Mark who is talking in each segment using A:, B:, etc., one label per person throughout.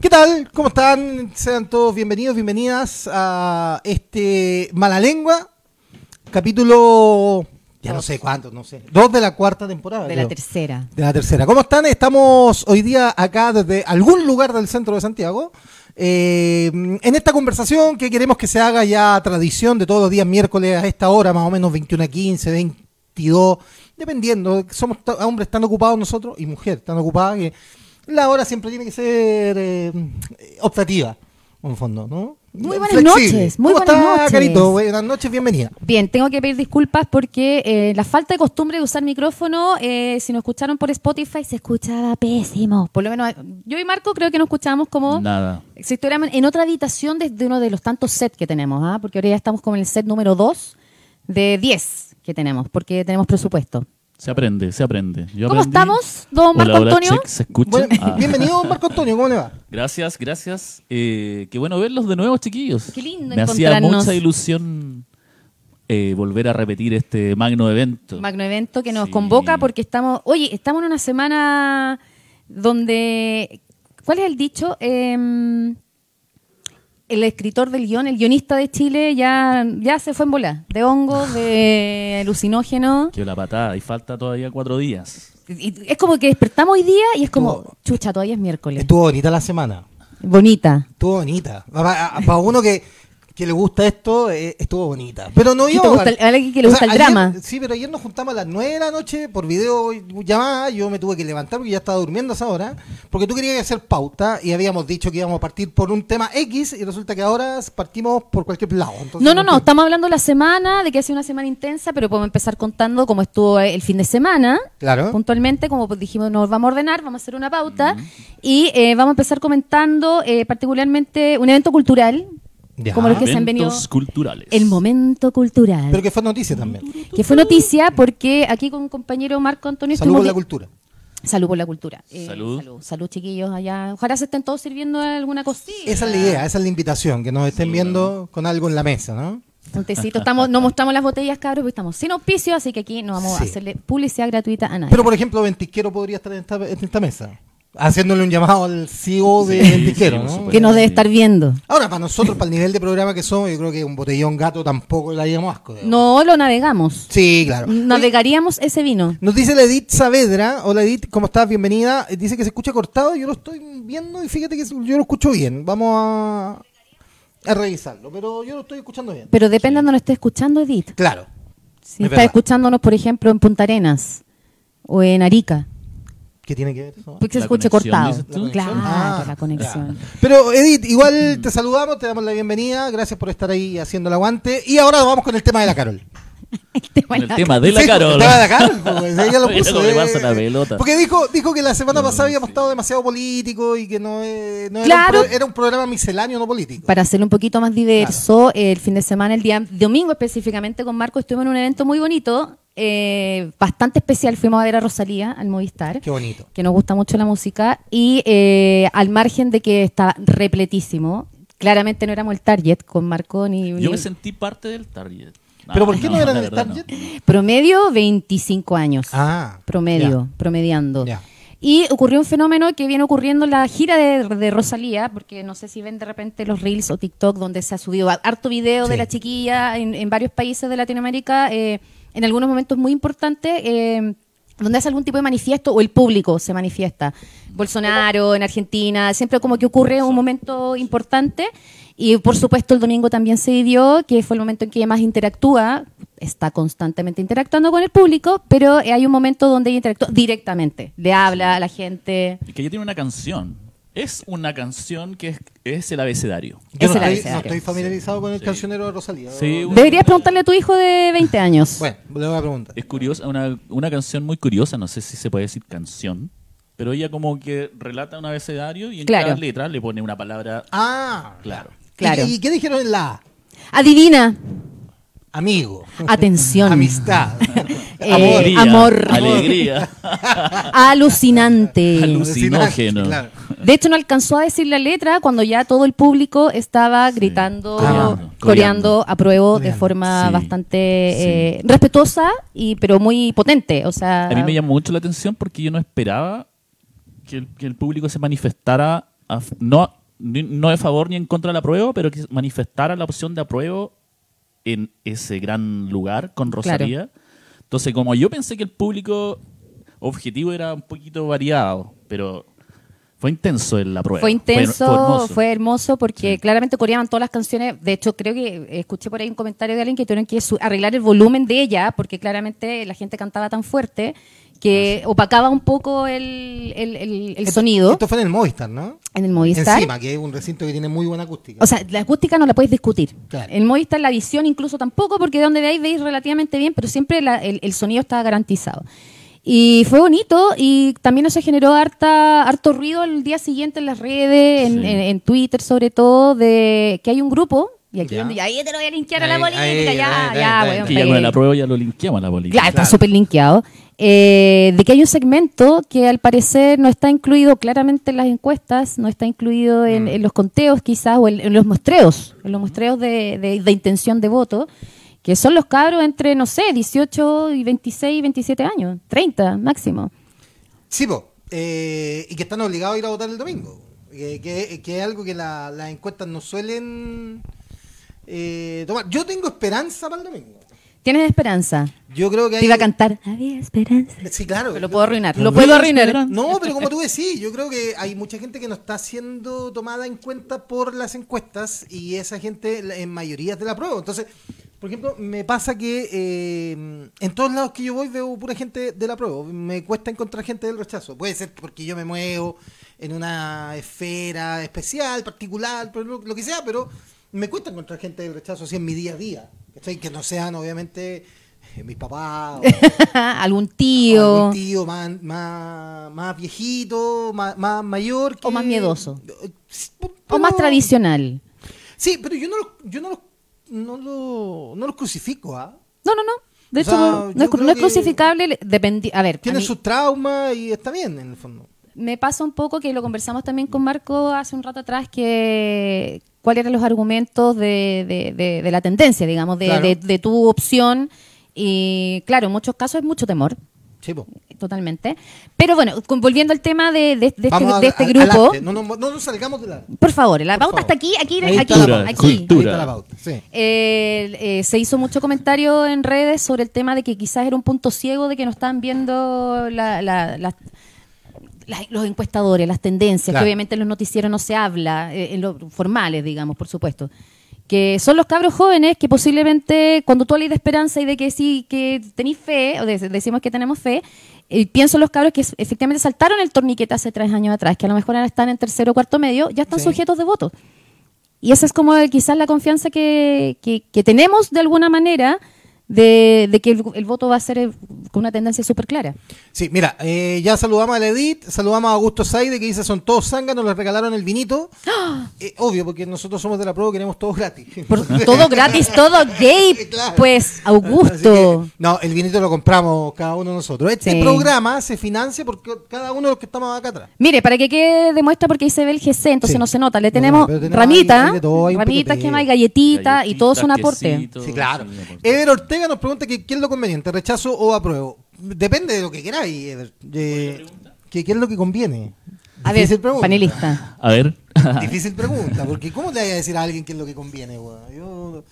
A: ¿Qué tal? ¿Cómo están? Sean todos bienvenidos, bienvenidas a este Mala Lengua, capítulo, ya no sé cuánto, no sé, dos de la cuarta temporada.
B: De la
A: creo.
B: tercera.
A: De la tercera. ¿Cómo están? Estamos hoy día acá desde algún lugar del centro de Santiago. eh, en esta conversación que queremos que se haga ya tradición de todos los días miércoles a esta hora, más o menos 21 a 15, 22, dependiendo. Somos ta- hombres tan ocupados nosotros y mujeres tan ocupadas que la hora siempre tiene que ser eh, optativa, en el fondo, ¿no?
B: Muy buenas noches, muy
A: ¿Cómo
B: buenas
A: está,
B: noches.
A: Carito? Buenas noches, bienvenida.
B: Bien, tengo que pedir disculpas porque eh, la falta de costumbre de usar micrófono, eh, si nos escucharon por Spotify, se escuchaba pésimo. Por lo menos eh, yo y Marco creo que nos escuchábamos como
C: Nada.
B: si estuviéramos en otra habitación desde uno de los tantos sets que tenemos, ¿ah? porque ahora ya estamos como en el set número 2 de 10 que tenemos, porque tenemos presupuesto.
C: Se aprende, se aprende. Yo
B: ¿Cómo
C: aprendí.
B: estamos, don Marco
C: Hola, hola,
B: Antonio?
C: check, ¿Se escucha?
A: Bueno,
C: Ah.
A: Bienvenido, Marco Antonio, ¿cómo le va?
C: Gracias, gracias. Eh, qué bueno verlos de nuevo, chiquillos.
B: Qué lindo
C: Me hacía
B: encontrarnos.
C: mucha ilusión eh, volver a repetir este magno evento.
B: Magno evento que nos
C: Sí.
B: convoca porque estamos, oye, estamos en una semana donde, ¿cuál es el dicho? Em, el escritor del guión, el guionista de Chile ya, ya se fue en bola, de hongos, de alucinógenos.
C: que la patada y falta todavía cuatro días.
B: Y Es como que despertamos hoy día y es como,
A: Estuvo-
B: chucha, todavía es miércoles.
A: Estuvo bonita la semana.
B: Bonita.
A: Estuvo bonita. Para, uno que, que le gusta esto, eh, estuvo bonita. Pero no
B: ¿Qué
A: yo.
B: te gusta el- a alguien que le gusta el
A: ayer-
B: drama?
A: Sí, pero ayer nos juntamos a las 9 de la noche por video llamada. Yo me tuve que levantar porque ya estaba durmiendo a esa hora. Porque tú querías hacer pauta y habíamos dicho que íbamos a partir por un tema X y resulta que ahora partimos por cualquier lado. Entonces,
B: No, no, no,
A: entiendo.
B: estamos hablando de la semana, de que ha sido una semana intensa, pero podemos empezar contando cómo estuvo eh, el fin de semana.
A: Claro.
B: puntualmente, como pues dijimos, nos vamos a ordenar, vamos a hacer una pauta y eh, vamos a empezar comentando eh, particularmente un evento cultural,
A: Ya.
B: como los que se han venido,
C: Eventos culturales.
B: el momento cultural,
A: Pero que fue noticia también.
B: que fue noticia porque aquí con un compañero Marco Antonio
A: Salud por la
B: estuvimos
A: cultura.
B: di- salud por la cultura, Eh,
C: Salud.
B: salud, salud, chiquillos allá, ojalá se estén todos sirviendo alguna cosilla,
A: Esa es la idea, esa es la invitación, que nos estén viendo con algo en la mesa, ¿no?
B: un tecito, estamos, no mostramos las botellas cabros, porque estamos sin auspicio, así que aquí no vamos
A: Sí.
B: a hacerle publicidad gratuita a nadie.
A: Pero, por ejemplo, Ventisquero podría estar en esta, en esta mesa, haciéndole un llamado al CEO de Ventisquero,
C: sí, por
A: ¿no?
C: supuesto.
B: que nos debe estar viendo.
A: Ahora, para nosotros, para el nivel de programa que somos, yo creo que un botellón gato tampoco le daríamos asco. digamos.
B: No lo navegamos.
A: Sí, claro. Oye,
B: Navegaríamos ese vino.
A: Nos dice la Edith Saavedra. Hola Edith, ¿cómo estás? Bienvenida. Eh, Dice que se escucha cortado. Yo lo estoy viendo y fíjate que yo lo escucho bien. Vamos a, a revisarlo, pero yo lo estoy escuchando bien.
B: Pero depende de donde esté escuchando, Edith.
A: Claro.
B: Si
A: Es
B: está
A: verdad.
B: escuchándonos, por ejemplo, en Punta Arenas o en Arica,
A: ¿Qué tiene que ver eso?
B: porque se
C: La
B: escuche
C: conexión,
B: cortado.
C: dices tú.
A: ¿La
B: Claro,
A: conexión? Ah,
B: la conexión.
A: ya. Pero Edith, igual te saludamos, te damos la bienvenida. Gracias por estar ahí haciendo el aguante. Y ahora vamos con el tema de la Carol.
B: El tema
C: En
B: de
C: el
B: la-
C: tema de la
A: Sí,
C: Carol.
A: estaba de la Carol, pues, ella lo
C: Mira
A: puso,
C: cómo le
A: eh,
C: pasa la pelota.
A: Porque dijo, dijo que la semana pasada habíamos estado demasiado político y que no, eh, no era,
B: Claro.
A: un pro- era un programa misceláneo, no político.
B: Para hacerlo un poquito más diverso, el fin de semana, el día domingo específicamente con Marco, estuvimos en un evento muy bonito, eh, bastante especial. Fuimos a ver a Rosalía al Movistar.
A: Qué bonito.
B: que nos gusta mucho la música y eh, al margen de que está repletísimo, claramente no éramos el target con Marco ni... ni-
C: Yo me sentí parte del target.
A: ¿Pero por qué no eran
C: la
A: el
C: verdad
A: target?
B: Promedio 25 años.
A: Ah.
B: promedio, promediando.
A: Ya.
B: Y ocurrió un fenómeno que viene ocurriendo en la gira de, de Rosalía, porque no sé si ven de repente los reels o TikTok donde se ha subido harto video
A: Sí.
B: de la chiquilla en, en varios países de Latinoamérica, eh, en algunos momentos muy importantes. eh, donde hace algún tipo de manifiesto o el público se manifiesta. Bolsonaro en Argentina, siempre como que ocurre un momento importante. Y por supuesto el domingo también se vivió, que fue el momento en que ella más interactúa, está constantemente interactuando con el público, pero hay un momento donde ella interactúa directamente, le habla a la gente.
C: ya. Es que ella tiene una canción. Es una canción que es, es el abecedario.
A: Yo no
B: Ese era
A: estoy,
B: el
A: no
B: escenario.
A: estoy familiarizado con el
C: Sí.
A: cancionero de Rosalía.
C: Sí,
A: Bueno,
C: bueno.
B: Deberías preguntarle a tu hijo de 20 años.
A: Bueno, le voy a preguntar.
C: Es curiosa, una, una canción muy curiosa, no sé si se puede decir canción, pero ella como que relata un abecedario y en
B: Claro.
C: cada letra le pone una palabra.
A: Ah.
C: Claro.
B: Claro.
A: ¿Y, y qué dijeron en la A?
B: Adivina.
A: Amigo.
B: Atención.
A: Amistad.
B: Eh, amor.
C: Alegría.
B: Alucinante.
C: Aluc- Alucinógeno.
A: Claro.
B: De hecho, no alcanzó a decir la letra cuando ya todo el público estaba gritando,
C: Coreando,
B: coreando,
C: coreando.
B: a prueba de
A: Coreando,
B: forma
C: sí,
B: bastante eh, respetuosa, y pero muy potente. O sea,
C: A mí me llamó mucho la atención porque yo no esperaba que el, que el público se manifestara a f- no ni- no de favor ni en contra del apruebo, pero que manifestara la opción de apruebo en ese gran lugar con Rosalía. Entonces, como yo pensé que el público objetivo era un poquito variado, pero fue intenso el apruebo.
B: Fue intenso, fue hermoso,
C: hermoso.
B: porque claramente coreaban todas las canciones. De hecho, creo que eh, escuché por ahí un comentario de alguien que tuvieron que su- arreglar el volumen de ella porque claramente la gente cantaba tan fuerte
C: Ah,
B: que opacaba un poco el, el- el- el
A: Esto-
B: sonido
A: Esto fue en el Movistar, ¿no?
B: en el Movistar.
A: Encima, que es un recinto que tiene muy buena acústica.
B: O sea, la acústica no la puedes discutir.
A: Claro.
B: En Movistar la visión incluso tampoco, porque de donde veáis veis relativamente bien, pero siempre la- el, el sonido está garantizado. Y fue bonito y también eso generó harta, harto ruido el día siguiente en las redes, en,
C: Sí.
B: en- en Twitter sobre todo, de que hay un grupo, y aquí
A: Ya.
B: donde- ahí te lo voy a linkear a la
A: Ahí,
B: política,
A: ahí,
B: ya,
A: ahí,
B: ya,
A: ahí,
B: weón,
C: Que ya con el
B: pe-
C: apruebo ya lo linkeamos a la política.
B: Claro, está
A: Claro.
B: súper linkeado. Eh, de que hay un segmento que al parecer no está incluido claramente en las encuestas, no está incluido
A: Mm.
B: en, en los conteos quizás o en, en los muestreos, en los muestreos de, de- de intención de voto, que son los cabros entre, no sé, 18 y 26, y 27 años, 30 máximo.
A: Sí, po. Eh, y que están obligados a ir a votar el domingo. Que, que- que es algo que la- las encuestas no suelen eh, tomar. Yo tengo esperanza para el domingo.
B: ¿Tienes esperanza?
A: Yo creo que
B: Te
A: hay...
B: iba a cantar. Había esperanza.
A: Sí, claro.
B: Lo puedo arruinar,
C: No
B: lo puedo
C: había
B: arruinar.
C: esperanza.
A: No, pero como tú decís, yo creo que hay mucha gente que no está siendo tomada en cuenta por las encuestas y esa gente la- en mayoría es de la prueba. Entonces, por ejemplo, me pasa que eh, en todos lados que yo voy veo pura gente de la prueba. Me cuesta encontrar gente del rechazo. Puede ser porque yo me muevo en una esfera especial, particular, pero lo, lo que sea, pero me cuesta encontrar gente del rechazo así en mi día a día. ¿cachai? Que no sean, obviamente, eh, mis papás o-
B: Algún
A: o
B: tío.
A: algún tío más, más, más viejito, más, más mayor. Eh,
B: O más miedoso. O
A: Pero-
B: más tradicional.
A: Sí, pero yo no los, yo no los, no lo- no los crucifico, ¿ah?
B: No, no, no. De
A: O
B: hecho,
A: sea,
B: no, no
A: yo
B: es,
A: creo
B: no es
A: que-
B: crucificable. le- dependi- a ver, a
A: Tienen
B: mí-
A: sus traumas y está bien, en el fondo.
B: me pasa un poco que lo conversamos también con Marco hace un rato atrás, que cuáles eran los argumentos de, de- de- de la tendencia, digamos, de,
A: Claro.
B: de- de tu opción. Y claro, en muchos casos es mucho temor,
A: Sí, po.
B: totalmente. Pero bueno, con- volviendo al tema de, de- de este,
A: Vamos a-
B: de este
A: a- al
B: grupo,
A: arte. No, nos- no nos salgamos de la...
B: por favor, la
A: favor.
B: pauta está aquí, aquí,
A: Ahí
B: aquí,
A: está la
C: pauta.
B: aquí.
C: Cultura.
A: Ahí está la pauta, sí.
B: Eh, eh, se hizo mucho comentario en redes sobre el tema de que quizás era un punto ciego de que no estaban viendo la- la- las- las- los encuestadores, las tendencias,
A: Claro.
B: que obviamente en los noticieros no se habla, eh, en los formales, digamos, por supuesto. Que son los cabros jóvenes que posiblemente, cuando tú hablas de esperanza y de que sí, que tenéis fe, o de- decimos que tenemos fe, eh, pienso en los cabros que es- efectivamente saltaron el torniquete hace tres años atrás, que a lo mejor ahora están en tercero o cuarto medio, ya están
A: Sí.
B: sujetos de votos. Y esa es como eh, quizás la confianza que, que- que tenemos de alguna manera de, de que el, el voto va a ser eh, con una tendencia súper clara.
A: Sí, mira, eh, ya saludamos a la Edith, saludamos a Augusto Saide que dice, son todos zánganos, les regalaron el vinito. Eh, obvio, porque nosotros somos de la prueba, queremos todo gratis.
B: ¡Ah! Por- todo gratis, todo gay.
A: Claro.
B: Pues, Augusto.
A: Así que, no, el vinito lo compramos cada uno de nosotros. Este
B: Sí.
A: programa se financia por ca- cada uno de los que estamos acá atrás.
B: Mire, para que quede demuestra porque ahí se ve el GC, entonces
A: Sí.
B: no se nota. Le
A: No,
B: tenemos
A: pero tenemos ahí-
B: ramita,
A: ahí de todo, hay un
B: ramita,
A: picoteo.
B: que hay galletita y todo es un
C: Galletitas,
B: aporte.
C: quesitos,
A: Sí, claro.
C: un aporte.
A: Ever Ortega nos pregunta que qué es lo conveniente, rechazo o apruebo. Depende de lo que queráis, Ever. Eh, que, ¿Qué es lo que conviene?
B: A ver,
A: Difícil pregunta.
B: panelista.
C: A ver.
A: Difícil pregunta, porque ¿cómo le vayas a decir a alguien qué es lo que conviene, weón? Yo-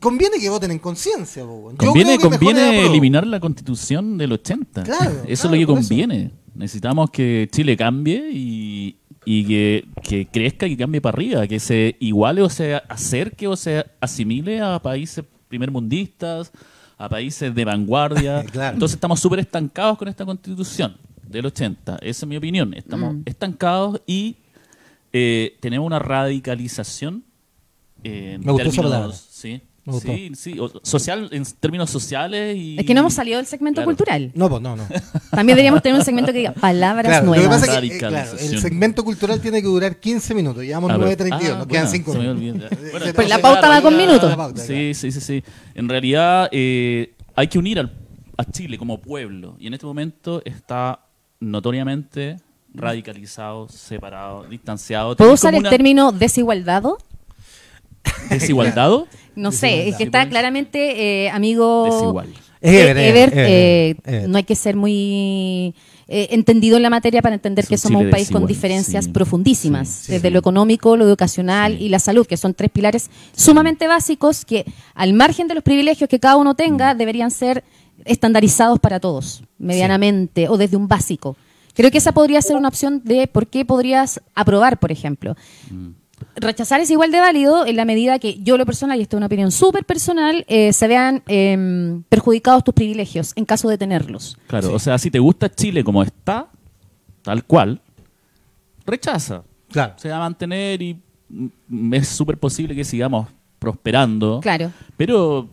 A: Conviene que voten en conciencia, weón. Yo creo
C: Conviene,
A: que mejor es
C: conviene
A: apruebo.
C: eliminar la constitución del 80.
A: Claro,
C: eso es lo
A: claro,
C: que
A: por
C: conviene. Necesitamos que Chile cambie y, y que, que crezca y cambie para arriba, que se iguale o se acerque o se asimile a países primermundistas, a países de vanguardia.
A: Claro.
C: Entonces estamos súper estancados con esta constitución del 80. Esa es mi opinión. Estamos
A: Mm.
C: estancados y eh, tenemos una radicalización. eh, en
A: Me gustó esa
C: términos-
A: palabra.
C: Sí,
A: Me gustó.
C: sí, sí, o- social, en términos sociales y...
B: Es que no hemos salido del segmento
C: Claro.
B: cultural.
A: No, pues no, no.
B: También deberíamos tener un segmento que diga palabras
A: Claro,
B: nuevas.
A: Lo que pasa es que, eh, claro,
C: Radicalización.
A: el segmento cultural tiene que durar 15 minutos. Llevamos
C: Ah, pero-
A: 9.32,
C: ah,
A: nos quedan
C: bueno,
A: 5
C: se me
A: minutos. Eh, Pero
C: olvidó. Bueno,
B: Pues la
C: entonces,
B: pauta
C: claro,
B: va con
C: la-
B: minutos.
A: la pauta,
C: Sí, sí, sí, sí. En realidad eh, hay que unir al- a Chile como pueblo y en este momento está notoriamente radicalizado, separado, distanciado.
B: ¿Puedo
C: Tenemos
B: usar
C: como
B: el
C: una
B: término desigualdado?
C: Desigualdado.
B: No sé, es que
C: Sí,
B: está
C: puede ser.
B: claramente eh, amigo
C: Desigual.
B: Eh,
A: Ever,
B: Ever,
A: Ever,
B: eh,
A: Ever.
B: no hay que ser muy eh, entendido en la materia para entender
C: Es
B: que
C: un
B: somos
C: Chile
B: un país con
C: desigual,
B: profundísimas,
C: sí,
B: profundísimas,
C: sí, sí,
B: desde
C: sí.
B: lo económico, lo educacional
C: Sí.
B: y la salud, que son tres pilares sumamente básicos que, al margen de los privilegios que cada uno tenga,
C: Mm.
B: deberían ser estandarizados para todos, medianamente, o desde un básico. Creo que esa podría ser una opción de por qué podrías aprobar, por ejemplo. Rechazar es igual de válido en la medida que yo lo personal, y esto es una opinión súper personal, eh, se vean em, perjudicados tus privilegios en caso de tenerlos.
C: Claro, o sea, si te gusta Chile como está, tal cual, rechaza.
A: Claro.
C: Se va a mantener y mm, es súper posible que sigamos prosperando.
B: Claro.
C: Pero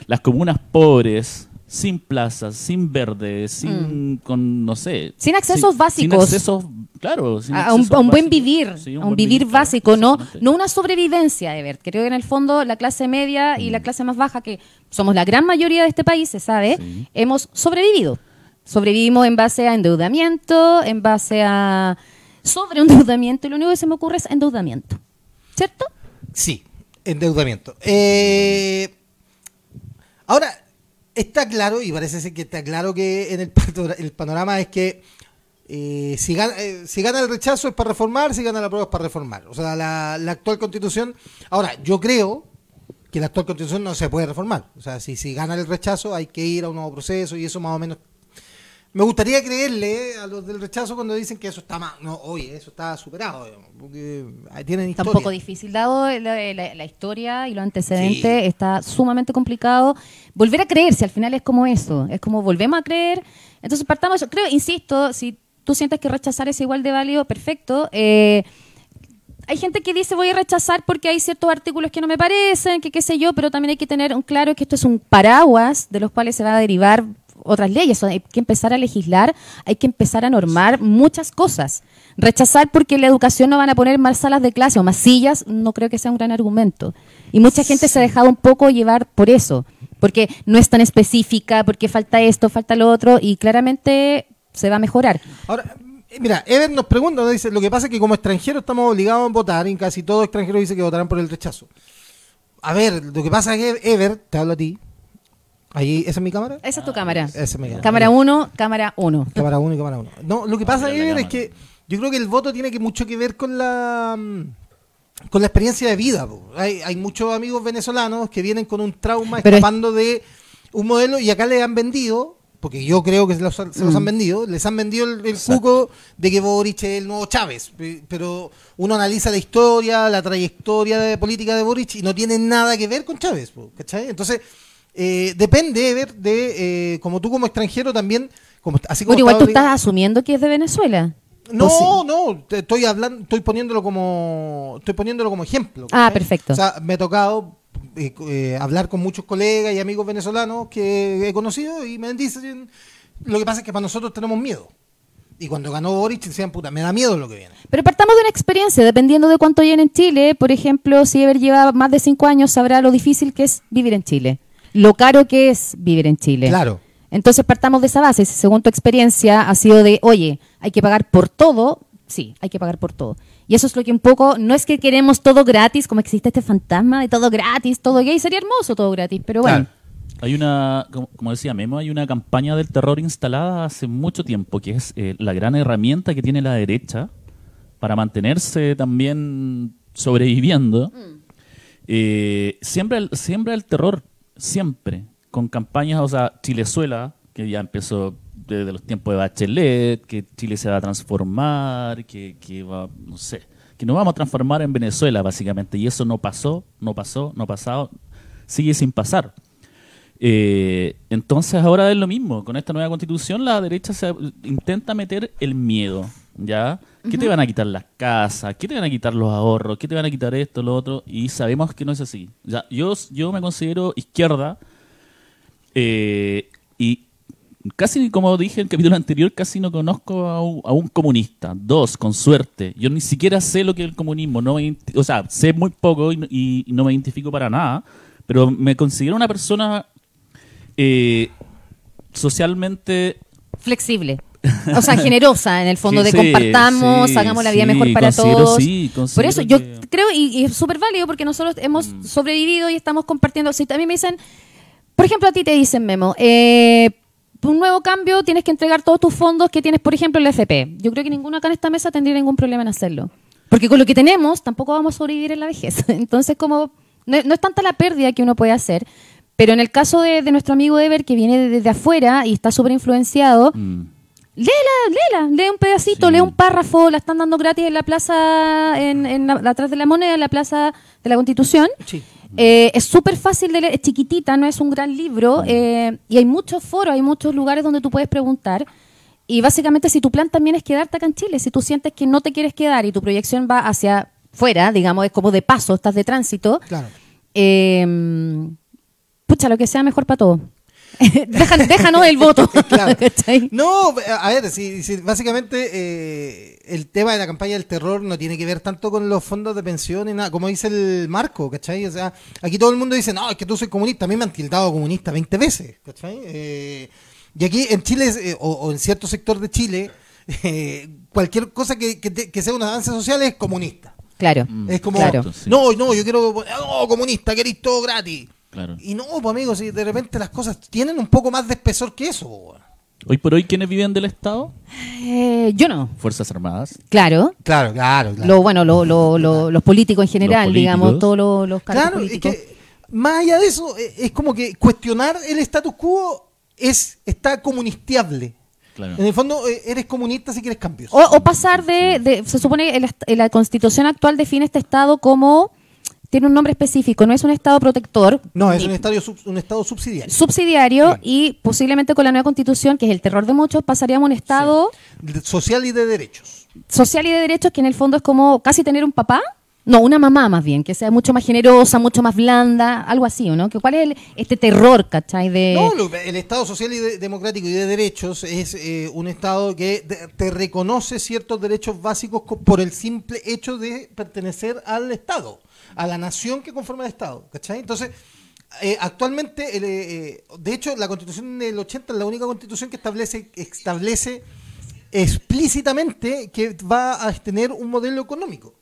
C: las comunas pobres, sin plazas, sin verde, sin, con, no sé.
B: Mm. Sin accesos
C: Sin
B: básicos.
C: accesos, claro. sin
B: a, a un,
C: accesos
B: a un buen
C: básicos.
B: vivir,
C: Sí,
B: a un
C: buen
B: vivir,
C: claro,
B: básico, no,
C: exactamente.
B: no una sobrevivencia, Ebert. Creo que en el fondo la clase media y la
C: Mm.
B: clase más baja, que somos la gran mayoría de este país, se sabe,
C: Sí.
B: hemos sobrevivido. Sobrevivimos en base a endeudamiento, en base a sobreendeudamiento, y lo único que se me ocurre es endeudamiento. ¿Cierto?
A: Sí, endeudamiento. Eh, ahora, está claro, y parece ser que está claro que en el, pato- el panorama es que eh, si, gana, eh, si gana el rechazo es para reformar, si gana la prueba es para reformar. O sea, la, la actual constitución. Ahora, yo creo que la actual constitución no se puede reformar. O sea, si, si gana el rechazo hay que ir a un nuevo proceso y eso más o menos me gustaría creerle eh, a los del rechazo cuando dicen que eso está más. No, oye, eso está superado. digamos, Porque eh, ahí tienen historia.
B: Tampoco difícil, dado la, la- la historia y los antecedentes,
A: Sí.
B: está sumamente complicado. Volver a creer, si al final es como eso, es como volvemos a creer. Entonces partamos, de eso. creo, insisto, si tú sientes que rechazar es igual de válido, perfecto. Eh, hay gente que dice voy a rechazar porque hay ciertos artículos que no me parecen, que qué sé yo, pero también hay que tener un claro que esto es un paraguas de los cuales se va a derivar otras leyes. O sea, Hay que empezar a legislar, hay que empezar a normar muchas cosas. Rechazar porque en la educación no van a poner más salas de clase o más sillas, no creo que sea un gran argumento. Y mucha gente se ha dejado un poco llevar por eso, porque no es tan específica, porque falta esto, falta lo otro, y claramente se va a mejorar.
A: Ahora, eh, mira, Ever nos pregunta, nos dice, lo que pasa es que como extranjeros estamos obligados a votar y casi todo extranjero dice que votarán por el rechazo. A ver, lo que pasa es que Ever, te hablo a ti. Ahí, ¿esa es mi cámara?
B: Esa es tu cámara.
A: Esa es mi cámara.
B: Cámara 1, cámara 1.
A: Cámara 1 y cámara 1. No, lo que pasa,
C: Abre la
A: Ever, es
C: cámara.
A: que yo creo que el voto tiene que mucho que ver con la mm, con la experiencia de vida. po. Hay, hay muchos amigos venezolanos que vienen con un trauma
B: Pero es-
A: escapando de un modelo y acá le han vendido, porque yo creo que se los, se los han vendido, les han vendido el, el
C: Mm. Exacto.
A: cuco de que Boric es el nuevo Chávez. Pe- Pero uno analiza la historia, la trayectoria de- política de Boric y no tiene nada que ver con Chávez. po, ¿cachai? Entonces, eh, depende, Ever, de eh, como tú como extranjero también. Como, así como
B: Bueno, igual
A: estaba
B: tú
A: obligado-
B: estás asumiendo que es de Venezuela.
A: no,
B: ¿O sí?
A: no, te- estoy hablando, estoy poniéndolo como, estoy poniéndolo como ejemplo.
B: Ah,
A: ¿cachai?
B: perfecto.
A: O sea, me ha tocado eh, co- eh, hablar con muchos colegas y amigos venezolanos que he conocido y me dicen, lo que pasa es que para nosotros tenemos miedo. Y cuando ganó Boric decían, puta, me da miedo lo que viene.
B: Pero partamos de una experiencia, dependiendo de cuánto lleven en Chile. Por ejemplo, si Ever lleva más de cinco años, sabrá lo difícil que es vivir en Chile. Lo caro que es vivir en Chile.
A: Claro.
B: Entonces partamos de esa base. Si según tu experiencia ha sido de, oye, hay que pagar por todo, sí, hay que pagar por todo. Y eso es lo que un poco, no es que queremos todo gratis, como existe este fantasma de todo gratis, todo gay, sería hermoso todo gratis, pero bueno.
C: Hay una, como- como decía Memo, hay una campaña del terror instalada hace mucho tiempo, que es eh, la gran herramienta que tiene la derecha para mantenerse también sobreviviendo. Eh, siembra, el, siembra el terror, siempre, con campañas, o sea, Chilezuela, que ya empezó desde los tiempos de Bachelet, que Chile se va a transformar, que, que va, no sé, que nos vamos a transformar en Venezuela, básicamente, y eso no pasó, no pasó, no ha pasado, sigue sin pasar. Eh, entonces ahora es lo mismo. Con esta nueva constitución la derecha se intenta meter el miedo, ¿ya? ¿Qué te van a quitar las casas? ¿Qué te van a quitar los ahorros? ¿Qué te van a quitar esto, lo otro? Y sabemos que no es así. Ya, yo, yo me considero izquierda eh, y casi, como dije en el capítulo anterior, casi no conozco a un, a un comunista. Dos, con suerte. Yo ni siquiera sé lo que es el comunismo. No me identi- o sea, sé muy poco y, no- y no me identifico para nada. Pero me considero una persona eh, socialmente
B: flexible. O sea, generosa en el fondo, de
C: Sí, sí,
B: compartamos,
C: sí,
B: hagamos la vida
C: sí,
B: mejor para
C: considero-
B: todos.
C: sí, considero
B: Por eso yo
C: que- Mm.
B: creo, y, y es súper válido porque nosotros hemos sobrevivido y estamos compartiendo. Si también me dicen, por ejemplo, a ti te dicen, Memo, eh, un nuevo cambio tienes que entregar todos tus fondos que tienes, por ejemplo, el FP. Yo creo que ninguno acá en esta mesa tendría ningún problema en hacerlo. Porque con lo que tenemos tampoco vamos a sobrevivir en la vejez. Entonces, como no, no es tanta la pérdida que uno puede hacer, pero en el caso de, de nuestro amigo Ever, que viene desde afuera y está súper influenciado,
C: Mm.
B: léela, léela, lee un pedacito,
C: Sí.
B: lee un párrafo, la están dando gratis en la plaza, en, en la- atrás de la moneda, en la plaza de la Constitución.
A: Sí.
B: Eh, es súper fácil de leer, es chiquitita, no es un gran
A: Ah.
B: libro. eh, y hay muchos foros, hay muchos lugares donde tú puedes preguntar. Y básicamente, si tu plan también es quedarte acá en Chile, si tú sientes que no te quieres quedar y tu proyección va hacia fuera, digamos, es como de paso, estás de tránsito,
A: Claro.
B: eh, pucha, lo que sea mejor para todos. Dejan- déjanos el voto.
A: Claro.
B: ¿Cachai?
A: No, a ver, si, si básicamente eh, el tema de la campaña del terror no tiene que ver tanto con los fondos de pensión y nada, como dice el Marco, ¿cachai? O sea, aquí todo el mundo dice, no, es que tú soy comunista, a mí me han tildado comunista 20 veces, ¿cachai? Eh, y aquí en Chile, eh, o, o en cierto sector de Chile, eh, cualquier cosa que, que te- que sea un avance social es comunista.
B: Claro.
A: Es como,
B: Mm, Claro.
A: no, no, yo quiero, no, comunista, queréis todo gratis.
C: Claro.
A: Y no, pues amigos, si de repente las cosas tienen un poco más de espesor que eso, po, weón.
C: Hoy por hoy, ¿quiénes viven del Estado?
B: Eh, yo no.
C: Fuerzas Armadas.
B: Claro.
A: Claro, claro,
B: Lo, bueno, lo- lo- lo- los políticos en general,
C: políticos.
B: digamos, todos los, los cargos
A: claro, es
B: políticos.
A: que más allá de eso, e- es como que cuestionar el status quo es está comunisteable.
C: Claro.
A: En el fondo, eh, eres comunista si quieres cambios.
B: O, o pasar de, de- se supone que el est- la constitución actual define este estado como, tiene un nombre específico, no es un estado protector.
A: no, es
B: ni-
A: un, estadio sub- un estado subsidiario.
B: subsidiario y posiblemente con la nueva constitución, que es el terror de muchos, pasaríamos a un estado
A: De- Social y de derechos.
B: social y de derechos que en el fondo es como casi tener un papá. No, una mamá más bien, que sea mucho más generosa, mucho más blanda, algo así, ¿o ¿no? Que ¿Cuál es el- este terror, cachai? De...
A: No, lo- el Estado social y de- democrático y de derechos es eh, un Estado que de- te reconoce ciertos derechos básicos co- por el simple hecho de pertenecer al Estado, a la nación que conforma el Estado. ¿cachai? Entonces, eh, actualmente, el, eh, eh, de hecho, la Constitución del 80 es la única Constitución que establece, establece explícitamente que va a tener un modelo económico.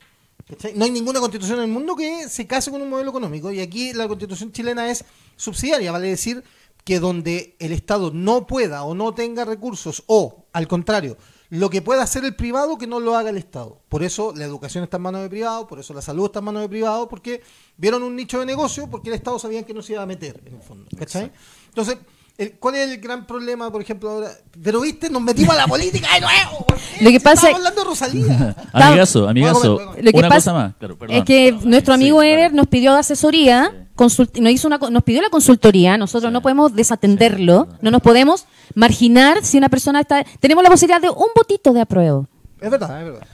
A: ¿Cachai? No hay ninguna constitución en el mundo que se case con un modelo económico. Y aquí la constitución chilena es subsidiaria, vale decir que donde el Estado no pueda o no tenga recursos, o al contrario, lo que pueda hacer el privado, que no lo haga el Estado. Por eso la educación está en manos de privado, por eso la salud está en manos de privado, porque vieron un nicho de negocio, porque el Estado sabían que no se iba a meter, en el fondo. ¿cachai? Entonces, el- ¿cuál es el gran problema, por ejemplo, ahora? Pero viste, nos metimos a la política de nuevo. ¿por qué?
B: Lo que
A: Si
B: pasa-
A: Estamos hablando de Rosalía.
C: Amigazo, amigazo.
A: Voy a comer, voy a
B: Lo que
C: Una
B: pasa
C: cosa más. Claro, perdón. Ah,
B: es que nuestro amigo
C: Sí,
B: Ever
C: claro.
B: nos pidió asesoría, consult- nos, hizo una, co- nos pidió la consultoría, nosotros
C: Sí.
B: no podemos desatenderlo, no nos podemos marginar si una persona está... Tenemos la posibilidad de un votito de apruebo.
A: Es verdad, es verdad.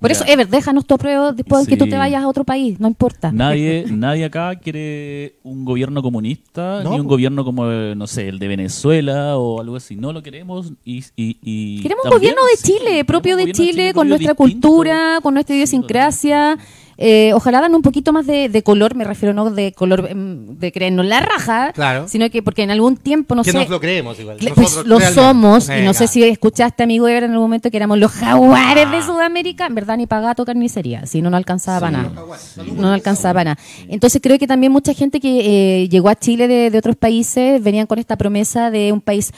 B: Por
C: Ya.
B: eso, Ever, déjanos tu apruebo después de que tú
C: Sí.
B: te vayas a otro país, no importa.
C: Nadie, nadie acá quiere un gobierno comunista,
A: No,
C: ni un
A: po.
C: gobierno como, eh, no sé, el de Venezuela o algo así. No lo queremos. Y, y- y
B: Queremos un
C: también,
B: gobierno de
C: sí,
B: Chile,
C: queremos
B: propio
C: un
B: de
C: gobierno
B: Chile, con
C: propio,
B: nuestra
C: distinto.
B: cultura, con nuestra idiosincrasia. Eh, ojalá dan un poquito más de, de color, me refiero no de color em, de creernos la raja,
A: Claro.
B: sino que porque en algún tiempo, no
A: que
B: sé,
A: nos lo creemos igual.
B: Cla-
A: Nosotros
B: pues lo
A: realmente.
B: somos, y
A: Venga.
B: no sé si escuchaste, amigo Ever, en algún momento que éramos los jaguares
A: Ah.
B: de Sudamérica, en verdad ni para gato carnicería, si no, no alcanzaba para nada. No, no alcanzaba para nada. Entonces creo que también mucha gente que eh, llegó a Chile de, de otros países venían con esta promesa de un país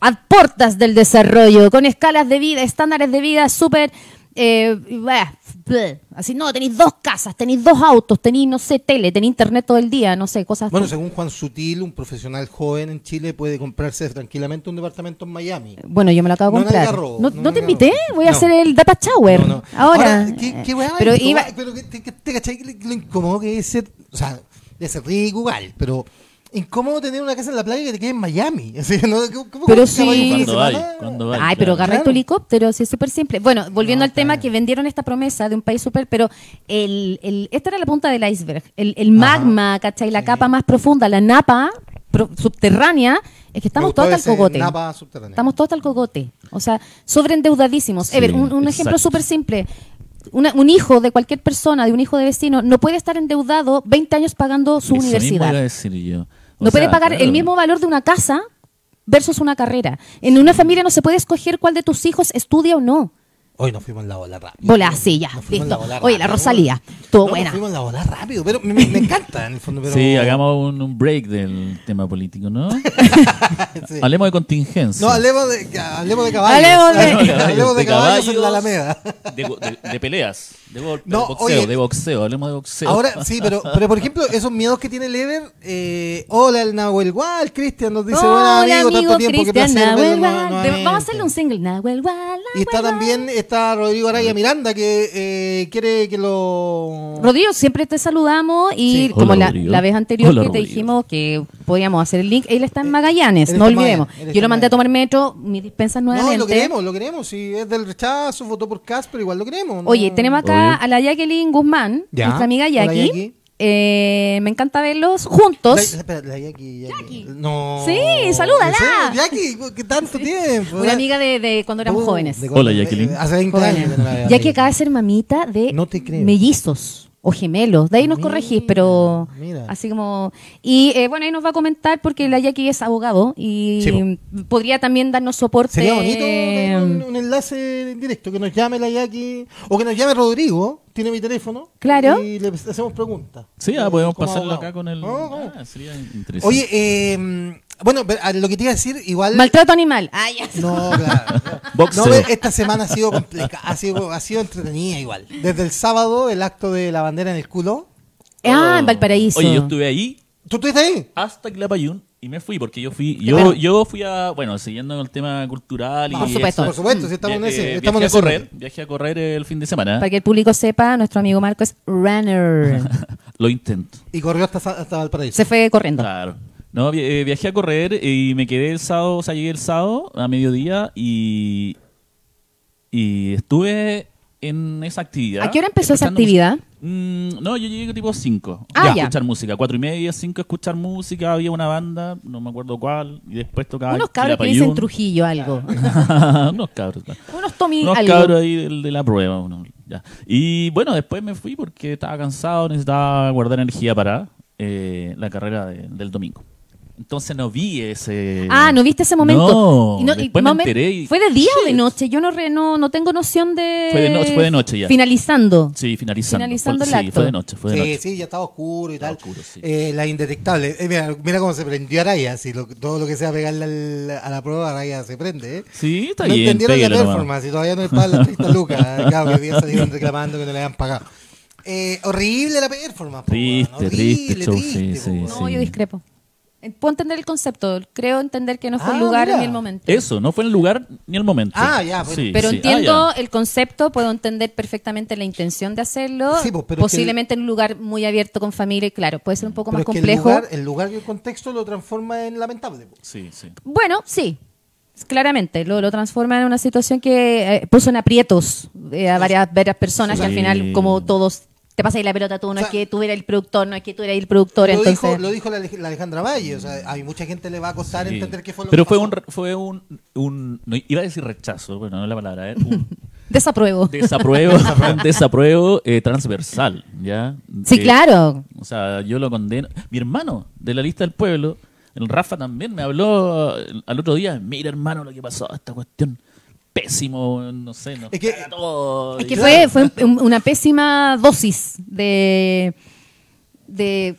B: a puertas del desarrollo, con escalas de vida, estándares de vida súper... eh, bah, bleh. así no, tenéis dos casas, tenéis dos autos, tenéis, no sé, tele, tenéis internet todo el día, no sé, cosas
A: Bueno, según Juan Sutil, un profesional joven en Chile puede comprarse tranquilamente un departamento en Miami.
B: Bueno, yo me lo acabo de
A: No, nadie
B: comprar.
A: agarró,
B: no,
A: no,
B: no
A: nadie
B: te invité,
A: agarró.
B: voy a
A: No.
B: hacer el data shower.
A: No, no.
B: Ahora. eh,
A: ¿qué, qué weá
B: pero
A: esto,
B: iba.
A: weá? Pero que, que- que- te cachai que lo incómodo que es ser. O sea, de ser rico igual, pero. Incómodo tener una casa en la playa que te quede en Miami. Así, ¿no? ¿Cómo- cómo
B: Pero
A: te
B: sí.
A: vas a ir una
C: ¿Cuándo hay?
A: semana?
C: ¿Cuándo hay?
B: Ay, pero
C: Claro.
B: agarré tu
A: Claro.
B: helicóptero, sí, es súper simple. Bueno, volviendo
A: No,
B: al tema
A: claro.
B: que vendieron esta promesa de un país súper, pero el, el, esta era la punta del iceberg. El, el magma, ¿cachai? La capa más profunda, la napa pro- subterránea, es que estamos
A: Me gustó
B: todos al
A: ese
B: cogote.
A: Napa subterráneo.
B: Estamos todos hasta el cogote. O sea, sobreendeudadísimos.
C: Sí,
B: Ever, un, un ejemplo
C: exacto.
B: súper simple. Una- un hijo de cualquier persona, de un hijo de vecino, no puede estar endeudado 20 años pagando su
C: Eso mismo
B: universidad.
C: iba a decir yo. O
B: no puede
C: sea,
B: pagar el
C: claro.
B: mismo valor de una casa versus una carrera. En una familia no se puede escoger cuál de tus hijos estudia o no.
A: Hoy nos fuimos en la ola rápido.
B: Bola, sí, ya.
A: Nos fuimos en
B: listo.
A: la ola
B: Oye, la
A: rápido.
B: Rosalía. Estuvo
A: No,
B: buena.
A: Nos fuimos en la ola rápido, pero me, me- me encanta en el fondo. Pero...
C: Sí, hagamos un, un break del tema político, ¿no?
A: Sí.
C: Hablemos de contingencia.
A: No, hablemos de, hablemos de caballos.
B: Hablemos de-
A: Hablemos de caballos, en la Alameda.
C: De, go- de- de peleas, de, gol- de
A: No,
C: boxeo,
A: oye.
C: de boxeo, hablemos de boxeo.
A: Ahora, sí, pero, pero por ejemplo, esos miedos que tiene Lever, eh, hola el Nahuel Gual, Cristian nos dice,
B: Hola,
A: buen amigo, tanto tiempo, qué
B: Cristian
A: placer verlo
B: Nahuel
A: nueva-
B: Gual.
A: nuevamente".
B: Vamos a hacerle un single, Nahuel Gual.
A: Y está
B: Nahuel Gual.
A: también, está Rodrigo Araya Miranda, que eh, quiere que lo...
B: Rodrigo, siempre te saludamos
A: Sí.
B: y como la,
C: Hola, Rodrigo.
B: la vez anterior
C: Hola,
B: que te
C: Rodrigo.
B: dijimos que podíamos hacer el link, él está en Magallanes,
A: Eh, él
B: no
A: está en
B: olvidemos.
A: Magallanes, él está
B: Yo lo
A: en
B: mandé a tomar metro, mis dispensas nuevamente.
A: no, lo queremos, lo queremos. Si es del rechazo, votó por Casper, igual lo queremos. ¿no?
B: Oye, tenemos acá
C: Obvio.
B: a la Jacqueline Guzmán,
A: Ya.
B: nuestra amiga
A: Hola,
B: Jackie.
A: Jackie.
B: Eh, me encanta verlos
A: La-
B: juntos.
A: la- espera, la Jackie, Jackie. No.
B: Sí, salúdala.
A: ¿En serio? Jackie, ¿qué tanto tiempo?
B: Una amiga de, de cuando éramos
A: Oh,
B: jóvenes.
A: de-
C: Hola, Jacqueline.
A: Hace 20 años que no la veo.
B: Jóvenes. Jackie acaba de ser mamita de
A: No te creo.
B: mellizos o gemelos. De ahí nos
A: Mira,
B: corregís, pero
A: mira.
B: así como... Y eh, bueno, ahí nos va a comentar porque la Jackie es abogado y
A: Sí,
B: podría también darnos soporte. em,
A: Sería bonito tener un, un enlace en directo, que nos llame la Jackie, o que nos llame Rodrigo, tiene mi teléfono.
B: Claro.
A: Y le hacemos preguntas.
C: Sí, ah, podemos
A: Como
C: pasarlo
A: abogado.
C: acá con el.
A: No, no.
C: Ah, sería interesante.
A: Oye, eh, bueno, pero, a lo que te iba a decir, igual...
B: Maltrato animal. Ay, ya.
A: No, claro.
C: Boxeo.
A: No, este- pero esta semana ha sido complicada, ha sido, ha sido entretenida igual. Desde el sábado, el acto de la bandera en el culo.
B: Ah, en Valparaíso.
C: Oye, yo estuve ahí
A: ¿Tú estuviste ahí?
C: hasta Clapayún y me fui porque yo fui yo
A: Claro.
C: yo fui a bueno siguiendo el tema cultural y
B: Por supuesto.
C: eso.
A: Por supuesto, si estamos en
C: Via-
A: ese.
C: eh,
A: estamos en
C: viajé
A: ese
C: a correr
A: bloque.
C: viajé a correr el fin de semana
B: Para que el público sepa, nuestro amigo Marco es runner.
C: lo intento
A: Y corrió hasta, Sa- hasta Valparaíso.
B: Se fue corriendo.
C: claro no vi- eh, viajé a correr y me quedé el sábado o sea llegué el sábado a mediodía y y estuve en esa actividad
B: ¿A qué hora empezó esa
C: escuchando música.
B: actividad?
C: Mm, no, yo llegué tipo 5.
B: Ah, ya.
C: Escuchar música. 4 y media, 5 escuchar música. Había una banda, no me acuerdo cuál. Y después tocaba.
B: Unos cabros que
C: Quilapayún.
B: dicen Trujillo algo.
C: unos cabros.
B: Unos Tommy
C: Unos
B: algo.
C: cabros ahí del- de, la prueba. uno, ya. Y bueno, después me fui porque estaba cansado, necesitaba guardar energía para eh, la carrera de- del domingo. Entonces no vi ese...
B: Ah, ¿no viste ese momento?
C: No,
B: Y no- y
C: después
B: momen-
C: me enteré. y-
B: ¿Fue de día o de
C: Shit.
B: noche? Yo no, re- no, no tengo noción de...
C: Fue de no- fue de noche ya.
B: Finalizando.
C: Sí, finalizando.
B: Finalizando
C: Fue-
B: el
C: sí,
B: acto.
C: fue de noche, fue de
A: Sí,
C: noche.
A: sí, ya estaba oscuro y tal.
C: Estaba oscuro, sí.
A: Eh, la indetectable. Eh, mira, mira cómo se prendió Araya. Si lo- todo lo que sea pegarle al- a la prueba, Araya se prende. ¿eh?
C: Sí, está
A: no
C: bien.
A: entendieron la
C: pégale nomás.
A: performance y todavía no le pagan las 30 lucas. Claro, que hoy día salieron reclamando que no le habían pagado. Eh, horrible la performance. po, weón,
C: Triste, triste
A: horrible,
C: show,
A: triste,
C: sí,
A: po,
C: sí,
A: weón.
B: No, yo discrepo. Eh, Puedo entender el concepto. Creo entender que no fue
A: Ah,
B: el lugar
A: mira.
B: ni el momento.
C: Eso, no fue el lugar ni el momento.
A: Ah, ya, bueno.
B: Pero
C: Eh, sí.
B: entiendo
C: Ah, ya.
B: el concepto, puedo entender perfectamente la intención de hacerlo.
A: Sí, pues, pero
B: posiblemente en un lugar muy abierto con familia y claro, puede ser un poco
A: Pero
B: más
A: es que
B: complejo.
A: el, lugar, el lugar y el contexto lo transforma en lamentable. po.
C: Sí, sí.
B: Bueno, sí. Claramente, lo, lo transforma en una situación que eh, puso en aprietos eh, a varias, varias personas que al
C: Sí.
B: final, como todos, te pasa ahí la pelota tú, no
A: O sea,
B: es que tú eras el productor, no es que tú eras el productor,
A: Lo,
B: entonces...
A: dijo, lo dijo la, Alej- la Alejandra Valle. O sea, a mucha gente le va a costar
C: Sí.
A: entender qué fue lo
C: Pero
A: que
C: fue
A: pasó.
C: un, re- fue un, un- no, iba a decir rechazo, bueno, no es la palabra, eh, un
B: Desapruebo.
C: desapruebo, un desapruebo eh, transversal, ¿ya?
B: Sí,
C: Eh,
B: claro.
C: O sea, yo lo condeno. Mi hermano de la lista del pueblo, el Rafa también me habló eh, al otro día, mira hermano lo que pasó, esta cuestión pésimo, no sé, no.
A: Es que-
B: Es que fue, fue un- una pésima dosis de... de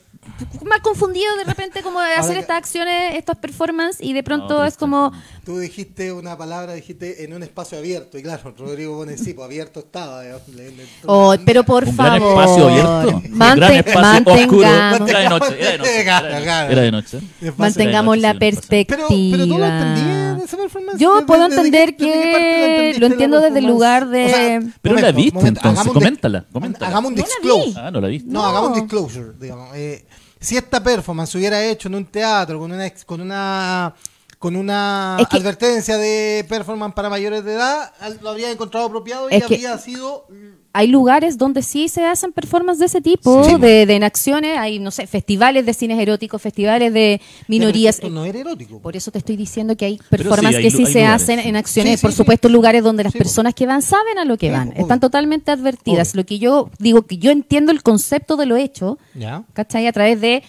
B: más confundido de repente como de hacer
A: que-
B: estas acciones, estas performances y de pronto
C: triste.
B: es como...
A: Tú dijiste una palabra, dijiste en un espacio abierto. Y claro, Rodrigo pone sí, pues, abierto estaba. eh, le- le-
B: Oh, pero por
C: Un gran
B: favor.
C: espacio abierto. un gran
B: Manten-
C: espacio oscuro.
B: mantengamos.
C: Era de noche, era de noche. Era de noche. Era de noche.
A: Espacio-
B: Mantengamos la perspectiva.
A: Pero, pero tú lo entendías de esa performance.
B: Yo
A: ¿Desde-
B: puedo
A: desde
B: entender
A: qué- desde qué
B: que
A: parte
B: lo
A: entendiste
B: entiendo desde el
A: performance?
B: lugar de-
C: Pero la viste, entonces,
A: hagamos un dis-
C: coméntala, coméntala.
A: Hagamos un
B: No la
A: disclose.
B: vi.
C: Ah, no la viste.
A: No, hagamos un disclosure, digamos. Eh, si esta performance se hubiera hecho en un teatro con una ex- con una con una
B: Es que-
A: advertencia de performance para mayores de edad, al- lo habría encontrado apropiado y
B: Es que-
A: habría sido
B: Hay lugares donde sí se hacen performances de ese tipo,
A: Sí.
B: de, de en acciones, hay, no sé, festivales de cines eróticos, festivales de minorías. Eh,
A: Pero esto no era erótico.
B: Por eso te estoy diciendo que hay
C: sí,
B: performances
C: hay
B: que
C: lu-
B: sí
C: hay
B: se
C: lugares,
B: hacen
C: sí.
B: en acciones,
A: Sí, sí,
B: por
A: sí.
B: supuesto, lugares donde las
A: Sí, po.
B: personas que van saben a lo que
A: Sí,
B: van,
A: po, obvio.
B: están totalmente advertidas.
A: Obvio.
B: Lo que yo digo, que yo entiendo el concepto de lo hecho,
A: Ya.
B: ¿cachai? A través de,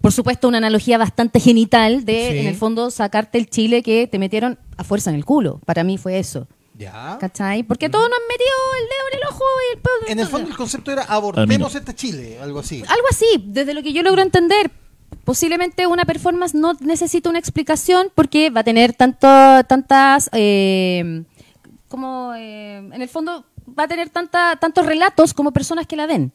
B: por supuesto, una analogía bastante genital de,
A: Sí.
B: en el fondo, sacarte el chile que te metieron a fuerza en el culo. Para mí fue eso.
D: Ya.
B: ¿Cachai? Porque todos nos han metido el dedo en el ojo y el pedo.
D: ¿Ah? En el fondo el concepto era
C: Ah,
D: abortemos este Chile, algo así.
B: Algo así, desde lo que yo logro entender. Posiblemente una performance no necesita una explicación porque va a tener tanto, tantas. eh, como. eh, en el fondo va a tener tanta, tantos relatos como personas que la ven.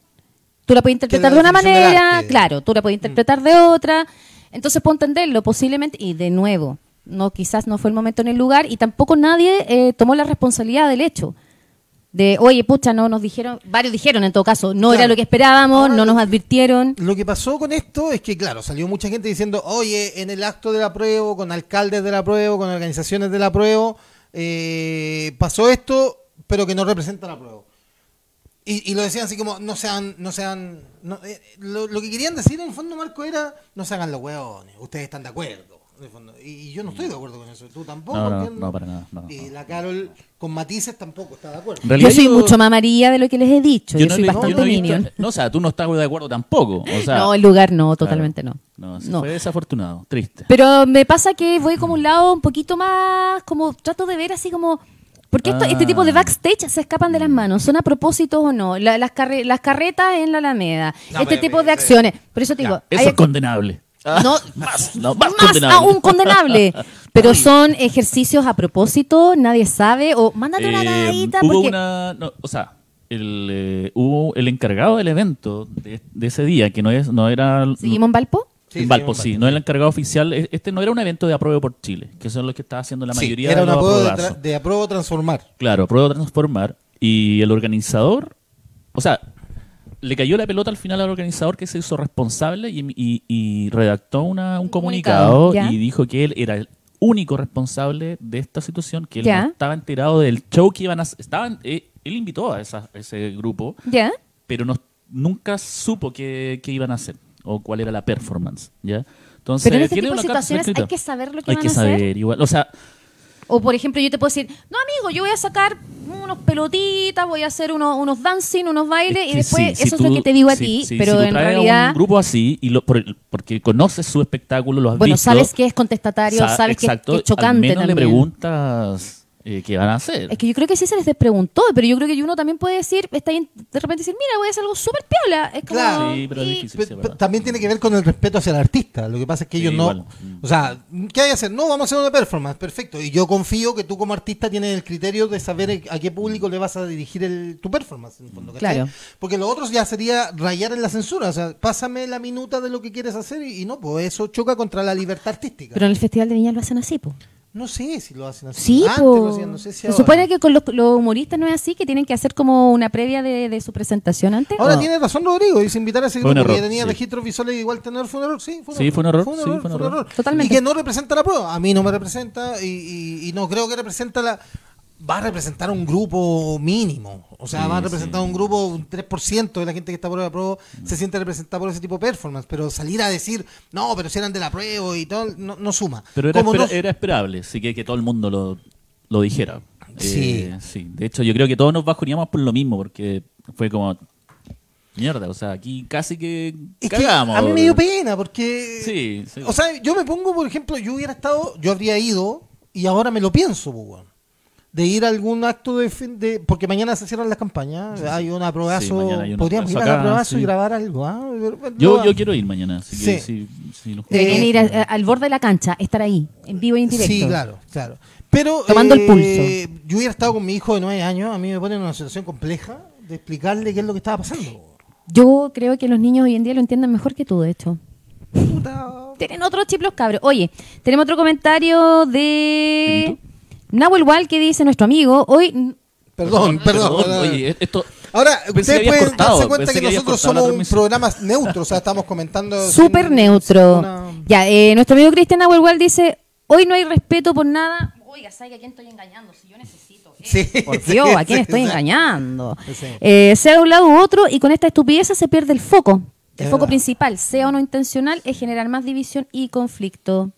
B: Tú la puedes interpretar
D: la
B: de una
D: definición del
B: manera,
D: arte.
B: claro, tú la puedes interpretar de otra. Entonces puedo entenderlo posiblemente. Y de nuevo, no quizás no fue el momento en el lugar y tampoco nadie eh, tomó la responsabilidad del hecho. De, oye, pucha, no nos dijeron, varios dijeron en todo caso, no
D: Claro.
B: era lo que esperábamos,
D: Ahora
B: no
D: lo-
B: nos advirtieron.
D: Lo que pasó con esto es que, claro, salió mucha gente diciendo, oye, en el acto del apruebo, con alcaldes del apruebo, con organizaciones del apruebo, eh, pasó esto, pero que no representa el apruebo. Y, y lo decían así como, no sean, no sean, no, eh, lo, lo que querían decir en el fondo, Marco, era, no se hagan los hueones, ustedes están de acuerdo. en el fondo. Y, y yo no estoy de acuerdo con eso, tú tampoco.
C: No, no,
D: entiendo.
C: no, para nada, no,
D: y
C: no.
D: la Carol con matices tampoco está de acuerdo.
C: En realidad
B: Yo soy mucho más amarilla de lo que les he dicho, yo,
C: no
B: soy
C: le-
B: bastante
C: no he visto-
B: minion.
C: no, o sea, tú no estás de acuerdo tampoco. O sea,
B: no, el lugar no, totalmente
C: claro.
B: no.
C: No, sí, fue desafortunado, triste.
B: Pero me pasa que voy como un lado un poquito más, como trato de ver así como... Porque esto-
C: Ah. Mm.
B: este tipo de backstage se escapan de las manos, son a propósito o no, la- las, carre- las carretas en la Alameda,
D: No,
B: este
D: pero-
B: tipo
D: pero-
B: de acciones. Por eso te digo,
C: Ya, eso
B: hay-
C: es condenable.
B: no,
C: Más, no, más
B: más
C: condenable. Eh,
B: aún condenable. Pero son ejercicios a propósito, nadie sabe, o mándate una
C: Eh,
B: nadadita
C: hubo
B: porque...
C: una. no, o sea, el, eh, hubo el encargado del evento de, de ese día, que no, es, no era.
B: ¿Seguimos en Valpo?
D: Sí,
C: en Valpo,
D: seguimos en
C: sí,
D: Valpo.
C: no era el encargado oficial. E- Este no era un evento de apruebo por Chile, que son los que estaba haciendo la
D: Sí,
C: mayoría
D: era
C: de
D: un
C: los
D: apruebo de,
C: aprobazos.
D: tra- de apruebo transformar.
C: Claro, prueba transformar. Y el organizador, o sea, le cayó la pelota al final al organizador que se hizo responsable y, y- y redactó una- un comunicado,
B: comunicado, ya.
C: y dijo que él era el único responsable de esta situación, que él
B: Ya.
C: no estaba enterado del show que iban a hacer. Estaban, eh, él invitó a, esa- ese grupo,
B: ¿Ya?
C: pero no, nunca supo qué, qué iban a hacer o cuál era la performance. ¿ya? Entonces,
B: Pero en este
C: tiene
B: tipo de
C: una carta
B: situaciones hay
C: escrita.
B: que saber lo que
C: Hay
B: van
C: que
B: a hacer.
C: saber, igual. O sea,
B: O por ejemplo, yo te puedo decir, no amigo, yo voy a sacar unos pelotitas, voy a hacer unos, unos dancing, unos bailes,
C: Es
B: y
C: que
B: después
C: sí, si
B: eso
C: tú-
B: es lo que te digo a
C: si-
B: ti,
C: si-
B: pero
C: si tú
B: en
C: traes a
B: realidad,
C: un grupo así, y lo, por- porque conoces su espectáculo, lo has
B: bueno,
C: visto.
B: sabes que es contestatario,
C: sa-
B: sabes que es-
C: exacto,
B: que es chocante
C: Al menos
B: también.
C: le preguntas eh, qué van a hacer.
B: Es que yo creo que sí se les preguntó, pero yo creo que uno también puede decir, está ahí, de repente decir, mira, voy a hacer algo súper piola. Es como,
D: Claro.
C: Sí, pero es
B: y-
C: difícil.
D: Pe-
C: sí,
D: pe-
C: verdad.
D: también tiene que ver con el respeto hacia el artista. Lo que pasa es que
C: Sí,
D: ellos no.
C: igual.
D: O sea, ¿qué hay que hacer? No, vamos a hacer una performance. Perfecto. Y yo confío que tú, como artista, tienes el criterio de saber a qué público le vas a dirigir el- tu performance. En el fondo, ¿cachai?
B: Claro.
D: Porque lo otro ya sería rayar en la censura. O sea, pásame la minuta de lo que quieres hacer y, y no, pues eso choca contra la libertad artística.
B: Pero en el Festival de Viña lo hacen así, po.
D: no sé si lo hacen así.
B: Sí,
D: Antes
B: po.
D: lo hacían, no sé si
B: se
D: ahora.
B: supone que con los, los humoristas no es así, que tienen que hacer como una previa de, de su presentación antes.
D: Ahora
B: ¿o no?
D: tiene razón Rodrigo, dice invitar a ese
C: Ah. Fue un
D: grupo porque
C: error,
D: tenía
C: sí.
D: registros visuales igual tener fue un error, sí,
C: Sí, fue un error, sí, fue un error.
B: Totalmente.
D: Y que no representa la prueba, a mí no me representa y, y- y no creo que representa la... Va a representar un grupo mínimo, o sea,
C: Sí,
D: va a representar
C: sí. Mm.
D: un grupo, un 3% de la gente que está por la prueba se siente representada por ese tipo de performance, pero salir a decir, no, pero si eran de la prueba y todo, no, no suma.
C: Pero era,
D: Como
C: espera-
D: no-
C: era esperable, así que, que todo el mundo lo, lo dijera.
D: Sí.
C: Eh, sí. De hecho, yo creo que todos nos bajoneamos por lo mismo, porque fue como. Mierda, o sea, aquí casi que
D: Es que
C: cagamos.
D: a mí me dio pena porque...
C: Sí, sí.
D: O sea, yo me pongo, por ejemplo, yo hubiera estado, yo habría ido y ahora me lo pienso, po, weón. De ir a algún acto de, fin- de- Porque mañana se cierran las campañas, hay un
C: Sí,
D: aprobazo.
C: mañana hay un
D: podríamos ir
C: aprobazo
D: al
C: acá,
D: aprobazo
C: sí.
D: y grabar algo. ¿ah? Pero, bueno,
C: Yo,
D: lo-
C: yo quiero ir mañana, así que
D: Sí.
C: si- si nos-
B: Deberían
D: Eh,
B: ir a- a- al borde de la cancha, estar ahí, en vivo y en directo.
D: Sí, claro, claro. Pero.
B: Tomando el
D: pulso. Yo hubiera estado con mi hijo de nueve años, a mí me ponen en una situación compleja de explicarle qué es lo que estaba pasando. po.
B: Yo creo que los niños hoy en día lo entienden mejor que tú, de hecho.
D: Puta.
B: Tienen otro chip los cabros. Oye, tenemos otro comentario de Nahuel Wal que dice nuestro amigo. Hoy n-
D: Perdón, perdón.
C: Perdón,
D: perdón.
C: oye, e-, esto.
D: Ahora,
C: Pensé que
D: ustedes
C: habías
D: pueden
C: cortado,
D: darse cuenta
C: pensé
D: que,
C: que habías
D: nosotros
C: cortado la
D: somos un
C: transmisión.
D: programa neutro, o sea, estamos comentando... sin-
B: súper neutro.
D: sin una-
B: Ya, eh, nuestro amigo Cristian Nahuel Wal dice, hoy no hay respeto por nada. Oiga, ¿sabe que a quién estoy engañando? Si yo necesito. eh.
D: Sí,
B: Por
D: sí,
B: Dios, ¿a quién
D: sí,
B: estoy
D: sí.
B: engañando?
D: Sí.
B: Eh, sea de un lado u otro y con esta estupidez se pierde el foco. El
D: Es
B: foco
D: verdad.
B: principal, sea o no intencional, es generar más división y conflicto.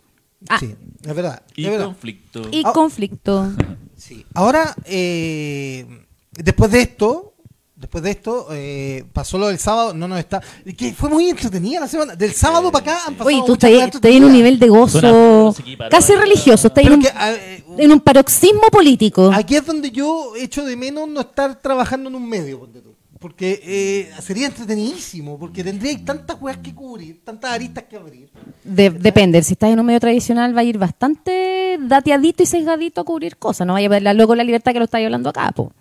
B: Ah,
D: Sí, es verdad.
C: Y
D: es verdad.
C: conflicto.
B: y
D: Ah.
B: conflicto.
D: Sí. Ahora, eh, después de esto, Después de esto, eh, pasó lo del sábado, no nos está. Que fue muy entretenida la semana. Del sábado para acá han pasado.
B: Oye, tú
D: muchas
B: estás
D: cosas
B: estás en un
D: entretenidas.
B: nivel de gozo
C: Suena- se equiparó
B: casi
C: a-
B: religioso, estás en
D: Pero
B: un,
D: que, eh,
B: en un paroxismo político.
D: Aquí es donde yo echo de menos no estar trabajando en un medio, ponte tú. Porque eh, sería entretenidísimo, porque tendríais tantas weas que cubrir, tantas aristas que abrir.
B: De- depende, si estás en un medio tradicional va a ir bastante dateadito y sesgadito a cubrir cosas, no vaya a perder luego la libertad que lo estáis hablando acá, po.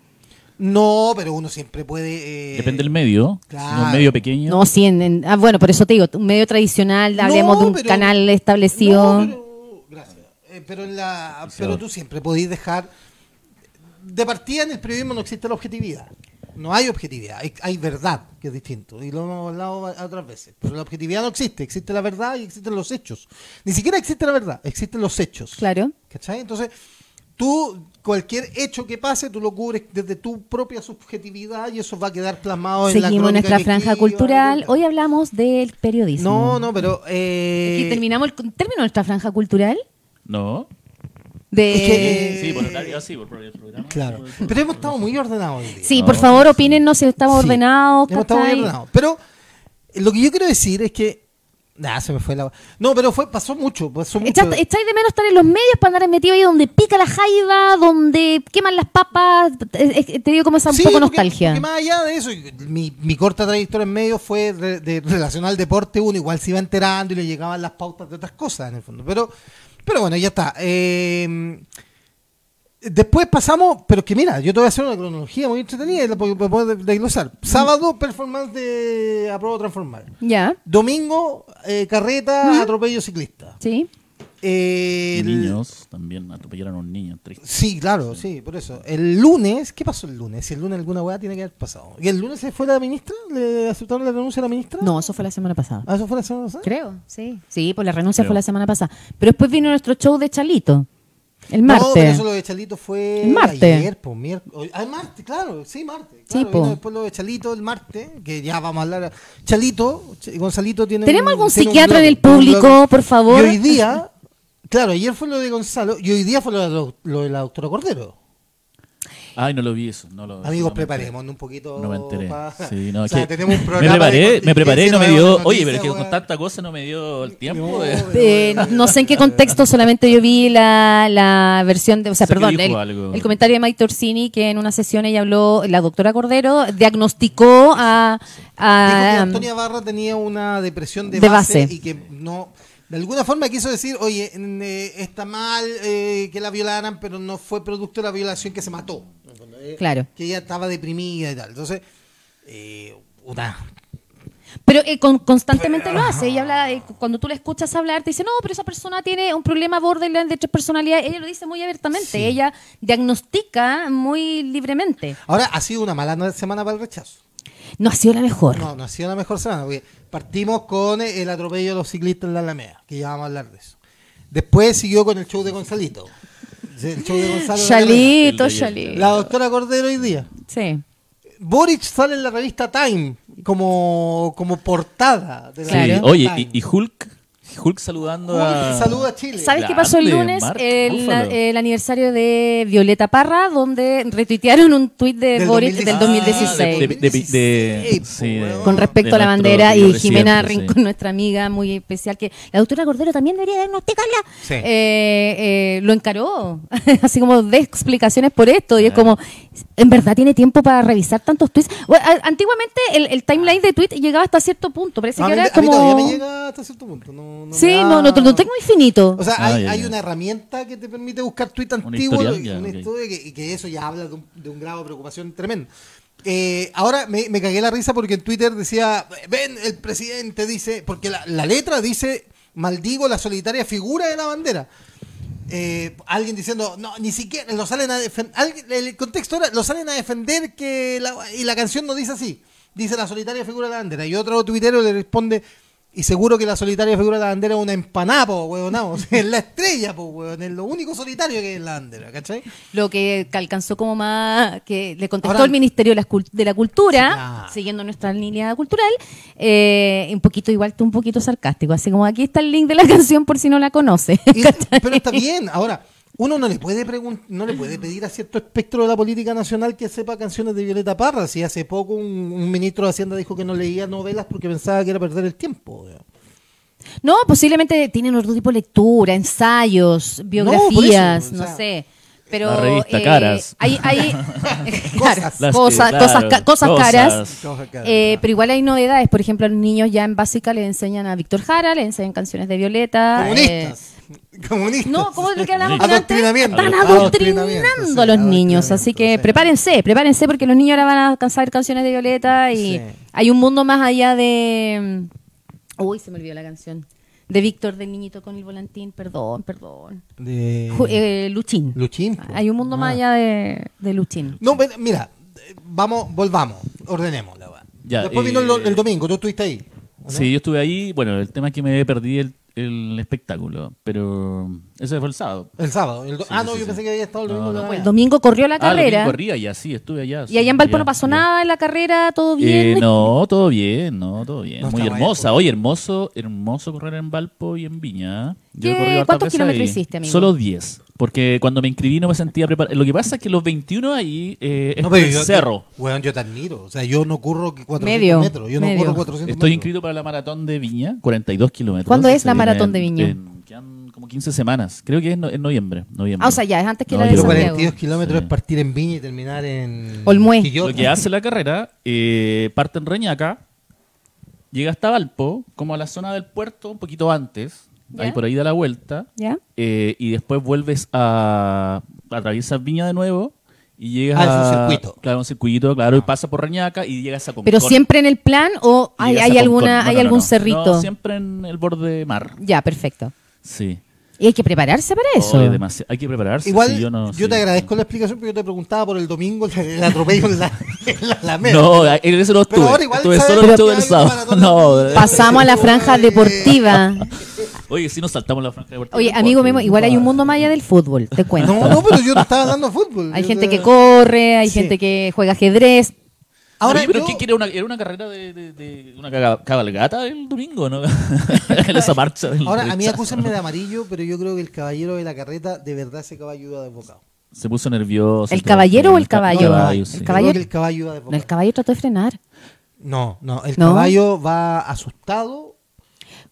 D: No, pero uno siempre puede. eh,
C: Depende del medio. Si es
D: claro.
C: un medio pequeño.
B: No, sí, en- en- ah, bueno, por eso te digo, un medio tradicional, hablemos de un
D: pero-
B: canal establecido.
D: No, pero, gracias. Eh, pero, en la, pero tú siempre podéis dejar. De partida en el periodismo no existe la objetividad. No hay objetividad, hay, hay verdad, que es distinto. Y lo hemos hablado a- otras veces. Pero la objetividad no existe. Existe la verdad y existen los hechos. Ni siquiera existe la verdad, existen los hechos.
B: Claro.
D: ¿Cachai? Entonces, tú, cualquier hecho que pase, tú lo cubres desde tu propia subjetividad y eso va a quedar plasmado en la
B: Seguimos
D: crónica
B: nuestra
D: que
B: franja
D: escribas y
B: cultural.
D: todo.
B: Hoy hablamos del periodismo.
D: No, no, pero. eh,
B: Aquí terminamos el término de nuestra franja cultural.
C: No.
B: De...
D: Es que-
C: Sí, por horario, ah, sí, por el programa.
D: Eh, Claro.
C: Por- por-
D: Pero hemos estado muy ordenados hoy día.
B: Sí, por favor, opínennos si estamos
D: Sí,
B: ordenados.
D: hemos estado muy
B: ¿cachai?
D: ordenados. Pero eh, lo que yo quiero decir es que. Nah, se me fue la. No, pero fue, pasó mucho. Pasó mucho.
B: Echa- ¿Echáis de menos estar en los medios para andar metido ahí donde pica la jaiba, donde queman las papas? Es- es- Te digo como esa un
D: Sí,
B: poco
D: porque-
B: nostalgia.
D: porque más allá de eso, mi, mi corta trayectoria en medio fue de, de relación al deporte. Uno igual se iba enterando y le llegaban las pautas de otras cosas en el fondo. Pero, pero bueno, ya está. Eh, después pasamos, pero que mira, yo te voy a hacer una cronología muy entretenida y la puedo- la puedo desglosar.
B: Mm.
D: Sábado, performance de Aprobo Transformar.
B: Ya,
D: Domingo, eh, carreta, atropello ciclista.
B: sí.
D: Eh,
C: Y
D: el-
C: niños también atropellaron a un niño, triste.
D: Sí, claro, sí, por eso. El lunes, ¿qué pasó el lunes? Si el lunes alguna weá tiene que haber pasado. ¿Y el lunes se fue la ministra? ¿Le aceptaron la renuncia a la ministra?
B: No, eso fue la semana pasada.
D: ¿Ah, eso fue la semana pasada?
B: Creo, sí. Sí, pues la renuncia
C: Creo.
B: fue la semana pasada. Pero después vino nuestro show de Chalito. El
D: No, pero
B: martes.
D: eso lo de Chalito fue
B: El martes.
D: ayer, po, miércoles. Ah, el martes, claro, sí, martes. Claro,
B: Sí,
D: vino
B: po.
D: después lo de Chalito el martes, que ya vamos a hablar. Chalito, Ch- Gonzalito tiene
B: ¿Tenemos algún
D: tiene un
B: psiquiatra en el
D: blog, un blog.
B: público, por favor?
D: Y hoy día, claro, ayer fue lo de Gonzalo y hoy día fue lo de, lo- lo de la doctora Cordero.
C: Ay, no lo vi eso. No lo,
D: Amigos,
C: no me
D: preparémonos un poquito.
C: No me enteré.
D: pa-
C: Sí, no,
D: o
C: es
D: sea,
C: que
D: tenemos un
C: me
D: programa.
C: preparé,
D: de
C: me preparé y no me
D: contingencia,
C: dio.
D: nuevas
C: Oye, pero es
D: noticias,
C: que
D: weón.
C: con tanta cosa no me dio el tiempo.
D: No,
C: de-
D: weón.
B: Eh, no sé en qué contexto, solamente yo vi la, la versión de, o sea,
C: Sé que
B: perdón,
C: dijo
B: el,
C: algo.
B: el comentario de Mike Torsini que en una sesión ella habló, la doctora Cordero diagnosticó a,
D: Dijo que
B: a
D: Antonia Barra tenía una depresión de,
B: Ah, de
D: base,
B: base.
D: y que no. De alguna forma quiso decir, oye, en, eh, está mal eh, que la violaran, pero no fue producto de la violación que se mató.
B: claro.
D: Que ella estaba deprimida y tal. Entonces, eh, una.
B: Pero eh, con- constantemente lo hace. Ella habla, eh, cu- cuando tú la escuchas hablar, te dice, no, pero esa persona tiene un problema borderline de tres personalidades. Ella lo dice muy abiertamente. Ella diagnostica muy libremente.
D: Ahora ha sido una mala no- semana para el rechazo.
B: No ha sido la mejor.
D: No, no ha sido la mejor semana, porque partimos con eh, el atropello de los ciclistas en la Alameda, que ya vamos a hablar de eso. Después siguió con el show de Gonzalito. El show de Gonzalo. en la Alameda.
B: Chalito,
C: El de ayer.
B: chalito.
D: La doctora Cordero hoy día.
B: Sí.
D: Boric sale en la revista Time como, como portada de la
C: Sí,
B: Claro.
D: revista
C: Oye,
D: Time.
C: y, y Hulk, Hulk saludando a.
D: Hulk saluda a Chile.
B: ¿Sabes qué pasó el
C: Grande,
B: lunes?
C: Mark
B: El,
C: Ruffalo.
B: el aniversario de Violeta Parra, donde retuitearon un tuit de
D: Del
B: Boric
D: 2016.
B: del 2016.
C: Ah, De, de- de- de-
D: 2016,
C: sí, de-
D: po,
B: con respecto a la
C: de nuestro
B: bandera y
C: presidente,
B: Jimena
C: sí.
B: Rincón, nuestra amiga muy especial, que la doctora Cordero también debería diagnosticarla,
D: Sí.
B: eh, eh, lo encaró, así como de explicaciones por esto,
C: Ah.
B: y es como, ¿en verdad tiene tiempo para revisar tantos tweets? Bueno, a- antiguamente el, el timeline de tweet llegaba hasta cierto punto, parece
D: No, a
B: que
D: mí,
B: ahora
D: a
B: es
D: mí todavía me
B: como...
D: llega hasta cierto punto. No, no
B: Sí,
D: me da-
B: no, no, te- lo tengo infinito.
D: O sea,
C: Ah,
D: hay,
C: ya,
D: hay
C: ya.
D: una herramienta que te permite buscar tweets antiguos
C: historial,
D: y-
C: ya,
D: un
C: ok.
D: estudio que, y que eso ya habla de un, de un grado de preocupación tremendo. Eh, ahora me, me cagué la risa porque en Twitter decía, ven, el presidente dice, porque la, la letra dice, maldigo la solitaria figura de la bandera. Eh, alguien diciendo, no, ni siquiera, lo salen a defender, el contexto era, lo salen a defender que la- y la canción no dice así, dice la solitaria figura de la bandera. Y otro tuitero le responde, y seguro que la solitaria figura de la bandera es una empanada, po, weón, no, o sea, es la estrella, po, weón, es lo único solitario que es la bandera, ¿cachai?
B: lo que alcanzó como más, que le contestó
D: Ahora-
B: el Ministerio de la, Escul- de la Cultura,
D: Ah.
B: siguiendo nuestra línea cultural, eh, un poquito igual, un poquito sarcástico, así como aquí está el link de la canción por si no la conoce.
D: Y-
B: ¿cachai?
D: pero está bien, ahora, Uno no le puede pregun- no le puede pedir a cierto espectro de la política nacional que sepa canciones de Violeta Parra. Si hace poco un, un ministro de Hacienda dijo que no leía novelas porque pensaba que era perder el tiempo. weón.
B: No, posiblemente tienen otro tipo de lectura, ensayos, biografías,
D: o
B: no,
D: sea,
B: sé. Pero eh,
C: La revista Caras.
B: hay, hay-
D: Cosas.
B: Claro,
C: Las que,
B: cosas,
C: claro,
B: cosas ca- cosas caras.
D: Cosas caras.
B: Eh, pero igual hay novedades. Por ejemplo, a los niños ya en básica le enseñan a Víctor Jara, le enseñan canciones de Violeta. eh,
D: Comunistas. Comunistas.
B: no, ¿cómo es lo que hablamos antes?
D: Adoctrinamiento.
B: Están
D: Adoctrinamiento, sí,
B: adoctrinando a los niños.
D: adoctrinamiento,
B: Así que
D: sí.
B: prepárense, prepárense porque los niños ahora van a alcanzar canciones de Violeta y
D: Sí.
B: hay un mundo más allá de... mm, Uy, se me olvidó la canción. De Víctor, del niñito con el volantín. Perdón, perdón.
D: De-
B: Ju- eh, Luchín.
D: Luchín, po.
B: Hay un mundo más allá de, de Luchín.
D: No, pero mira, eh, vamos, volvamos, ordenemos la weá.
C: Ya,
D: Después vino el,
C: eh,
D: el domingo, tú estuviste ahí. ¿o no?
C: Sí, yo estuve ahí. Bueno, el tema es que me perdí el, el espectáculo, pero ese fue el sábado.
D: El sábado. el do-
C: Sí,
D: ah,
C: sí,
D: no,
C: sí,
D: yo
C: sí.
D: pensé que había estado el
C: No,
D: domingo.
C: no.
D: la
B: El
D: weá.
B: domingo corrió la carrera.
C: Ah, corría y así, estuve allá.
B: y allá en Valpo
C: ya,
B: no pasó
C: ya.
B: nada en la carrera, todo bien.
C: Eh, no, todo bien, no, todo bien.
D: No pues.
C: Muy
D: estaba
C: hermosa.
D: ahí,
C: Oye, hermoso, hermoso correr en Valpo y en Viña. Yo he
B: ¿Qué-
C: corrido hartas
B: cuántos
C: veces
B: kilómetros
C: ahí.
B: hiciste, amigo?
C: Solo 10. Porque cuando me inscribí no me sentía preparado. Lo que pasa es que los 21 ahí eh, es
D: No,
C: por
D: pero
C: el
D: yo-
C: cerro.
D: Yo, weón, yo te admiro. O sea, yo no curro que 400
B: Medio,
D: metros. Yo no
B: medio.
D: curro 400
C: Estoy
D: metros.
C: inscrito para la maratón de Viña, 42 kilómetros.
B: ¿Cuándo es
C: Se
B: la
C: viene
B: maratón
C: en-
B: de Viña?
C: en- quedan como 15 semanas. Creo que es no- en noviembre. noviembre.
B: Ah, o sea, ya, es antes que
C: No,
B: la de
C: yo
D: Pero
C: creo que
B: Santiago.
D: 42 kilómetros
C: Sí.
D: es partir en Viña y terminar en
B: Olmué.
D: Quillota.
C: Lo que hace la carrera, eh, parte en Reñaca, llega hasta Valpo, como a la zona del puerto, un poquito antes,
B: ¿Ya?
C: ahí por ahí da la vuelta,
B: ¿Ya?
C: eh, y después vuelves a. atraviesas Viña de nuevo. Y llegas
D: Ah, es un
C: a-
D: circuito.
C: Claro, un circuito, claro, y pasa por Reñaca y llegas a Concón.
B: ¿Pero siempre en el plan o
C: Y
B: hay,
C: llegas
B: hay
C: a
B: alguna,
C: Concón. No,
B: hay
C: no, no,
B: algún
C: no.
B: cerrito?
C: No, siempre en el borde mar.
B: Ya, perfecto.
C: Sí.
B: Y hay que prepararse para eso.
C: Oh, es demasiado- Hay que prepararse.
D: Igual,
C: sí,
D: yo,
C: yo, no, sí.
D: te agradezco la explicación porque yo te preguntaba por el domingo el atropello en la, en la Alameda.
C: No, en eso no
D: Pero
C: estuve.
D: ahora igual
C: estuve
D: sabes
C: solo
D: que
C: el show
D: hay
C: del
D: un
C: sábado.
D: maratón.
C: No,
B: Pasamos a la franja
D: Oye.
B: deportiva.
C: Oye, si nos saltamos la franja deportiva.
B: Oye, amigo mismo, igual hay un mundo maya del fútbol, te cuento.
D: no, no, pero yo no estaba hablando de fútbol.
B: Hay
D: Yo
B: gente
D: te-
B: que corre, hay
D: Sí.
B: gente que juega ajedrez.
D: Ahora,
C: Oye, pero
D: yo-
C: ¿qué quiere una, era una carrera de, de- de- una caga- cabalgata el domingo, ¿no? En esa marcha. del
D: Ahora, a mí
C: rechazo.
D: acúsenme de amarillo, pero yo creo que el caballero de la carreta de verdad ese caballo iba desbocado.
C: Se puso nervioso.
B: ¿El
C: todo.
B: caballero o el
C: ca-
B: caballo?
D: el
C: sí.
B: El
D: caballo.
B: caballo-
D: Creo que el caballo iba
B: No, el
D: desbocado.
B: caballo trató de frenar.
D: No, no, el
B: ¿No?
D: caballo va asustado.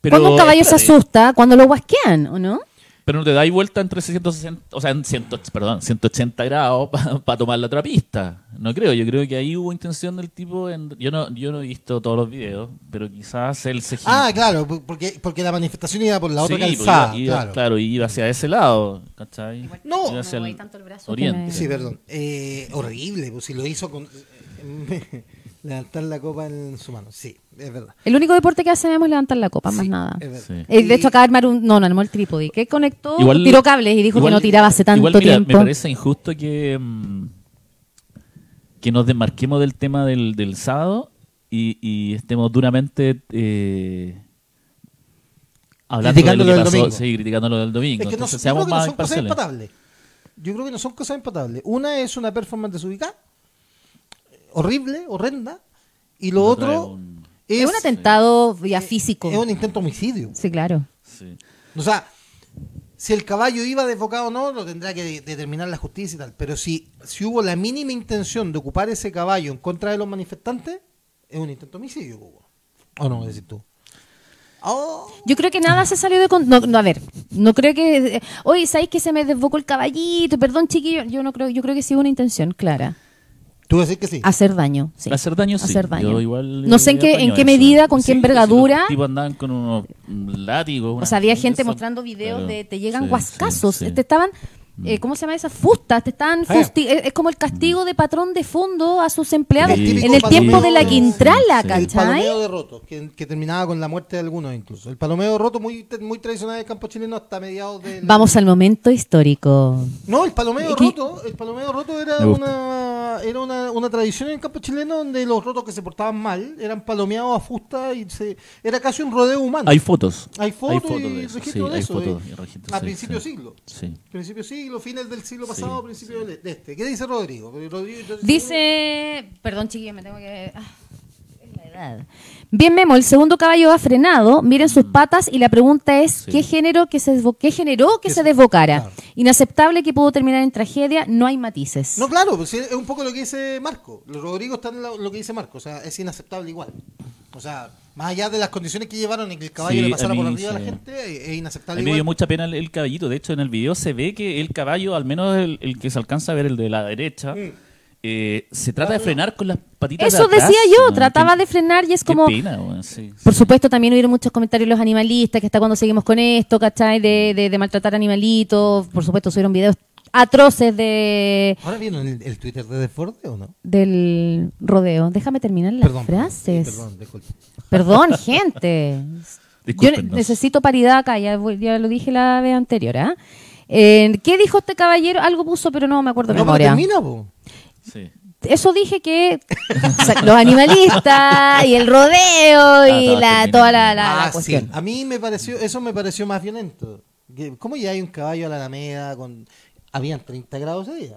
C: Pero, eh,
B: Cuando un caballo se
C: espérate,
B: asusta, cuando lo guasquean, ¿o no?
C: Pero no te dais vuelta en 360, o sea, en 100, perdón, 180 grados para tomar la otra pista. No creo, yo creo que ahí hubo intención del tipo. En, yo, no, yo no he visto todos los videos, pero quizás él se giró.
D: Ah, claro, por- porque, porque la manifestación iba por la otra
C: Sí, pues,
D: calzada.
C: iba- iba-
D: claro.
C: y iba hacia ese lado, ¿cachai?
D: No.
C: Iba
D: No
C: hacia
B: me
C: el
B: voy tanto el brazo que
C: oriente.
B: me-
D: Sí, perdón. Eh, horrible, pues si lo hizo con. levantar la copa en su mano. Sí, es verdad.
B: El único deporte que hacemos es levantar la copa, más
D: Sí,
B: nada.
D: es verdad.
C: Sí.
B: Eh, de hecho,
D: Y-
B: acaba de armar un. No, no armó el trípode. Que conectó?
C: Igual-
B: Oh, tiró cables y dijo
C: igual-
B: que no tiraba hace tanto
C: igual, mira,
B: tiempo.
C: Me parece injusto que, mm, que nos desmarquemos del tema del, del sábado y, y estemos duramente eh, hablando
D: Criticándolo
C: de
D: del
C: lo que pasó,
D: domingo.
C: sí, criticándolo del domingo.
D: Es que no,
C: Entonces,
D: yo creo
C: seamos
D: que no
C: más
D: son cosas
C: imparciales.
D: empatables. Yo creo que no son cosas empatables. Una es una performance desubicada, eh, horrible, horrenda, y lo
C: No trae
D: otro
C: un-
D: es,
B: Es un atentado ya físico.
D: es un intento de homicidio.
B: Sí, claro.
C: Sí.
D: O sea, si el caballo iba desbocado o no, lo tendrá que de- determinar la justicia y tal. Pero si, si hubo la mínima intención de ocupar ese caballo en contra de los manifestantes, es un intento de homicidio, Hugo. ¿O no, decís tú? Oh,
B: Yo creo que nada se salió de con- no, no, a ver, no creo que eh, oye, ¿sabéis que se me desbocó el caballito? Perdón, chiquillo, yo no creo, yo creo que sí hubo una intención clara,
D: tú decís que sí.
B: hacer daño, sí.
C: Hacer daño, sí.
B: Hacer daño.
C: Yo igual,
B: no sé en
C: eh,
B: qué en
C: apaño
B: qué
C: eso.
B: medida, con
C: Sí,
B: qué
C: si
B: envergadura.
C: Los tipos andaban con unos látigos.
B: O
C: unas
B: sea, había
C: cosas de
B: gente
C: esas.
B: mostrando videos
C: Claro.
B: de te llegan
C: Sí,
B: guascazos,
C: sí, Mm. sí.
B: te estaban eh, ¿Cómo se llama esa? Fustas, te estaban
D: Ah, ya.
B: fusti- es, es como el
C: Mm.
B: castigo de patrón de fondo a sus empleados
C: El
B: en
C: típico
B: el tiempo
C: palomeo.
B: de la quintrala,
C: Sí, sí.
D: El
B: ¿cachai?
D: palomeo de roto, que, que terminaba con la muerte de algunos incluso. El palomeo de roto muy, muy tradicional del campo chileno hasta mediados del...
B: Vamos al momento histórico.
D: No, el palomeo
B: Es que-
D: roto, el palomeo roto era
C: Me gusta.
D: una era una, una tradición en el campo chileno donde los rotos que se portaban mal eran palomeados a fusta y se era casi un rodeo humano.
C: Hay fotos.
D: Hay fotos y
C: de eso,
D: registro
C: sí,
D: de
C: hay
D: eso,
C: fotos
D: de-
C: y registro,
D: a
C: sí,
D: principio
C: sí.
D: siglo.
C: Sí.
D: Principio siglo, fines del siglo pasado,
C: Sí,
D: principio del- de este. ¿Qué dice Rodrigo? Porque Rodrigo yo-
B: Dice, perdón chiquillo, me tengo que... ah, es la edad. Bien, Memo, el segundo caballo ha frenado, miren sus
D: Mm.
B: patas y la pregunta es,
C: Sí.
B: ¿qué género que se desbo- qué generó que
D: Que
B: se
D: se-
B: desbocara?
D: claro.
B: Inaceptable que pudo terminar en tragedia, no hay matices.
D: No, claro, pues, sí, es un poco lo que dice Marco. Los Rodrigo están en la- lo que dice Marco. O sea, es inaceptable igual. O sea, más allá de las condiciones que llevaron en que el caballo
C: Sí,
D: le pasara
C: a mí
D: por arriba a la
C: sí.
D: gente, es- es
C: A
D: inaceptable
C: mí me dio
D: igual.
C: mucha pena el, el caballito. De hecho, en el video se ve que el caballo, al menos el, el que se alcanza a ver, el de la derecha,
D: Mm.
C: eh, se
D: Ah,
C: trata de frenar con las patitas
B: Eso
C: de atrás,
B: decía yo,
C: weón.
B: trataba
C: Qué-
B: de frenar y es como...
C: Qué pena, weón, sí.
B: Por supuesto, también hubieron muchos comentarios de los animalistas, que hasta cuando seguimos con esto, ¿cachai? De, de- de maltratar animalitos. Por supuesto, subieron videos atroces de
D: ¿Ahora vieron el, el Twitter de Desborde o no?
B: del rodeo. Déjame terminar las
D: Perdón.
B: frases.
D: Sí, Perdón, disculpe.
B: Perdón, gente. Yo ne-
C: Discúlpenos.
B: necesito paridad acá, ya, voy- ya lo dije la vez anterior, ¿ah? Eh, ¿Qué dijo este caballero? Algo puso, pero no me acuerdo de
D: No, pero
B: memoria.
D: termina, po.
C: Sí.
B: Eso dije que o sea, los animalistas y el rodeo y
C: Ah,
B: la,
C: termina.
B: toda la, la- la
D: Ah, sí.
B: cuestión.
D: A mí me pareció, eso me pareció más violento. Que- ¿Cómo ya hay un caballo a la Alameda con... Habían 30 grados ese día.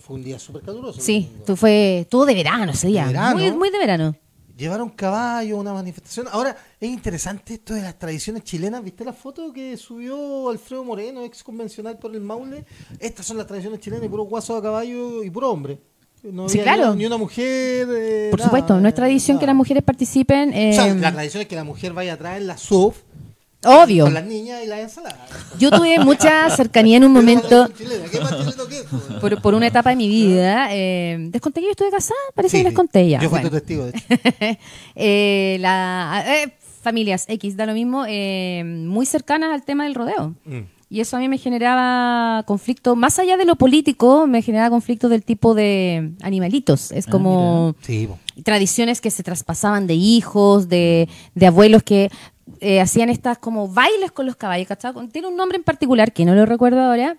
D: Fue un día súper caluroso.
B: Sí, tú fue, estuvo de verano ese día.
D: verano.
B: Muy, muy de verano.
D: Llevaron caballo, una manifestación. Ahora, es interesante esto de las tradiciones chilenas. ¿Viste la foto que subió Alfredo Moreno, ex convencional por el Maule? Estas son las tradiciones chilenas, y puro guaso a caballo y puro hombre. No
B: Sí,
D: había
B: claro.
D: Ni una mujer. eh,
B: Por
D: nada,
B: supuesto, no es tradición
D: nada.
B: que las mujeres participen.
D: O sea,
B: eh,
D: la tradición es que la mujer vaya atrás en la sub
B: obvio.
D: con las niñas y las ensaladas.
B: Yo tuve mucha cercanía en un momento,
D: ¿Qué más chileno que eso?
B: por, por una etapa de mi vida. Eh, ¿Les conté que yo estuve casada? Parece
D: Sí,
B: que les conté ya.
D: Yo fui
B: Bueno.
D: tu testigo. de hecho.
B: Eh, la, eh, familias X, da lo mismo, eh, muy cercanas al tema del rodeo.
D: Mm.
B: Y eso a mí me generaba conflicto, más allá de lo político, me generaba conflicto del tipo de animalitos.
D: Ah,
B: Es como...
D: Sí, po.
B: tradiciones que se traspasaban de hijos, de, de abuelos que eh, hacían estas como bailes con los caballos, ¿cachai? Con- Tiene un nombre en particular que no lo recuerdo ahora,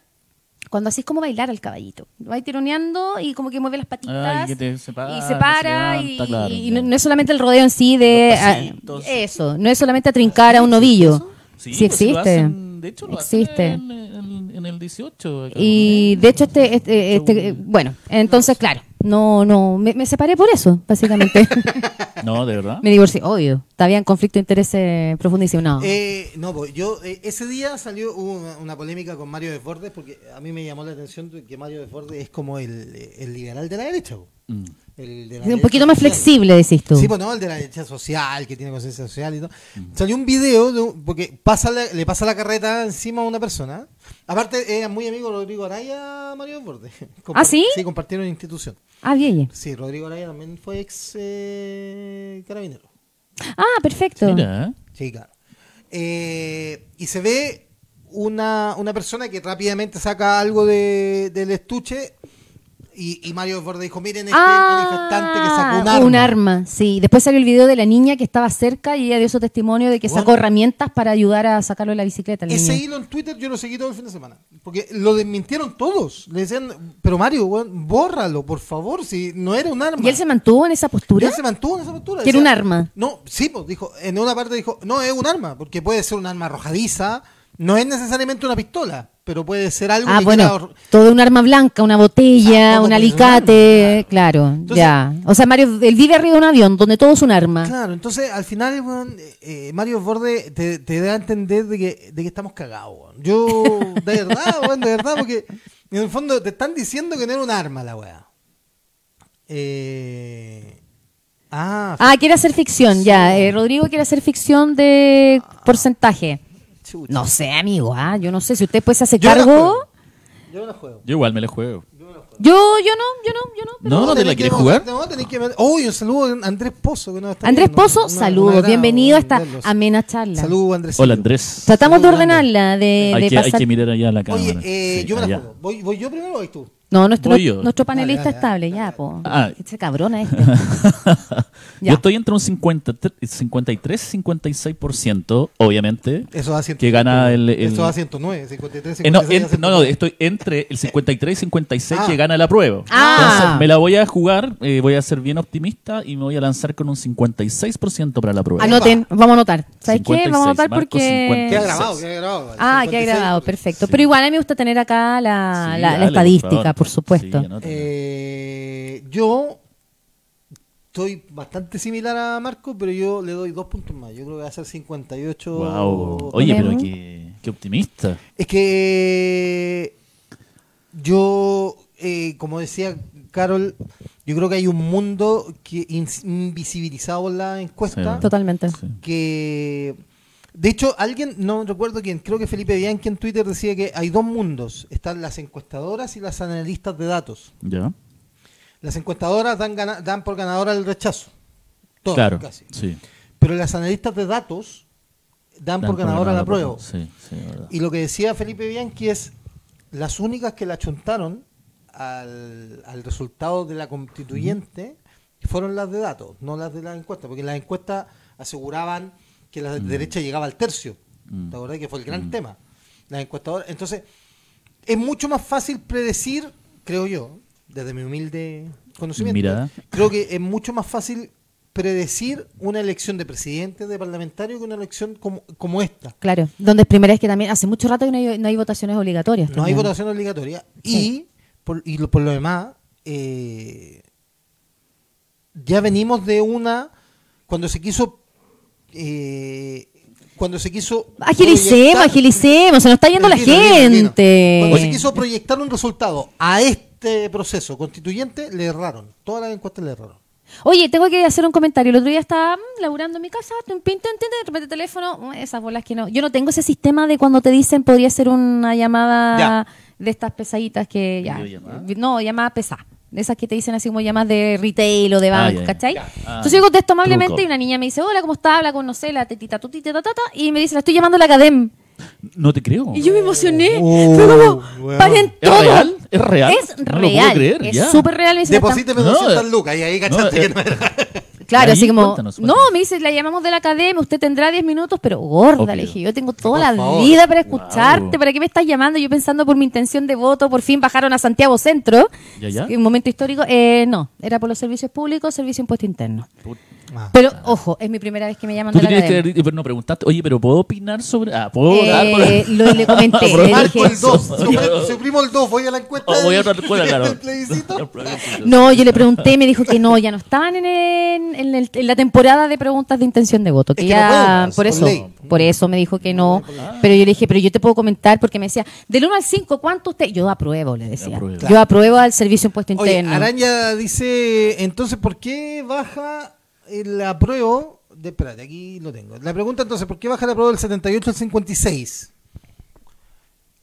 B: cuando así es como bailar al caballito. Va ahí tironeando y como que mueve las patitas
C: Ah, y que te separa,
B: y se
C: se
B: para
C: levanta,
B: y,
C: claro,
B: y
C: ya.
B: no, no es solamente el rodeo en sí de...
C: Los pasitos.
B: ah, eso, no es solamente atrincar a un novillo. Sí,
C: pues, si
B: existe.
C: lo hacen- de hecho, lo hacen
B: existe.
C: en, en- en el 18. acá,
B: Y de hecho, este, este,
C: Según-
B: este- bueno, entonces, claro, no, no, me, me separé por eso, básicamente.
C: No, de verdad.
B: Ah. Me divorcié, obvio. Había un conflicto de intereses profundísimo. No.
D: Eh, no, pues yo eh, ese día salió hubo una, una polémica con Mario Desbordes porque a mí me llamó la atención de que Mario Desbordes es como el, el liberal de la derecha. po.
C: Mm.
D: El de la
B: un
D: derecha
B: poquito más
D: social.
B: flexible, decís tú.
D: Sí, pues no, el de la derecha social, que tiene conciencia social y todo. Salió un video, de un- porque pasa la- le pasa la carreta encima a una persona. Aparte, era muy amigo Rodrigo Araya, Mario Desbordes. Compar-
B: Ah, ¿sí?
D: Sí, compartieron institución.
B: Ah, bien, bien.
D: Sí, Rodrigo Araya también fue ex eh, carabinero.
B: Ah, perfecto.
C: Mira, ¿eh?
D: Sí, claro. Eh, y se ve una, una persona que rápidamente saca algo de- del estuche y, y Mario Desbordes dijo, miren este
B: Ah,
D: manifestante que sacó un arma.
B: sí. Después salió el video de la niña que estaba cerca y ella dio su testimonio de que
D: Bueno.
B: sacó herramientas para ayudar a sacarlo de la bicicleta. al
D: Ese
B: niño.
D: hilo en Twitter yo lo seguí todo el fin de semana. Porque lo desmintieron todos. Le decían, pero Mario, weón, bórralo, por favor, si no era un arma.
B: ¿Y él se mantuvo en esa
D: Y
B: postura?
D: él se mantuvo en esa postura.
B: Que era
D: decía-
B: un arma.
D: No, sí, pues, dijo, en una parte dijo, no es un arma, porque puede ser un arma arrojadiza, no es necesariamente una pistola, pero puede ser algo
B: Ah,
D: que quiera
B: bueno,
D: ahor-
B: todo un arma blanca, una botella,
D: Ah, todo
B: un
D: con un
B: alicate, claro,
D: Entonces-
B: ya. O sea, Mario, él vive arriba de un avión donde todo es un arma.
D: Claro, entonces al final, weón, eh, eh, Mario Borde te, te da a entender de que, de que estamos cagados, weón. Yo, de verdad, weón, de verdad, porque en el fondo te están diciendo que no era un arma la weá. Eh, ah,
B: Ah, quiere hacer ficción, ya. Eh, Rodrigo quiere hacer ficción de porcentaje.
D: chucha.
B: No sé, amigo, ah, yo no sé. Si usted pues se hace
D: Yo no
B: cargo.
D: juego. Yo no la juego.
C: Yo igual me la juego.
B: Yo, yo no, yo no, yo no. pero-
C: No, no te
D: tenés
C: la
D: que
C: quieres
D: mo-
C: jugar.
D: No, tenés que. mo- Uy, un saludo a Andrés Pozo. Que nos está
B: Andrés
D: viendo.
B: Pozo,
D: Un- un
B: saludos.
D: agrado,
B: Bienvenido a esta
D: verlos.
B: amena charla.
D: Saludos, Andrés.
C: Hola, Andrés.
B: Tratamos de
D: Saludos,
B: ordenarla, de,
C: Hay
B: de
C: que, hay
B: pasar.
C: que mirar allá a la cámara.
D: Oye, eh,
C: Sí,
D: yo me la
C: allá.
D: juego. ¿Voy, voy yo primero o voy tú?
B: No, nuestro,
C: Voy yo.
B: nuestro panelista
D: Dale, dale,
B: estable, ya, po.
C: Ah.
B: Este cabrona este. Ya.
C: Yo estoy entre un 50, 53 56%, obviamente.
D: Eso da 109.
C: Que gana el- el-
D: Eso da 109, 53,
C: Eh, no,
D: 56,
C: en- no, no,
D: 109.
C: estoy entre el 53 y 56
D: Ah.
C: que gana la prueba.
B: Ah.
C: Entonces me la voy a jugar, eh, voy a ser bien optimista y me voy a lanzar con un 56% para la prueba.
B: Anoten, vamos a anotar. ¿Sabes qué?
C: 56,
B: Vamos a anotar
C: Marco,
B: porque.
C: 56.
D: Queda grabado, queda grabado. vale.
B: Ah, qué
D: 56,
B: agradado,
D: porque-
B: perfecto.
C: Sí.
B: Pero igual a mí me gusta tener acá ah, la,
C: Sí,
B: la- la
C: dale,
B: estadística, por,
C: favor.
B: supuesto.
C: Sí, anoten.
D: Eh, yo Eh, Estoy bastante similar a Marco, pero yo le doy dos puntos más. Yo creo que va a ser 58.
C: Wow.
D: oh,
C: Oye, pero
B: Ujú.
C: qué, qué optimista.
D: Es que yo, eh, como decía Carol, yo creo que hay un mundo que ins- invisibilizado en la encuesta.
C: Sí.
B: Totalmente.
C: Sí.
D: que de hecho alguien no recuerdo quién creo que Felipe Bianchi en Twitter decía que hay dos mundos están las encuestadoras y las analistas de datos
C: ¿Ya?
D: las encuestadoras dan gana- dan por ganadora el rechazo todas
C: claro.
D: casi
C: Sí.
D: pero las analistas de datos dan, por ganadora la prueba
C: Sí, sí, es verdad.
D: y lo que decía Felipe Bianchi es las únicas que la chuntaron al, al resultado de la constituyente fueron las de datos, no las de las encuestas, porque las encuestas aseguraban que la derecha llegaba al tercio.
C: Mm.
D: ¿Te acordás que fue el gran tema? Las encuestadoras. Entonces, es mucho más fácil predecir, creo yo, desde mi humilde conocimiento,
C: Mirada.
D: creo que es mucho más fácil predecir una elección de presidente, de parlamentario, que una elección como, como esta.
B: Claro. Donde es primera es que también hace mucho rato que no hay, no hay votaciones obligatorias.
D: No hay
B: también.
D: votación obligatoria.
B: Sí.
D: Y, por, y lo- por lo demás, eh, ya venimos de una. Cuando se quiso. eh, cuando se quiso.
B: Agilicemos,
D: proyectar-
B: agilicemos. Se nos está yendo la
D: Divino, divino, divino.
B: gente.
D: Cuando se quiso proyectar un resultado a este proceso constituyente, le erraron. Todas las encuestas le erraron.
B: Oye, tengo que hacer un comentario. El otro día estaba mm, laburando en mi casa, tum, pin, tin, tin, de repente teléfono, mm, esas bolas que no. Yo no tengo ese sistema de cuando te dicen podría ser una llamada
D: Ya.
B: de estas pesaditas que ya.
C: ¿Videollamada?
B: No, llamada pesada. De esas que te dicen así como llamadas de retail o de
C: Ah,
B: banco,
C: ya, ya.
B: ¿cachai?
C: Ya. Ah,
B: Entonces yo contesto amablemente
C: truco.
B: y una niña me dice, hola, ¿cómo está? Habla con, no sé, la tetita, tutita, ta, ta, ta", y me dice, la estoy llamando a la academ.
C: No te creo.
B: Y yo me emocioné.
D: Oh,
B: Fue como,
D: weón.
B: paren
C: ¿Es
B: todo.
C: real? ¿Es real?
B: Es
C: No lo puedo
B: real.
C: creer, ya.
B: es súper real. Me dice, "La estamos-
D: Deposíteme
C: No,
D: 200
C: eh,
D: lucas y ahí cachaste
C: eh,
D: que no era.
B: Claro,
C: Ahí,
B: así como.
C: cuéntanos,
B: no,
C: cuéntanos.
B: me dice, la llamamos de la academia, usted tendrá 10 minutos, pero gorda,
C: Obvio.
B: le dije, yo tengo toda
D: Por
B: la
D: favor.
B: vida para escucharte,
C: Wow.
B: ¿para qué me estás llamando? Yo pensando por mi intención de voto, por fin bajaron a Santiago Centro.
C: Ya, ya.
B: Un momento histórico. Eh, no, era por los servicios públicos, servicio impuesto interno.
D: Ah.
B: Pero, ojo, es mi primera vez que me llaman
C: Tú
B: de la
C: tenías que
B: academia.
C: haber- pero no preguntaste, oye, pero ¿puedo opinar sobre.? Ah, ¿puedo dar por-
B: Eh, lo- le comenté,
C: Por-
B: le
D: Marco
B: dije,
D: el 2. Suprimo el 2. Voy a la encuesta.
C: Oh, voy a
D: del-
C: otra escuela, claro.
D: del plebiscito.
B: No, yo le pregunté, me dijo que no, ya no estaban en, en- en el- en la temporada de preguntas de intención de voto, que
D: Es que no pueden
B: ya
D: más,
B: por
D: por
B: eso,
D: ley.
B: por eso me dijo que no, pues, pero yo le dije, pero yo te puedo comentar porque me decía, del 1 al 5, ¿cuánto usted? Yo apruebo, le decía.
C: Apruebo.
B: Yo apruebo al servicio impuesto
D: Oye,
B: interno.
D: Araña dice, entonces, ¿por qué baja el apruebo? De, espérate, aquí lo tengo. La pregunta entonces, ¿por qué baja el apruebo del 78 al 56?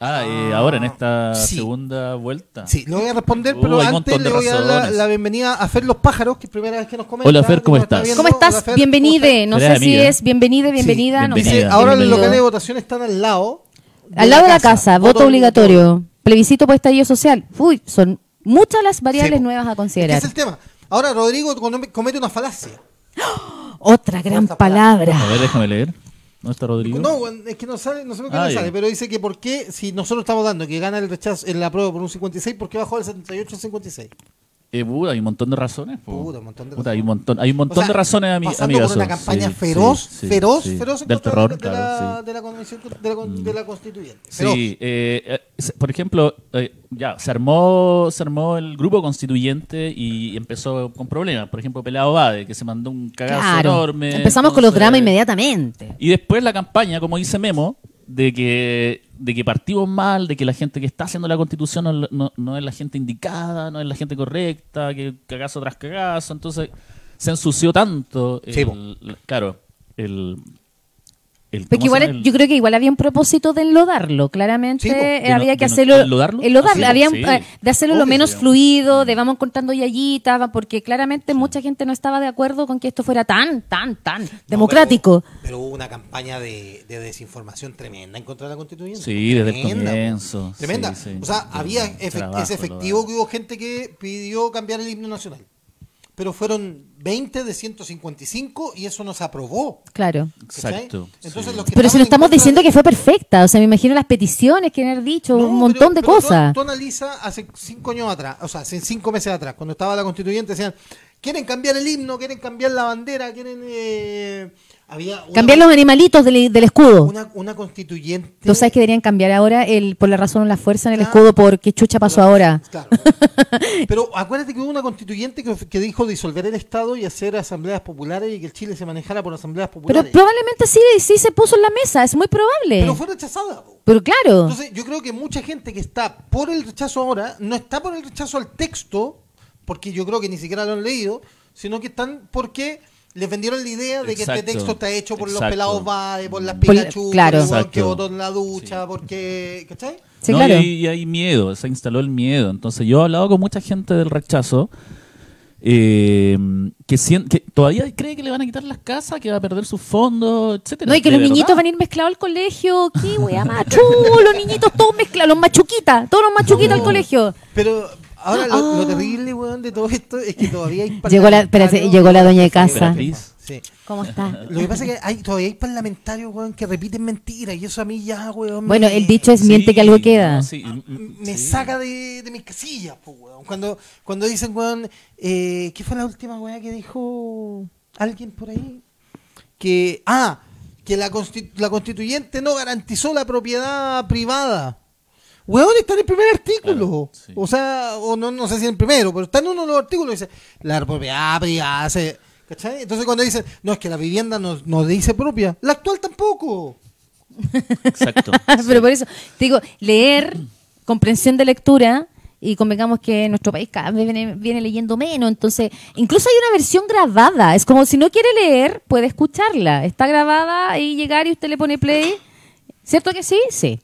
C: Ah, eh, ahora en esta
D: Sí.
C: segunda vuelta.
D: Sí, lo voy a responder,
C: Ah. Uh,
D: pero
C: hay un
D: antes
C: montón de
D: le voy a dar la,
C: razones.
D: la bienvenida a Fer Los Pájaros, que es primera vez que nos comenta.
C: Hola, Fer, ¿cómo
D: que nos está
C: estás?
D: viendo.
B: ¿Cómo
D: Hola,
B: estás?
D: Fer,
B: Bienvenide,
D: ¿cómo
B: no
C: Eres
B: sé si
C: amiga.
B: es bienvenide,
D: estás?
B: bienvenida,
D: Sí.
B: no
D: Dice,
B: sé.
C: Bienvenida.
D: ahora los
B: bienvenido.
D: locales de votación están al lado. de
B: Al lado de la casa, voto obligatorio, plebiscito por estallido social. Uy, son muchas las variables
D: Sí, po.
B: nuevas a
D: Este Es que
B: considerar.
D: ese es el tema. Ahora Rodrigo come- comete una falacia.
B: Otra gran
D: Otra palabra.
B: palabra.
C: A ver, déjame leer. ¿No está Rodrigo?
D: No, weón, es que no sale, no sé por qué
C: Ah,
D: no
C: ya.
D: sale, pero dice que por qué, si nosotros estamos dando que gana el rechazo en la prueba por un 56, ¿por qué bajó del 78 al 56?
C: Eh, puta, hay un montón de razones. po.
D: Puta, un montón de
C: Puta, hay un
D: razones.
C: montón, hay un montón
D: O sea,
C: de razones, ami-
D: pasando
C: amigas.
D: por una campaña feroz, feroz, feroz en
C: Del
D: contra
C: terror,
D: de,
C: claro,
D: la,
C: sí. Mm.
D: de la convención de la, con- de la constituyente. Feroz.
C: Sí, eh, eh, se- por ejemplo, eh, ya, se armó, se armó el grupo constituyente y empezó con problemas. Por ejemplo, Pelado Bade, que se mandó un cagazo
B: Claro.
C: enorme.
B: Empezamos con los
C: entonces-
B: dramas inmediatamente.
C: Y después la campaña, como dice Memo, de que, de que partimos mal, de que la gente que está haciendo la constitución no, no- no es la gente indicada, no es la gente correcta, que cagazo tras cagazo. Entonces se ensució tanto. el-
D: Sí, po.
C: la- claro, el. el-
B: Porque
C: ¿cómo
B: igual,
C: se llama? El-
B: yo creo que igual había un propósito de enlodarlo, claramente
D: Sí, po.
B: eh,
C: De no-
B: había que
C: de no-
B: hacerlo,
C: ¿enlodarlo?
B: enlodarlo,
C: Ah, sí,
B: había
C: po,
B: un-
C: sí.
B: eh, de hacerlo lo
D: Obvio,
B: menos
D: sí.
B: fluido, de vamos contando yayitas, va, porque claramente mucha gente no estaba de acuerdo con que esto fuera tan, tan, tan democrático.
D: Pero, pero hubo una campaña de, de desinformación tremenda en contra de la constituyente.
C: Sí, desde el
D: po.
C: comienzo.
D: Tremenda.
C: Sí, sí.
D: O sea,
C: Del
D: había efe-
C: trabajo,
D: es
C: lo-
D: efectivo que hubo gente que pidió cambiar el himno nacional. Pero fueron 20 de 155 y eso no se aprobó.
B: Claro.
D: ¿cachai?
C: Exacto.
D: Entonces,
C: sí.
D: los que
B: Pero si no
D: en
B: estamos
D: contra
B: diciendo
D: de-
B: que fue perfecta, o sea, me imagino las peticiones que han dicho,
D: No,
B: un montón de
D: pero- pero tú-
B: cosas.
D: Tú, analizas hace cinco años atrás, o sea, hace cinco meses atrás, cuando estaba la constituyente, decían, Quieren cambiar el himno, quieren cambiar la bandera, quieren... eh, había una-
B: Cambiar los animalitos del, del escudo.
D: una, una constituyente...
B: ¿Tú sabes que deberían cambiar ahora el por la razón o la fuerza en el
D: Ah.
B: escudo por qué chucha pasó ahora?
D: Claro. Pero acuérdate que hubo una constituyente que, que dijo disolver el Estado y hacer asambleas populares y que el Chile se manejara por asambleas
B: Pero
D: populares.
B: probablemente sí, sí se puso en la mesa, es muy probable.
D: Pero
B: Pero,
D: fue rechazada. po.
B: claro,
D: Entonces, yo creo que mucha gente que está por el rechazo ahora, no está por el rechazo al texto, porque yo creo que ni siquiera lo han leído, sino que están porque les vendieron la idea de que
C: Exacto.
D: este texto está hecho por
C: Exacto.
D: los pelados bae, por las
B: Por-
D: Pikachu, por
B: claro.
D: el weón que
C: Exacto.
D: votó en la ducha, porque... ¿Cachai?
B: sí,
C: No,
B: claro.
C: y, hay, y hay miedo, se instaló el miedo. Entonces yo he hablado con mucha gente del rechazo eh, que, sien- que todavía cree que le van a quitar las casas, que va a perder sus fondos, etcétera.
B: No, y que
C: De
B: los niñitos
C: verdad.
B: van a ir mezclados al colegio. ¡Qué wea machu! Los niñitos todos mezclados, los machuquitas, todos los machuquitas al
C: No.
B: colegio.
D: Pero ahora lo, lo terrible, weón, de todo esto es que todavía hay...
B: Ah. Llegó la- espérate,
D: parlamentarios-
B: llegó la doña de casa.
C: Beatriz.
D: Sí.
B: ¿Cómo está?
D: Lo que pasa es que hay, todavía hay parlamentarios, weón, que repiten mentiras y eso a mí ya, weón.
B: Bueno,
D: me-
B: el dicho es miente
C: Sí,
B: que algo queda.
C: no, sí,
D: Ah,
C: mm,
D: Me
C: sí.
D: saca de, de mis casillas, po, weón. Cuando, cuando dicen, weón, eh, ¿qué fue la última weá que dijo alguien por ahí? Que, ah, que la, constitu- la constituyente no garantizó la propiedad privada. Weón, está en el primer artículo.
C: Claro, sí.
D: O sea, o no, no sé si en el primero, pero está en uno de los artículos que dice, la propiedad privada se... ¿Cachai? Entonces cuando dicen, no, es que la vivienda no, no dice propia, la actual tampoco.
C: Exacto.
B: Pero por eso, te digo, leer, comprensión de lectura, y convengamos que nuestro país cada vez viene, viene leyendo menos, entonces, incluso hay una versión grabada, es como si no quiere leer, puede escucharla, está grabada y llegar y usted le pone play, ¿cierto que sí? Sí,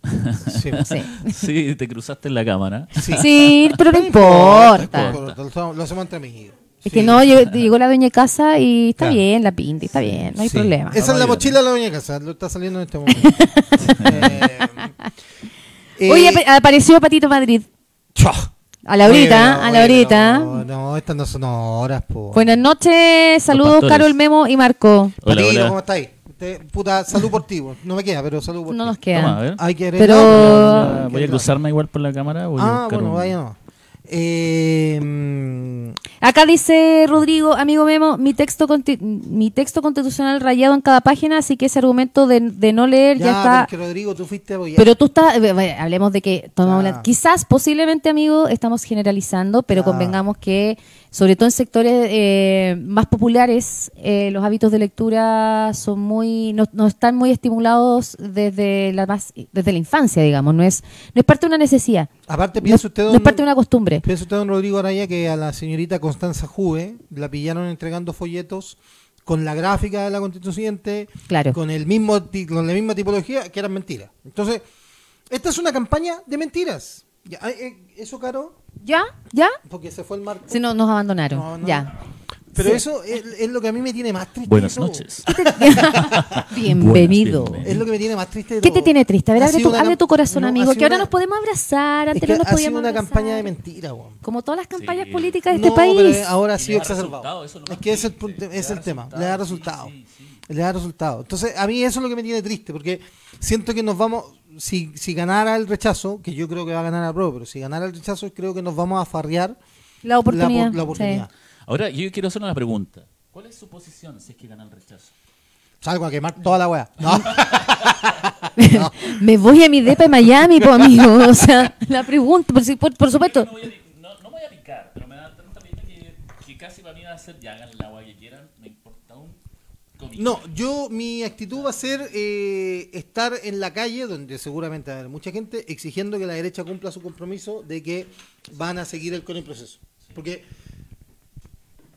D: Sí.
B: sí.
C: Sí, te cruzaste en la cámara.
D: Sí.
B: Sí, pero no importa.
D: Lo hacemos entre amigos.
B: Es que no, llegó, llegó la dueña de casa y está
D: Claro.
B: bien, la pinta, está bien, no hay
D: Sí.
B: problema.
D: Esa es la
C: Vamos
D: mochila de la doña casa, lo está saliendo en este momento. Eh,
B: Oye,
D: eh,
B: ap- apareció Patito Madrid.
D: chua.
B: A la horita,
D: Bueno,
B: a la horita.
D: bueno, No, no, estas no son horas, po.
B: Buenas noches, saludos
C: pastores.
B: Carol Memo y Marco.
C: Hola,
D: Patito,
C: hola.
D: ¿cómo estáis? Te- puta, salud por ti, po. No me queda, pero salud por
B: No nos
D: ti.
C: Toma,
B: queda.
C: a ver.
D: Hay que
B: Pero-
D: heredar,
C: Ah,
D: hay que
C: voy a
D: heredar.
C: cruzarme igual por la cámara. voy a
D: Ah,
C: buscar
D: bueno,
C: un-
D: vaya no. Eh, mm,
B: Acá dice Rodrigo, amigo Memo, mi texto conti- mi texto constitucional rayado en cada página, así que ese argumento de, de no leer ya,
D: ya, pero
B: está.
D: es que Rodrigo, tú fuiste a apoyar.
B: Pero tú estás, eh, bueno, hablemos de que tomamos
D: Ya.
B: la- quizás, posiblemente, amigo, estamos generalizando, pero
D: Ya.
B: convengamos que, sobre todo en sectores eh, más populares, eh, los hábitos de lectura son muy, no, no están muy estimulados desde la más, desde la infancia, digamos. No es, no es parte de una necesidad.
D: Aparte,
B: No,
D: piensa usted,
B: no
D: don-
B: es parte de una costumbre.
D: Piensa usted, don Rodrigo Araya, que a la señorita Constanza Juve la pillaron entregando folletos con la gráfica de la constituyente,
B: Claro.
D: con, el mismo, ti- con la misma tipología, que eran mentiras. Entonces, esta es una campaña de mentiras. Ya, eh, eh, eso, Caro,
B: ¿Ya? ¿Ya?
D: porque se fue el marco.
B: Si no, nos abandonaron.
D: No, no.
B: Ya.
D: Pero
B: sí.
D: eso es, es lo que a mí me tiene más triste. de
C: Buenas
D: todo.
C: noches.
B: Este Bienvenido.
C: Buenas, bienvenido.
D: Es lo que me tiene más triste. de
B: ¿Qué
D: todo.
B: te tiene triste? A ver,
D: Ha
B: abre
D: sido
B: tu,
D: una
B: abre
D: cam-
B: tu corazón,
D: no, ha
B: amigo,
D: sido
B: que ahora
D: una-
B: nos podemos abrazar.
D: Es
B: Antes
D: que
B: no nos
D: ha sido
B: podíamos
D: una
B: abrazar.
D: campaña de mentiras, weón.
B: Como todas las campañas
C: Sí.
B: políticas de este
D: No,
B: país.
D: pero eh, ahora ha
C: le
D: sido
C: da
D: exacerbado.
C: resultado,
D: Es,
C: eso es lo más
D: que ese es el,
C: triste,
D: punto-
C: le
D: es
C: da
D: el tema,
C: resultado,
D: le da
C: sí,
D: resultado.
C: sí,
D: Le da resultado. Entonces, a mí eso es lo que me tiene triste, porque siento que nos vamos, si, si ganara el rechazo, que yo creo que va a ganar a Pro, pero si ganara el rechazo, creo que nos vamos a farrear
B: La oportunidad.
D: la, la oportunidad.
B: sí.
C: Ahora, yo quiero hacer una pregunta. ¿Cuál es su posición si es que gana el rechazo?
D: Salgo a quemar toda la weá. No,
B: Me voy a mi depa de Miami, po, amigo. O sea, la pregunta, por, si- por, por supuesto.
C: No voy a, no, no voy a picar, pero me da tanta pena que, que casi para mí va a ser ya hagan el agua que quieran, me importa un comino.
D: no, yo, mi actitud va a ser eh, estar en la calle, donde seguramente va a haber mucha gente, exigiendo que la derecha cumpla su compromiso de que van a seguir el, con el proceso. Porque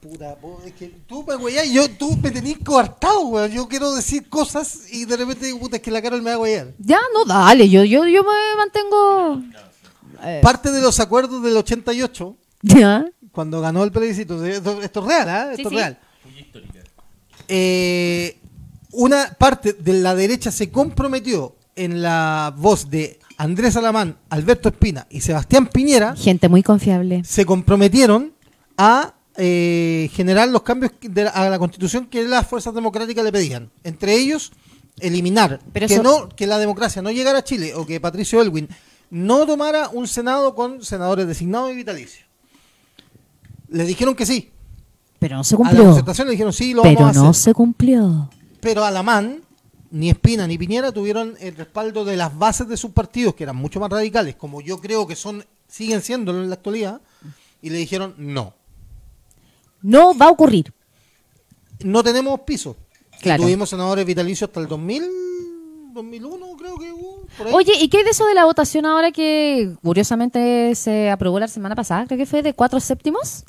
D: Puta, po- es que tú me weyás y yo, tú me tenés coartado, weón. Yo quiero decir cosas y de repente digo, puta, es que la Carol me va a weyar.
B: Ya, no, dale, yo, yo, yo me mantengo. Eh,
D: Parte de los acuerdos del 88,
B: ya.
D: cuando ganó el plebiscito, esto, esto es real, ¿ah?
B: Sí,
D: Esto
B: sí.
D: es real. Eh, una parte de la derecha se comprometió en la voz de Andrés Alamán, Alberto Espina y Sebastián Piñera,
B: Gente muy confiable.
D: se comprometieron a eh, generar los cambios de la- a la constitución que las fuerzas democráticas le pedían. Entre ellos, eliminar
B: Pero
D: que,
B: eso-
D: no, que la democracia no llegara a Chile o que Patricio Elwin no tomara un Senado con senadores designados y vitalicios. Le dijeron que sí.
B: Pero no se
D: A la
B: cumplió.
D: concertación le dijeron, sí, lo
B: Pero
D: vamos a
B: no
D: hacer.
B: se cumplió.
D: Pero Alamán, ni Espina ni Piñera tuvieron el respaldo de las bases de sus partidos, que eran mucho más radicales, como yo creo que son siguen siendo en la actualidad, y le dijeron, no,
B: No va a ocurrir.
D: no tenemos piso. Y
B: Claro.
D: Tuvimos senadores vitalicios hasta el 2000, 2001 creo que hubo, por ahí.
B: Oye, ¿y qué hay de eso de la votación ahora que curiosamente se aprobó la semana pasada? Creo que fue de cuatro séptimos.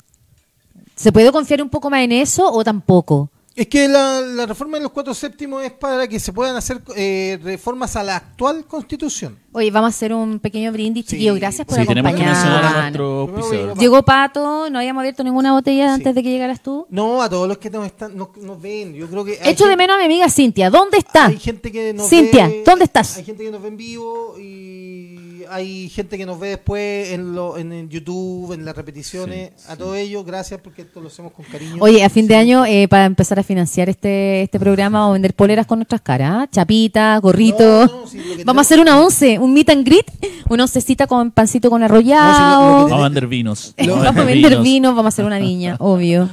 B: ¿Se puede confiar un poco más en eso o tampoco?
D: Es que la, la reforma de los cuatro séptimos es para que se puedan hacer eh, reformas a la actual constitución.
B: Oye, vamos a hacer un pequeño brindis,
D: Sí.
B: chiquillos. Gracias por
C: Sí, tenemos que mencionar a
B: acompañarnos.
D: Yo
C: nuestro
D: me voy,
C: auspiciador.
D: papá.
B: Llegó Pato, no habíamos abierto ninguna botella
D: Sí.
B: antes de que llegaras tú.
D: No, a todos los que nos, están, nos, nos ven, yo creo que... hay
B: Echo de
D: gente-
B: menos a mi amiga Cintia. ¿Dónde está?
D: Hay gente que nos
B: Cintia,
D: ve-
B: ¿dónde estás?
D: Hay gente que nos ve en vivo y hay gente que nos ve después en, lo, en, el YouTube, en las repeticiones. a todo ello, gracias porque esto lo hacemos con cariño.
B: Oye, a fin de año, eh, para empezar a financiar este, este programa, vamos a vender poleras con nuestras caras. ¿ah? Chapitas, gorrito.
D: No, no, sí, lo que
B: vamos a hacer una once, un meet and greet, una oncecita con pancito con
D: No,
B: arrollado.
C: Vamos
D: sí,
C: a vender vinos.
B: Eh, vamos a vender vino, vamos a hacer una viña, obvio.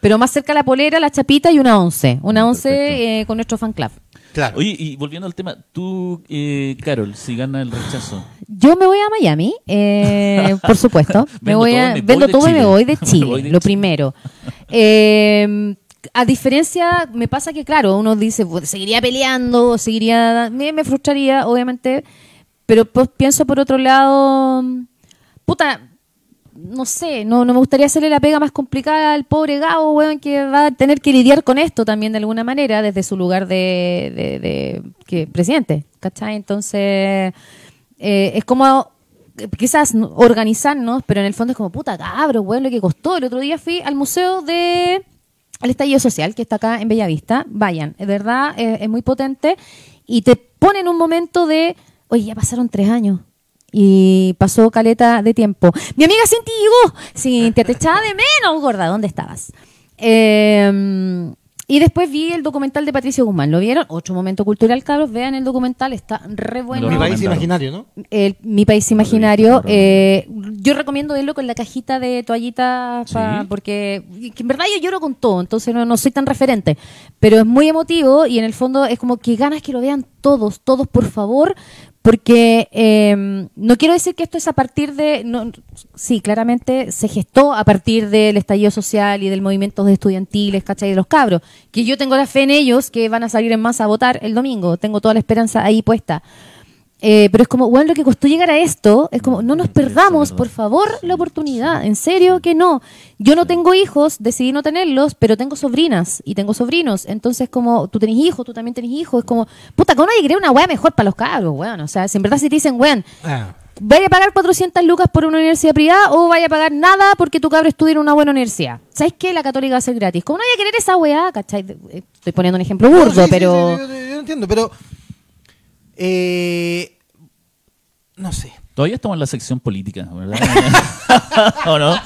B: Pero más cerca la polera, la chapita y una once. Una once eh, con nuestro fan club.
D: claro.
C: Oye, y volviendo al tema, tú, eh, Carol, si gana el rechazo.
B: Yo me voy a Miami, eh, por supuesto. me
C: Vendo
B: voy
C: todo y
B: a,
C: me voy
B: vendo
C: de
B: todo y me
C: Chile.
B: voy de
C: Me
B: Chile,
C: voy de
B: lo
C: Chile.
B: primero. Eh, a diferencia, me pasa que, claro, uno dice, "Bu- seguiría peleando, seguiría. Me, me frustraría, obviamente. Pero pues, pienso por otro lado, puta, no sé, no, no me gustaría hacerle la pega más complicada al pobre Gabo, weón, que va a tener que lidiar con esto también de alguna manera desde su lugar de, de- de- que, presidente, ¿cachai? Entonces, eh, es como eh, quizás no- organizarnos, pero en el fondo es como, puta, cabros, weón, lo que costó. El otro día fui al museo de el estallido social que está acá en Bellavista, vayan, es verdad, eh, es muy potente y te pone en un momento de, oye, ya pasaron tres años y pasó caleta de tiempo. Mi amiga Cinti llegó, Cintia, te echaba de menos, gorda, ¿dónde estabas? Eh, y después vi el documental de Patricio Guzmán, ¿lo vieron? Otro momento cultural, cabros, vean el documental, está re bueno.
C: Lo
D: Mi país
C: recomendaron.
D: imaginario, ¿no?
B: El- mi país
C: No
B: imaginario.
C: lo
B: eh,
C: he
B: yo recomiendo verlo con la cajita de toallitas, pa-
C: Sí.
B: porque que en verdad yo lloro con todo, entonces no, no soy tan referente. Pero es muy emotivo y en el fondo es como que ganas que lo vean todos, todos, por favor, porque eh, no quiero decir que esto es a partir de. no- sí, claramente se gestó a partir del estallido social y del movimiento de estudiantiles, ¿cachai? De los cabros. Que yo tengo la fe en ellos que van a salir en masa a votar el domingo, tengo toda la esperanza ahí puesta. Eh, pero es como, bueno, lo que costó llegar a esto, es como, no nos
C: Sí, eso es
B: perdamos,
C: verdad.
B: por favor, la oportunidad. En serio que no. Yo no tengo hijos, decidí no tenerlos, pero tengo sobrinas y tengo sobrinos. Entonces, como, tú tenés hijos, tú también tenés hijos. Es como, puta, ¿cómo nadie crea una weá mejor para los cabros, weón? O sea, si en verdad si te dicen, weón,
D: Ah,
B: vaya a pagar 400 lucas por una universidad privada o vaya a pagar nada porque tu cabro estudia en una buena universidad. ¿Sabes qué? La católica va a ser gratis. ¿Cómo no voy a querer esa weá? ¿Cachai? Eh, Estoy poniendo un ejemplo burdo,
D: No, sí, sí,
B: pero...
D: sí, yo, yo- yo no entiendo, pero... eh, no sé.
C: Todavía estamos en la sección política, ¿verdad? ¿O no?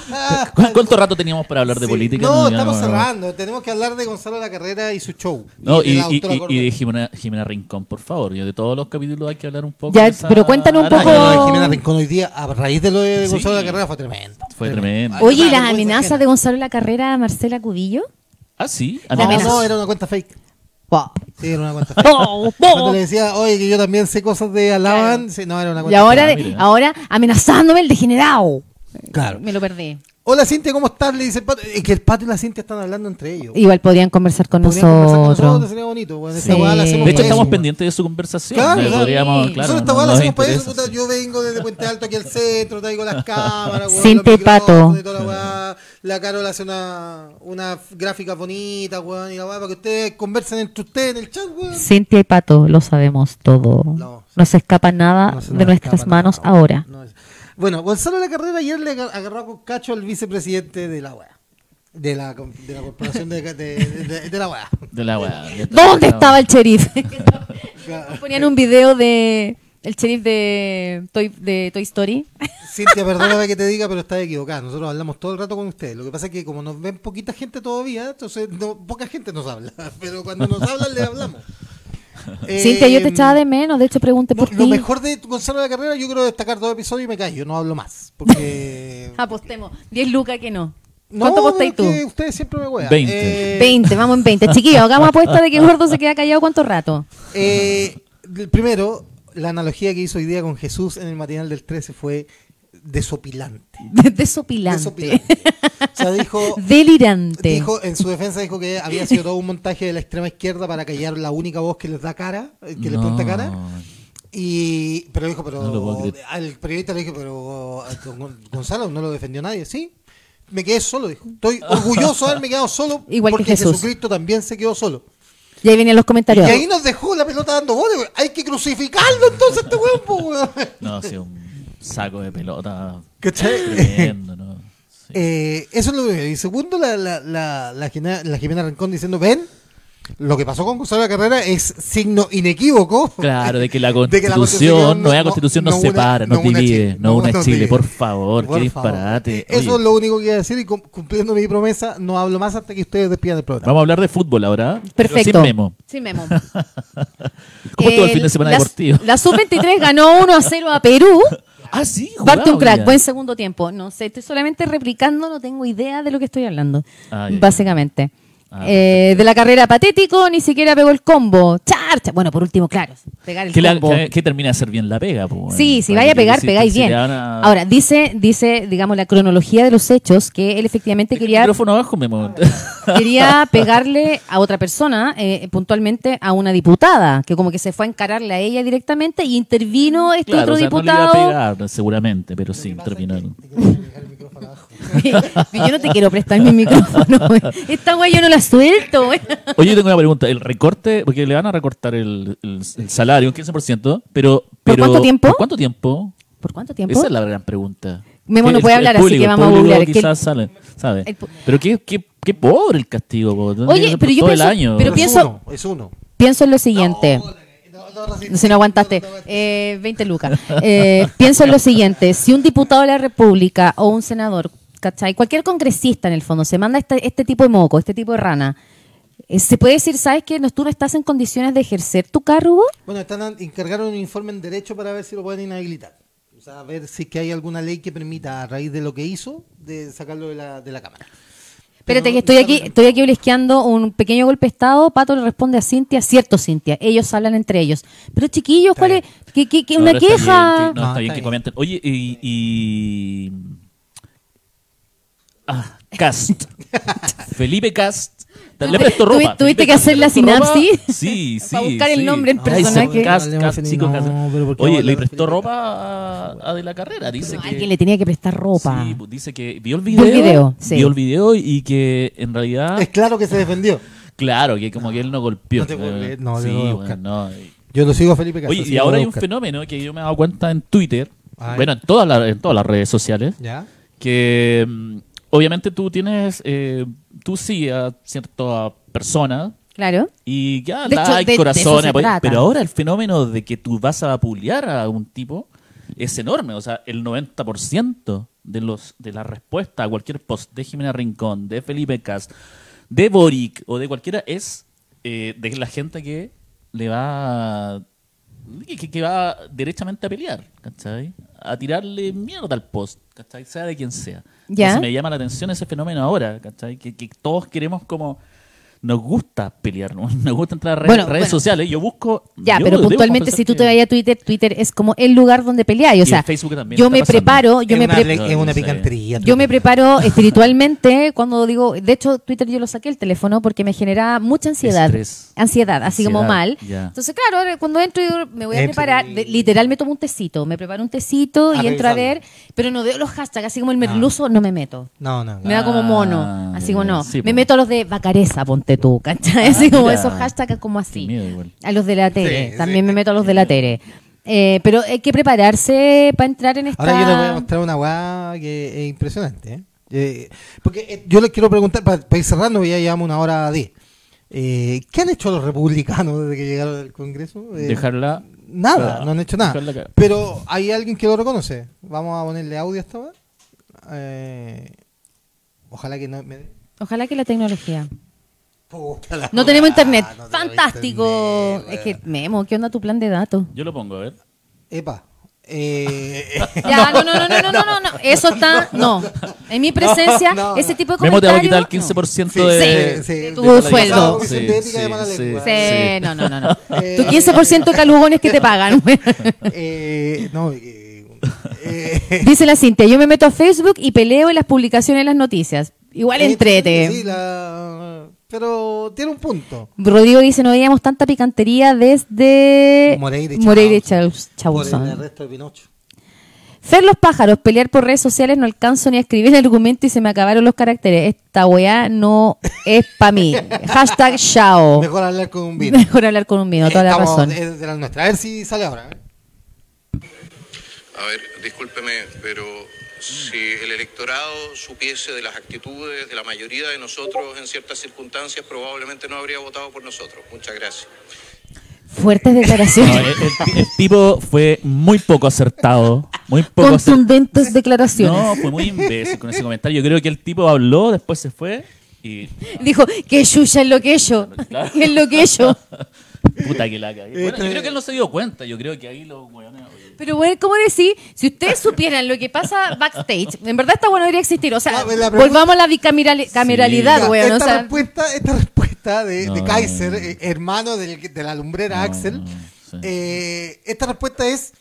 C: ¿Cu- ¿Cuánto rato teníamos para hablar de
D: Sí.
C: política?
D: No,
C: ya
D: estamos
C: no-
D: cerrando. Tenemos que hablar de Gonzalo La Carrera y su show.
C: No,
D: de
C: y,
D: la
C: y-
D: doctora
C: y- y
D: Cordero.
C: de Jimena, Jimena Rincón, por favor. Yo de todos los capítulos hay que hablar un poco.
B: Ya,
C: de esa
B: pero cuéntanos un
C: araña.
D: Ay, no,
B: poco-
D: de Jimena Rincón hoy día, a raíz de lo de
C: Sí.
D: Gonzalo La Carrera, fue tremendo.
C: Fue tremendo.
D: Ay,
B: Oye,
D: qué
B: ¿y las
D: vergüenza
B: amenazas
D: ajena.
B: de Gonzalo La Carrera a Marcela Cubillo?
C: Ah, sí.
B: La
D: No,
C: amenazas.
D: no, era una cuenta fake. Sí, era una cuenta fake.
B: Oh,
D: Cuando
B: oh.
D: le decía, oye, que yo también sé cosas de Alaban, sí, no, era una
B: Y
D: cuenta
B: ahora,
C: Ah,
B: de-
C: mira.
B: ahora amenazándome el degenerado.
D: fake. Claro.
B: Me lo perdí.
D: Hola, Cintia, ¿cómo estás? Le dice el Pato. Es que el Pato y la Cintia están hablando entre ellos.
B: Igual podrían conversar con
D: Podrían conversar con nosotros,
B: nosotros.
D: sería bonito. weón.
B: Sí.
D: Esta weá la hacemos
C: De hecho,
D: para
C: estamos
D: eso, pues.
C: pendientes de su conversación.
D: Claro,
C: Le
D: claro.
C: podríamos-
B: Sí.
D: weón.
C: claro,
D: Nosotros esta
C: no-
D: weá la
C: nos
D: hacemos para eso,
C: interesa,
D: puta,
C: sí.
D: Yo vengo desde Puente Alto aquí al centro, traigo las cámaras, weón,
B: Cintia y
D: los micrófonos
B: Pato.
D: y toda la weá. La Carol hace una, una gráfica bonita, weón, y la weá, para que ustedes conversen entre ustedes en el chat, weón.
B: Cintia y Pato, lo sabemos todo.
D: No.
B: No, se escapa nada
D: No se
B: de
D: nos
B: nuestras
D: escapa nada,
B: manos
D: weón.
B: ahora.
D: No es- Bueno, Gonzalo La Carrera ayer le aga- agarró con cacho al vicepresidente de la UEA. De la, com- de la corporación de, de, de- de la UEA.
C: De la weá. Ya está,
B: ¿Dónde
C: ya
B: estaba el sheriff? Ponían un video de el sheriff de Toy, de Toy Story.
D: Cintia, perdóname que te diga, pero estás equivocada. Nosotros hablamos todo el rato con ustedes. Lo que pasa es que como nos ven poquita gente todavía, entonces no- poca gente nos habla. Pero cuando nos hablan, le hablamos. Eh,
B: Cintia, yo te echaba de menos. De hecho, pregunté
D: no,
B: por
D: Lo
B: ti.
D: mejor de Gonzalo La Carrera, yo quiero destacar dos episodios y me callo. No hablo más. Porque...
B: Apostemos. 10 lucas que no. ¿Cuánto apostáis tú?
D: porque Ustedes siempre me wean.
C: 20.
D: Eh,
B: 20, vamos en 20. Chiquillos, hagamos apuesta de que Gordo se queda callado cuánto rato.
D: eh, el primero, la analogía que hizo hoy día con Jesús en el matinal del 13 fue desopilante.
B: De- Desopilante.
D: Desopilante. O sea, dijo,
B: Delirante.
D: dijo, en su defensa dijo que había sido todo un montaje de la extrema izquierda para callar la única voz que les da cara, eh, que les
C: No.
D: pinta cara. Y, pero dijo, pero
C: No lo puedo creer.
D: al periodista le dije, pero a Gon- Gonzalo no lo defendió nadie, sí. Me quedé solo, dijo. Estoy orgulloso de haberme quedado solo
B: Igual que
D: porque
B: Jesús.
D: Jesucristo también se quedó solo.
B: Y ahí vienen los
D: Y
B: comentarios.
D: ahí nos dejó la pelota dando goles, güey. Hay que crucificarlo entonces este weón, po, weón.
C: No, ha sido un saco de pelota
D: ¿Cachai?
C: tremendo, ¿no? Sí.
D: Eh, eso es lo primero. Y segundo, la, la, la, la, Jimena, la Jimena Rincón diciendo, ven, lo que pasó con Gonzalo de la Carrera es signo inequívoco.
C: Claro, de que la
D: De que la
C: constitución,
D: Constitución no-
C: nueva
D: no-
C: constitución
D: no
C: nos
D: una-
C: separa,
D: no
C: nos
D: una
C: divide,
D: Chile,
C: no
D: no
C: una
D: nos
C: Chile,
D: divide.
C: por favor,
D: Por
C: qué
D: favor. Eh,
C: disparate.
D: Eso
C: Oye,
D: es lo único que iba a decir y cum- cumpliendo mi promesa, no hablo más hasta que ustedes despidan el programa.
C: Vamos a hablar de fútbol ahora. pero
B: Perfecto.
C: Sin memo.
B: Sin memo.
C: ¿Cómo estuvo el
B: El-
C: fin de semana
B: la-
C: deportivo?
B: Eh, La Sub-23 ganó 1 a 0 a Perú.
C: Ah, sí, jugaba
B: Parte un
C: hoy
B: crack,
C: día.
B: buen segundo tiempo. No sé, estoy solamente replicando, no tengo idea de lo que estoy hablando.
C: Ah, ya, ya.
B: básicamente.
C: Ah,
B: Eh, de la carrera patético, ni siquiera pegó el combo. Charcha. Bueno, por último, claro, pegar el
C: ¿Qué, le-
B: combo.
C: qué- qué termina de hacer bien la pega? po, bueno?
B: Sí, si
C: Para
B: vaya a
C: que-
B: pegar,
C: si-
B: pegáis
C: si
B: bien.
C: le van a-
B: Ahora, dice, dice, digamos, la cronología de los hechos que él efectivamente
C: Deja el
B: quería,
C: micrófono abajo, Memo.
B: quería pegarle a otra persona, eh, puntualmente a una diputada, que como que se fue a encararle a ella directamente y intervino este
C: Claro,
B: otro
C: o sea,
B: diputado.
C: no le iba a pegar, seguramente, pero sí, terminaron.
B: yo no te quiero prestar mi micrófono. güey. Esta güey yo no la suelto. güey.
C: Oye, yo tengo una pregunta. El recorte, porque le van a recortar el, el- el salario, un 15%, pero, pero...
B: cuánto tiempo?
C: ¿Por cuánto tiempo?
B: ¿Por cuánto tiempo?
C: Esa es la gran pregunta.
B: Memo
C: Que
B: no
C: el-
B: puede
C: el
B: hablar, así
C: público-
B: que vamos a
C: el público
B: googlear. Es que el-
C: quizás sale, sabe.
B: el pu-
C: pero qué, qué, qué pobre el castigo. po. Tendría
B: Oye,
C: que ser
B: pero
C: por
B: yo
C: todo
B: pienso-
C: el año.
B: pero
D: es
B: pienso-
D: uno, es uno.
B: Pienso en lo siguiente. si no aguantaste, eh, 20 lucas. Eh, pienso en lo siguiente, si un diputado de la República o un senador, ¿cachai? Cualquier congresista en el fondo, se manda este, este tipo de moco, este tipo de rana, eh, se puede decir, ¿sabes qué? No, tú no estás en condiciones de ejercer tu cargo.
D: Bueno, están an- encargaron un informe en derecho para ver si lo pueden inhabilitar. O sea, a ver si es que hay alguna ley que permita, a raíz de lo que hizo, de sacarlo de la, de la Cámara.
B: Espérate, que estoy aquí, estoy aquí blisqueando un pequeño golpe de estado. Pato le responde a Cintia, cierto, Cintia. Ellos hablan entre ellos. Pero chiquillos, ¿cuál es? ¿Qué, qué- qué-
C: No,
B: una
C: no, está bien
B: queja?
C: que- no,
D: No,
C: está bien
D: está
C: que
D: bien.
C: comenten. Oye, y... y- Ah, Cast. Felipe Cast. Le presto
B: Tuvi- tuviste
C: ropa. Felipe
B: que
C: Cast,
B: hacer
C: ¿le
B: la
C: presto ropa?
B: sinapsis.
C: Sí, sí.
B: Para buscar el
C: sí.
B: nombre del
C: Tyson
B: personaje.
C: Cast,
D: No,
C: Cast,
D: no,
C: chico, Cast.
D: pero ¿por qué
C: Oye,
D: hablar
C: le
D: de
C: prestó
D: Felipe
C: ropa a, a De La Carrera. Dice
B: No,
C: que...
B: alguien le tenía que prestar ropa.
C: Sí, pues, dice que vio el
B: Vio
C: video.
B: el video, sí.
C: Vio el video y que en realidad,
D: Es claro que se defendió.
C: claro, que como que él no golpeó.
D: No te puedo creer, no, yo
C: Sí,
D: lo voy a
C: bueno,
D: buscar.
C: no.
D: Yo lo sigo a Felipe Casas.
C: Oye,
D: así
C: y
D: que
C: ahora hay
D: lo voy a
C: un
D: buscar.
C: fenómeno que yo me he dado cuenta en Twitter,
D: Ay.
C: bueno, en todas, las, en todas las redes sociales,
D: ¿Ya?
C: que mm, obviamente tú tienes, eh, tú sí a cierta persona
B: Claro.
C: y ya
B: De hecho, de- de
C: like,
B: eso
C: corazón,
B: se
C: apoyo,
B: trata.
C: pero ahora el fenómeno de que tú vas a apulear a un tipo es enorme, o sea, el 90% de los de la respuesta a cualquier post de Jimena Rincón, de Felipe Cas, de Boric o de cualquiera es eh, de la gente que le va que, que- que va derechamente a pelear, ¿cachai? A tirarle mierda al post, ¿cachai? Sea de quien sea.
B: Ya.
C: Entonces me llama la atención ese fenómeno ahora, ¿cachai? Que, que todos queremos como... Nos gusta pelear, ¿no? nos gusta entrar a redes,
B: Bueno,
C: redes
B: bueno.
C: sociales. Yo busco...
B: Ya,
C: yo
B: pero
C: debo
B: puntualmente
C: confesar
B: si tú
C: que-
B: te vayas a Twitter, Twitter es como el lugar donde peleáis. O
C: Y
B: sea,
C: en Facebook también
B: yo
C: está
B: me
C: pasando.
B: preparo, yo
D: es
B: me
D: una,
B: preparo.
D: le- es una
C: Sí.
D: picantería.
B: Yo me preparo espiritualmente cuando digo, de hecho Twitter yo lo saqué el teléfono porque me generaba mucha ansiedad,
C: Estrés.
B: ansiedad, así como
C: Ansiedad,
B: mal.
C: ya.
B: Entonces, claro, ahora cuando entro yo me voy a
D: Eh,
B: preparar,
D: sí.
B: de- literal me tomo un tecito, me preparo un tecito
D: A
B: y entro a ver,
D: revisarlo.
B: pero no veo los hashtags, así
C: Ah.
B: como el merluzo no me meto.
D: No, no.
B: Me da como mono, así como no.
C: Ah, sí,
B: me
C: po.
B: meto a los de Bacareza, ponte tú, ¿cachai? Así como
C: mira.
B: esos hashtags como así.
C: Qué miedo igual.
B: A los de la tele,
D: Sí,
B: también
D: sí.
B: me meto a los de la tele. Eh, pero hay que prepararse para entrar en esta...
D: Ahora yo les voy a mostrar una weá que es impresionante. ¿eh? Eh, porque eh, yo les quiero preguntar, para, ir cerrando, ya llevamos una hora a diez. Eh, ¿Qué han hecho los republicanos desde que llegaron al Congreso? Eh,
C: Dejarla...
D: Nada,
C: Ah,
D: no han hecho nada.
C: dejarla caer.
D: Pero hay alguien que lo reconoce. Vamos a ponerle audio a esta weá. Eh, ojalá que no me dé.
B: Ojalá que la tecnología.
D: Puta la
B: No tenemos
D: weá,
B: internet.
D: Ah, no tenemos
B: Fantástico.
D: internet,
B: es
D: weá.
B: que, Memo, ¿qué onda tu plan de datos?
C: Yo lo pongo, a ver.
D: Epa. Eh,
B: Ya, no, no, no, no, no, no, no, no. Eso está, no. En mi presencia,
D: No, no.
B: ese tipo de
C: Memo te
B: comentarios.
C: va a quitar el
B: no.
C: 15%
D: Sí,
C: de,
D: sí, sí.
C: de
B: Tu
C: mala
B: sueldo.
C: educación.
D: Comisión de ética de mala lengua.
B: Sí, no, no, no. no.
D: Eh,
B: Tu 15% calugones que te pagan.
D: eh, no, eh, eh,
B: Dice la Cintia, yo me meto a Facebook y peleo en las publicaciones, en las noticias. Igual entrete.
D: eh, Sí, la- pero tiene un punto.
B: Rodrigo dice, no veíamos tanta picantería desde
D: Moreira y
B: y Chaus-
D: Por
B: Chauzón.
D: el arresto de Pinocho.
B: Fer los pájaros, pelear por redes sociales, no alcanzo ni a escribir el argumento y se me acabaron los caracteres. Esta weá no es pa' mí. Hashtag Chao.
D: Mejor hablar con un vino.
B: Mejor hablar con un vino, toda la
D: Estamos-
B: razón.
D: es de la nuestra. A ver si sale ahora. ¿eh?
E: A ver, discúlpeme, pero si el electorado supiese de las actitudes de la mayoría de nosotros en ciertas circunstancias, probablemente no habría votado por nosotros. Muchas gracias.
B: Fuertes
C: No,
B: declaraciones.
C: el, el- el tipo fue muy poco acertado. Muy poco acertado.
B: Contundentes declaraciones.
C: No, fue muy imbécil con ese comentario. Yo creo que el tipo habló, después se fue y.
B: Dijo, que Yuya es lo que yo.
C: Claro.
B: Es lo que yo.
C: Puta que la cagué.
D: Este
C: Bueno, yo creo que él no se dio cuenta. Yo creo que ahí los weones. oye,
B: Pero bueno, ¿cómo decir? Si ustedes supieran lo que pasa backstage, en verdad esta bueno debería existir. O sea,
D: No, pero la pregunta-
B: volvamos a la bicameralidad,
D: Ya,
B: weón. O
D: esta,
B: sea,
D: respuesta, esta respuesta de, de
C: No.
D: Kaiser, eh, hermano del- de la lumbrera
C: No,
D: Axel,
C: sí.
D: eh, esta respuesta es,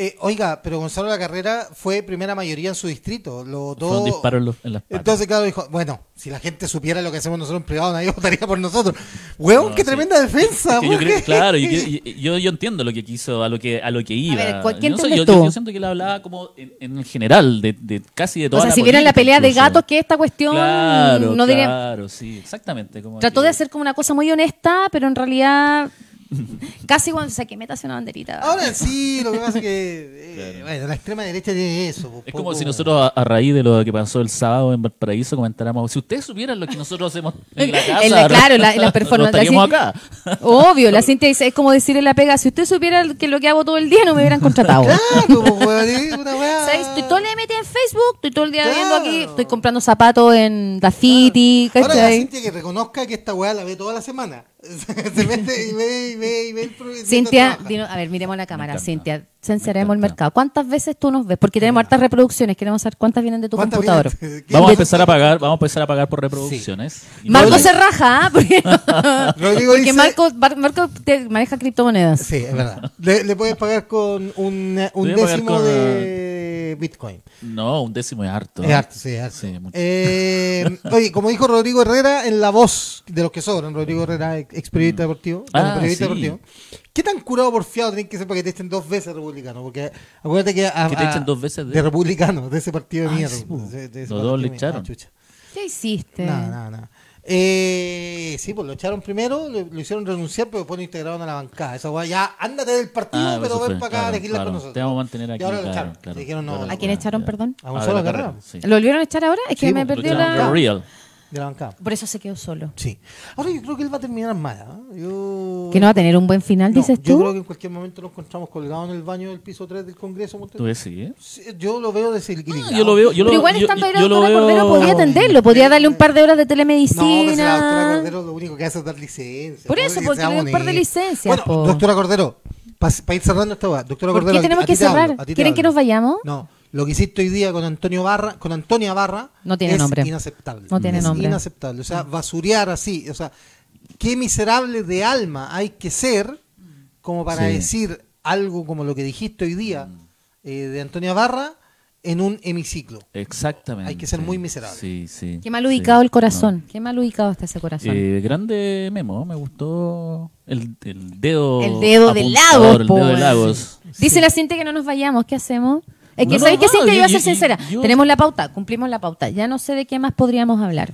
D: eh, oiga, pero Gonzalo La Carrera fue primera mayoría en su distrito. Lo
C: Fue un
D: dos-
C: disparo en, los- en las patas.
D: Entonces, claro, dijo, bueno, si la gente supiera lo que hacemos nosotros en privado, nadie votaría por nosotros. Huevón,
C: No,
D: qué
C: sí.
D: tremenda defensa.
C: Es que yo creo-
D: weón.
C: claro, yo, yo- yo- yo entiendo lo que quiso, a lo que, a lo que iba.
B: ver, ¿cuál- quién
C: yo,
B: te
C: sé, yo-
B: molestó?
C: yo- yo siento que él hablaba como en, en general, de, de casi de
B: o
C: toda
B: sea,
C: la
B: si vieran la
C: política
B: pelea de
C: incluso.
B: gatos que esta cuestión
C: Claro,
B: no dirían-
C: claro, sí, exactamente. como
B: Trató
C: que-
B: de hacer como una cosa muy honesta, pero en realidad casi cuando o sea, que metas una banderita.
D: Ahora sí, lo que pasa es que, eh, bueno, la extrema derecha tiene eso. po,
C: Es
D: poco-
C: como si nosotros, a, a raíz de lo que pasó el sábado en Valparaíso, comentáramos, si ustedes supieran lo que nosotros hacemos en la casa,
B: En la- claro, la- en la
C: no
B: performance,
C: estaríamos
B: así-
C: acá.
B: Obvio, la Cintia dice, es como decirle la pega, si usted supiera que lo que hago todo el día no me hubieran contratado.
D: Claro, po, weón, eh, una weá.
B: ¿Sabes? Estoy todo el día metida en Facebook, estoy todo el día viendo
D: Claro.
B: aquí, estoy comprando zapatos en Dafiti,
D: Ahora la
B: ¿cachai?
D: Cintia que reconozca que esta weá la ve toda la semana. Se mete y ve y ve y ve el pro-
B: Cintia,
D: mientras trabaja.
B: dino- a ver, miremos la cámara,
C: encanta.
B: Cintia, censuremos el
C: encanta.
B: mercado. ¿Cuántas veces tú nos ves? Porque tenemos hartas reproducciones, queremos saber cuántas vienen de tu
D: ¿Cuántas
B: computador.
D: vienen? ¿Qué-
C: Vamos a
D: de-
C: empezar a pagar, vamos a empezar a pagar por reproducciones. Y
B: Marco
C: luego-
B: se raja, ¿ah? Porque,
D: Rodrigo
B: porque
D: dice-
B: Marco, Mar- Marco te- maneja criptomonedas.
D: Sí, es verdad. Le, le puedes pagar con un, eh, un
C: Le voy a pagar
D: décimo
C: con,
D: de Bitcoin.
C: No, un décimo es harto.
D: Es harto, sí, es harto.
C: Sí, mucho.
D: Eh, oye, como dijo Rodrigo Herrera en La Voz de los que sobran, Rodrigo Herrera, ex ex periodista deportivo, bueno,
C: Ah,
D: periodista
C: sí.
D: deportivo. ¿Qué tan curado por fiado tienen que ser para que te echen dos veces republicano? Porque acuérdate que. a-
C: Que te
D: a-
C: echen dos veces
D: de,
C: de-
D: republicano, de ese partido de
C: Ah,
D: mierda.
C: sí, po.
D: de- de ese
C: Los
D: partido
C: dos
D: de
C: le
D: mierda.
C: echaron.
D: Ah, chucha.
B: ¿Qué hiciste?
D: Nada, nada, nada. Eh, sí, pues lo echaron primero, lo, lo hicieron renunciar, pero después lo integraron a la bancada. Esa weá, ya, ándate del partido,
C: Ah,
D: pero
C: eso
D: ven
C: fue,
D: para acá a
C: claro,
D: legislar
C: claro.
D: con nosotros.
C: Te vamos a mantener aquí.
D: Y ahora lo
C: claro,
D: echaron.
C: claro.
D: Le dijeron no,
C: Ahora
D: de
B: ¿A
D: la-
B: quién echaron,
C: ya.
B: perdón?
D: A un
C: Ah, de
D: solo
C: la
D: carrera.
C: carrera, sí.
B: ¿Lo volvieron a echar ahora? Es que
D: Sí,
B: me
D: pues,
C: Lo
B: perdió
C: echaron
B: la...
C: for real.
D: de la bancada.
B: Por eso se quedó solo.
D: Sí. Ahora yo creo que él va a terminar mal. ¿ah? Yo...
B: Que no va a tener un buen final,
D: No,
B: dices
D: Yo
B: tú.
D: creo que en cualquier momento lo encontramos colgado en el baño del piso 3 del Congreso. Monte-
C: ¿Tú ves, sí, eh?
D: Sí, Yo lo veo
B: Ah,
D: desequilibrado.
C: yo lo veo, yo lo
B: Pero igual
C: yo-
B: estando ahí la
C: yo lo
B: doctora Cordero
C: veo-
B: podía atenderlo, podía darle un par de horas de telemedicina.
D: ¿ah? No, pero si la doctora Cordero lo único que hace es dar licencia.
B: Por
D: ¿no?
B: eso,
D: Y
B: porque
D: seamos
B: le dio un par de
D: honestos.
B: licencias,
D: Bueno,
B: po.
D: doctora Cordero, para ir cerrando esta hueá. Doctora
B: ¿Por qué
D: Cordero, a ti-
B: tenemos
D: a
B: que
D: ti te hablo,
B: cerrar?
D: a ti te
B: ¿Quieren que
D: hablo.
B: nos vayamos?
D: No, lo que hiciste hoy día con Antonio Barra, con Antonia Barra,
B: No tiene
D: es
B: nombre.
D: inaceptable.
B: No tiene
D: es
B: nombre.
D: inaceptable. O sea, basurear así, o sea, qué miserable de alma hay que ser como para
C: Sí.
D: decir algo como lo que dijiste hoy día eh, de Antonia Barra en un hemiciclo.
C: Exactamente.
D: Hay que ser muy miserable.
C: Sí, sí.
B: Qué mal
C: sí,
B: ubicado el
C: no.
B: corazón. Qué mal ubicado está ese corazón.
C: Eh, grande memo, me gustó el, el dedo.
B: el dedo del lago.
C: Oh, apuntador, El
D: pues.
C: dedo de lagos.
B: Dice la Cintia que no nos vayamos. ¿Qué hacemos? Es que,
C: No,
B: ¿sabéis
C: no,
B: qué,
C: no,
B: Cintia? Yo
C: yo-
B: voy a ser
C: yo-
B: sincera.
C: yo-
B: Tenemos la pauta, cumplimos la pauta. Ya no sé de qué más podríamos hablar.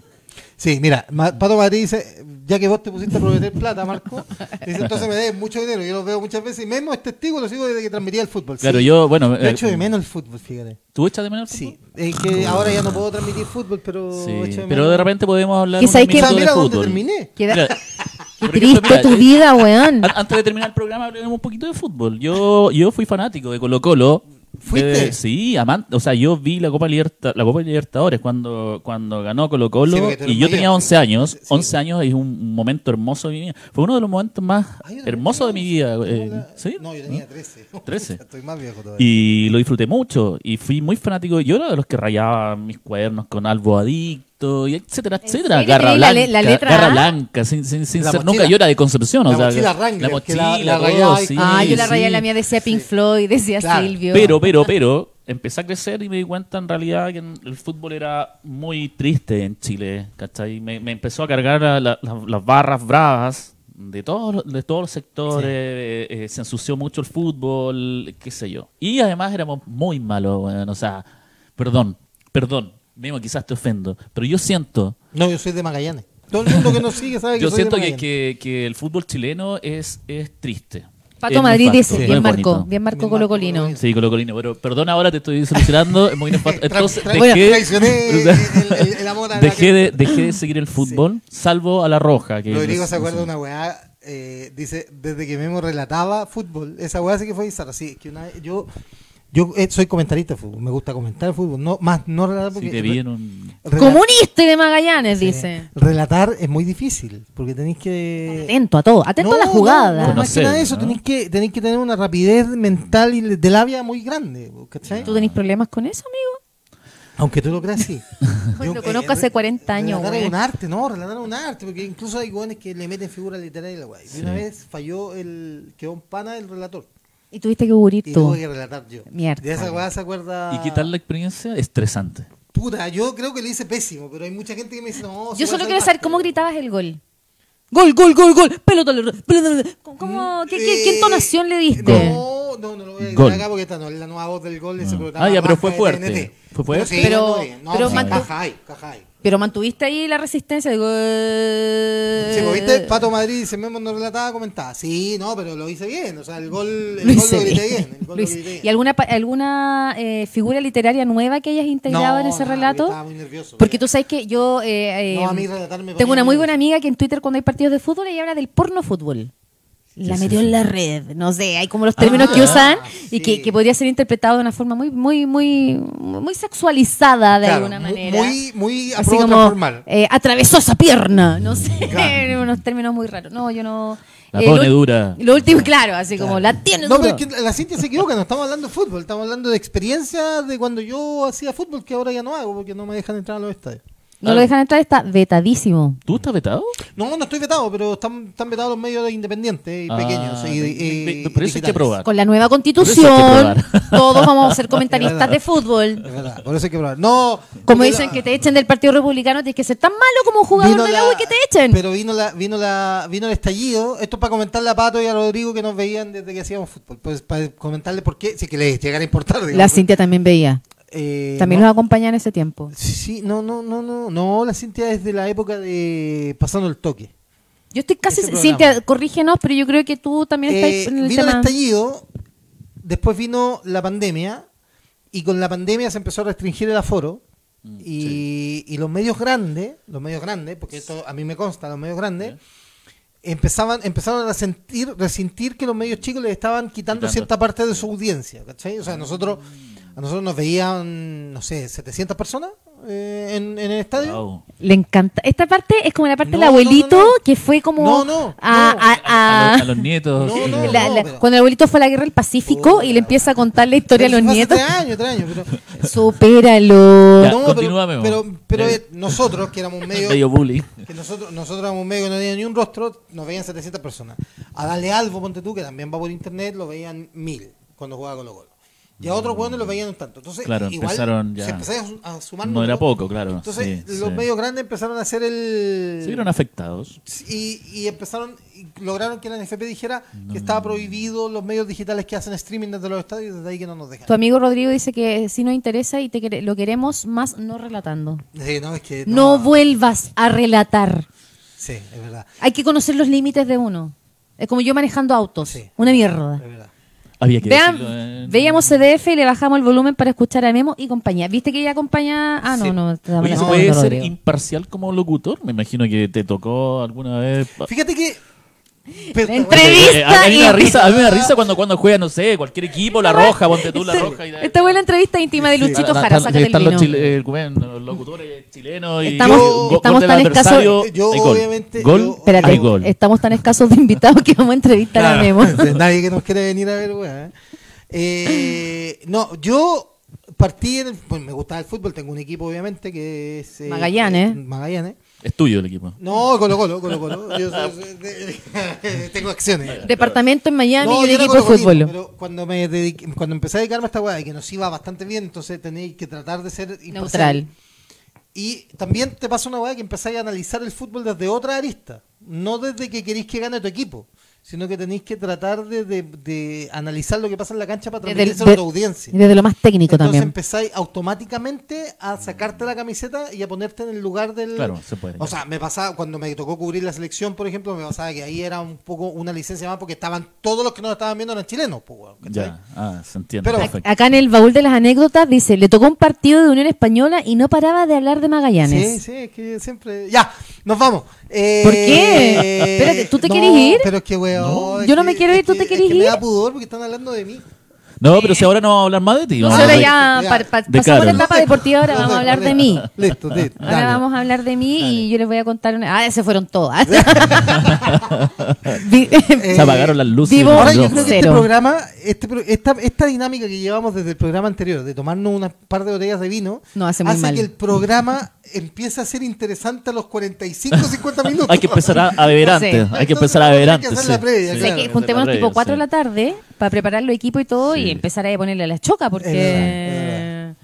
D: Sí, mira, Ma- Pato Madrid dice, ya que vos te pusiste a prometer plata, Marco, dice, entonces me debes mucho dinero. Yo los veo muchas veces y Memo es testigo, lo sigo desde que transmitía el fútbol.
C: Claro,
D: Sí.
C: yo, bueno.
D: Yo
C: eh,
D: echo de menos el fútbol, fíjate.
C: ¿Tú echas de menos el
D: Sí,
C: fútbol?
D: es que ahora ya no puedo transmitir fútbol, pero echo
C: Ah, Sí,
D: menos.
C: pero de repente podemos hablar
B: Que
C: unos
B: sabes que-
D: O sea,
C: minutos de
D: mira dónde
C: fútbol.
D: terminé.
B: Qué,
C: Mira,
B: qué
C: por ejemplo,
B: triste
C: mira,
B: tu
C: eh,
B: vida, weón.
C: An- Antes de terminar el programa, hablemos un poquito de fútbol. Yo, yo fui fanático de Colo Colo
D: ¿Fuiste?
C: Eh, sí, amante, o sea, yo vi la Copa, Liberta- la Copa Libertadores cuando, cuando ganó Colo Colo
D: Sí, porque tú eres
C: y yo
D: mayor.
C: tenía 11 años.
D: Sí.
C: 11 años es un momento hermoso de mi vida. Fue uno de los momentos más
D: Ay, yo también
C: hermosos de mi
D: tenía
C: vida.
D: once.
C: eh,
D: Yo la-
C: ¿sí?
D: No, yo tenía 13.
C: 13.
D: Estoy más viejo todavía.
C: Y lo disfruté mucho y fui muy fanático. Yo era de los que rayaba mis cuadernos con Albo Adicto, y etcétera, etcétera.
B: serio?
C: Garra
B: ¿Tenéis la
C: blanca,
B: le- la letra
C: garra
B: A?
C: blanca, sin, sin, sin
D: La
C: ser
D: mochila.
C: nunca. Yo era de Concepción,
D: La
C: o sea,
D: mochila Wrangler,
C: la
D: que la-
C: mochila,
D: la
C: todo,
D: rayaba y-
C: sí,
B: ah, yo la rayé
C: sí.
B: la mía decía Pink Floyd, decía
D: Claro.
B: Silvio.
C: Pero, pero, pero, empecé a crecer y me di cuenta en realidad que el fútbol era muy triste en Chile, ¿cachai? Me, me empezó a cargar la- la- la- las barras bravas de todos, los- de todos los sectores, eh, eh, se ensució mucho el fútbol, qué sé yo. Y además éramos muy malos, weón, o sea, perdón, perdón, Memo, quizás te ofendo, pero yo siento...
D: No, yo soy de Magallanes. Todo el mundo que nos sigue sabe que
C: Yo
D: soy de
C: siento que,
D: Magallanes.
C: que- que el fútbol chileno es, es triste.
B: Pato
C: Es
B: Madrid
C: nefasto,
B: dice,
C: no
B: bien
C: es
B: marcó,
C: bonito.
B: bien marcó
D: Bien
B: Colo
D: marcó
B: Colino.
D: Colo
C: Sí, Colo Colino, pero perdón, ahora te estoy solucionando, es muy nefasto. Entonces,
D: tra-
C: dejé,
D: traicioné el, el- el amor a la
C: dejé de,
D: gente.
C: dejé de seguir el fútbol, salvo a la roja. Que
D: Rodrigo
C: les-
D: se acuerda
C: no
D: de
C: sé.
D: una weá, eh, dice, desde que Memo relataba fútbol, esa weá sí que fue bizarra. Sí, es que una vez- yo, yo eh, soy comentarista de fútbol, me gusta comentar el fútbol, no, más no relatar
C: Sí,
D: porque...
C: te vi en un...
D: rela-
B: Comunista de Magallanes,
D: sí,
B: dice.
D: Relatar es muy difícil, porque tenéis que...
B: Atento a todo, atento a la
D: No,
B: jugada.
D: No, no, más que
C: Conocer,
D: nada de eso,
C: ¿no?
D: tenéis que, tenéis que tener una rapidez mental y de labia muy grande, ¿cachai?
B: ¿Tú tenés problemas con eso, amigo?
D: Aunque tú lo creas, sí.
B: Lo conozco hace 40 años,
D: Relatar es
B: güey.
D: un arte, no, relatar es un arte, porque incluso hay güeyes que le meten figura literaria y la güey. Y una vez falló el que un pana el relator.
B: Y tuviste que
D: Y
B: cubrir tú.
D: tuve que relatar yo.
B: Mierda.
D: De esa weá se acuerda.
B: Ah.
C: ¿Y qué tal la experiencia? Estresante.
D: Puta, yo creo que le hice pésimo, pero hay mucha gente que me dice, no, si
B: Yo
D: voy
B: solo
D: a hacer
B: quiero
D: parte.
B: saber cómo gritabas el gol. Gol, gol, gol, gol, pelota, al ro- pelota. al- ¿Cómo, qué, qué, qué entonación le diste?
D: Mm, No, no, no lo voy a
C: Gol.
D: decir acá porque esta no es la nueva voz del gol de ese
C: Ah.
D: programa.
C: Ah, ya, pero
D: baja
C: fue
D: de
C: fuerte.
D: TNT.
C: Fue fuerte.
D: sí,
B: Pero-
D: no, no, no,
B: pero
D: sí,
B: mantu-
D: caja hay, caja hay.
B: Pero mantuviste ahí la resistencia de gol.
D: Sí, pues,
B: Eh,
D: ¿viste? Pato Madrid dice, Memo no relataba, comentaba. Sí, no, pero lo hice bien. O sea, el gol el
B: Lo
D: gol
B: hice
D: lo grité
B: bien.
D: bien. El
B: Lo
D: gol lo
B: hice-
D: grité bien.
B: ¿Y alguna, pa- alguna eh, figura literaria nueva que hayas integrado en
D: No,
B: ese
D: nada,
B: relato?
D: yo estaba muy nervioso,
B: Porque
D: mira.
B: tú sabes que yo eh, eh,
D: No, a mí relatar me
B: tengo
D: ponía
B: una muy
D: nervioso.
B: buena amiga que en Twitter cuando hay partidos de fútbol ella habla del porno fútbol. La
C: es
B: metió
C: eso?
B: en la red, no sé, hay como los términos que usan y que,
D: Ah, sí.
B: que podría ser interpretado de una forma muy muy muy muy sexualizada de
D: Claro,
B: alguna
D: mu-
B: manera.
D: Muy, muy a
B: Así
D: prueba
B: como
D: transformar.
B: eh, atravesó esa pierna, no sé,
D: Claro.
B: unos términos muy raros. No, yo no. eh,
C: La
B: lo
C: pone
B: ul-
C: dura.
B: Lo último, claro, así como la tiene
D: No,
B: dura.
D: pero es que la Cintia se equivoca, no estamos hablando de fútbol, estamos hablando de experiencia de cuando yo hacía fútbol, que ahora ya no hago porque no me dejan entrar a los estadios.
B: No lo dejan entrar, está vetadísimo.
C: ¿Tú estás vetado?
D: No, no estoy vetado, pero están, están vetados los medios de independientes y
C: Ah,
D: pequeños. Y,
C: de-
D: y-
C: de- de- por eso hay que
D: digitales.
C: probar.
B: Con la nueva
C: Por eso hay
B: constitución,
C: que probar.
B: todos vamos a ser comentaristas
D: verdad.
B: de
D: Es
B: fútbol.
D: verdad, por eso hay que probar. No.
B: Como
D: porque
B: dicen
D: la-
B: que te echen del Partido Republicano, tienes que ser tan malo como un jugador
D: vino
B: de la
D: la-
B: U y que te echen.
D: Pero vino la, vino la, vino el estallido. Esto es para comentarle a Pato y a Rodrigo que nos veían desde que hacíamos fútbol. Pues para comentarle por qué, si es que les llegara a importar. digamos.
B: la Cintia también veía.
D: Eh,
B: También
D: no.
B: los acompaña en ese tiempo.
D: Sí, sí, no, no, no, no, no, la Cintia es de la época de pasando el toque.
B: Yo estoy casi.
D: Este
B: Cintia,
D: programa.
B: corrígenos, pero yo creo que tú también estás
D: Eh,
B: en el
D: vino el
B: tema.
D: estallido, después vino la pandemia, y con la pandemia se empezó a restringir el aforo. Y, y los medios grandes, los medios grandes, porque esto a mí me consta, los medios grandes, empezaban, empezaron a sentir, resentir que los medios chicos les estaban quitando,
C: Quitando.
D: cierta parte de su audiencia, ¿cachai? O sea, nosotros, a nosotros nos veían, no sé, 700 personas eh, en, en el estadio.
C: Wow.
B: Le encanta. Esta parte es como la parte
D: No,
B: del abuelito
D: no, no, no.
B: que fue como.
D: No, no,
B: a-
D: no.
B: a-
C: A,
B: a-
C: los, a los nietos.
D: No, no,
B: la- la-
D: pero-
B: Cuando el abuelito fue a la guerra del Pacífico
D: Puta,
B: y le empieza a contar la historia a los
D: Hace
B: nietos.
D: Tres años, tres años, pero...
B: Supéralo.
C: Ya,
D: No,
C: continúa, Memo.
D: pero, pero, pero,
C: Ya.
D: eh, nosotros, que éramos un medio,
C: Bello bully.
D: que nosotros, nosotros éramos un medio que no tenía ni un rostro, nos veían 700 personas. A Dale Albo, ponte tú, que también va por internet, lo veían mil cuando jugaba con los golos. Y a otros jugadores lo veían un tanto. Entonces,
C: Claro,
D: igual,
C: empezaron ya.
D: se empezaron a sumar.
C: No era
D: números.
C: poco, claro.
D: Entonces,
C: sí,
D: los
C: sí.
D: medios grandes empezaron a hacer el.
C: Se vieron afectados.
D: Y, y empezaron, y lograron que la NFP dijera que estaba prohibido los medios digitales que hacen streaming desde los estadios, desde ahí que no nos dejan.
B: Tu amigo Rodrigo dice que sí nos interesa y te quere- lo queremos más no relatando.
D: Sí, no, es que
B: No vuelvas a relatar.
D: Sí, es verdad.
B: Hay que conocer los límites de uno. Es como yo manejando autos.
D: Sí.
B: Una
D: Es
B: mierda.
D: verdad.
C: Había que
B: Vean-
C: decirlo eh, en-
B: veíamos CDF y le bajamos el volumen para escuchar a Memo y compañía. ¿Viste que ella acompaña? Ah, no,
D: Sí.
B: no. te
C: Oye,
B: hablamos
C: ¿se
B: de
C: puede ser
B: Rodrigo.
C: imparcial como locutor? Me imagino que te tocó alguna vez.
D: Fíjate que
B: La entrevista.
C: Eh, a mí me
B: y-
C: da risa, a mí me da risa cuando, cuando juega, no sé, cualquier equipo, la roja, ponte tú la
B: Este-
C: roja. y la-
B: Esta fue la entrevista íntima de Luchito
C: Están-
B: Jara,
C: están-
B: sácate el
C: están los,
B: vino.
C: chile- eh, bueno, los locutores chilenos y
B: Estamos-
C: go- gol
B: estamos
C: del
B: tan escasos-
C: adversario,
D: Yo,
C: hay gol.
D: obviamente,
C: Gol,
D: yo-
B: Espérate,
C: hay gol.
B: estamos tan escasos de invitados que vamos a entrevistar a Memo.
D: Nadie que nos quiere venir a ver, weá. Eh, no, yo partí en el- pues me gustaba el fútbol, tengo un equipo obviamente que es eh,
B: Magallanes.
D: Magallanes.
C: Es tuyo el equipo.
D: No, Colo Colo, Colo Colo. Yo soy- soy de- tengo acciones.
B: Departamento en Miami
D: No,
B: y un
D: yo era
B: equipo de fútbol.
D: colocolino, Pero cuando, me dediqué- cuando empecé a dedicarme a esta weá y que nos iba bastante bien, entonces tenéis que tratar de ser imparcial.
B: Neutral.
D: Y también te pasa una weá que empezáis a analizar el fútbol desde otra arista. No desde que queréis que gane tu equipo, sino que tenéis que tratar de, de- de analizar lo que pasa en la cancha para
B: Desde, el-
D: transmitirlo a
B: de-
D: tu audiencia.
B: desde lo más técnico
D: Entonces
B: también.
D: empezáis automáticamente a sacarte la camiseta y a ponerte en el lugar del.
C: Claro, se puede,
D: O
C: ya.
D: sea, me pasaba, cuando me tocó cubrir la selección, por ejemplo, me pasaba que ahí era un poco una licencia más porque estaban todos los que nos estaban viendo eran chilenos, pues, weón, ¿cachai?
C: Ya, ah, se entiende.
D: Pero-
C: perfecto.
B: Acá en el baúl de las anécdotas dice, le tocó un partido de Unión Española y no paraba de hablar de Magallanes.
D: Sí, sí, es que siempre. Ya, nos vamos. Eh,
B: ¿Por qué? Espérate, ¿tú te quieres ir?
D: Pero es que, weón.
B: No.
D: es
B: Yo no
D: que-
B: me quiero
D: es
B: ir, ¿tú
D: que-
B: te
D: es
B: quieres
D: que Me
B: ir?
D: da pudor porque están hablando de mí.
C: No, pero si ahora no vamos a hablar más de ti.
B: No,
C: vamos
B: si
C: a
B: ahora ya
C: hablar
D: ya.
B: par- par-
C: Ah, De
B: pasamos la
C: Carol.
B: etapa deportiva, ahora
D: No,
B: vamos a
D: no,
B: hablar de
D: no,
B: mí.
D: Listo, listo.
B: Ahora
D: dale.
B: vamos a hablar de mí y yo les voy a contar una... Ah, se fueron todas. Vi-
C: de- Se apagaron las luces.
B: Vivo-
C: y los
D: Ahora yo
B: Rojo.
C: micrófonos.
D: creo que este
B: Cero.
D: programa, este, pro- esta, esta dinámica que llevamos desde el programa anterior, de tomarnos unas par de botellas de vino,
B: No, hace muy mal.
D: que el programa empiece a ser interesante a los 45, 50 minutos.
C: Hay que empezar a, a beber
B: No sé.
C: antes. Hay que empezar a beber
D: Hay que
C: antes.
D: hacer la
C: sí.
D: previa,
C: Sí.
B: O sea,
D: claro.
B: que juntémonos
C: Previa,
B: tipo 4
C: sí.
B: de la tarde para preparar los equipos y todo
C: Sí.
B: y empezar a ponerle las chocas porque...
D: Es verdad,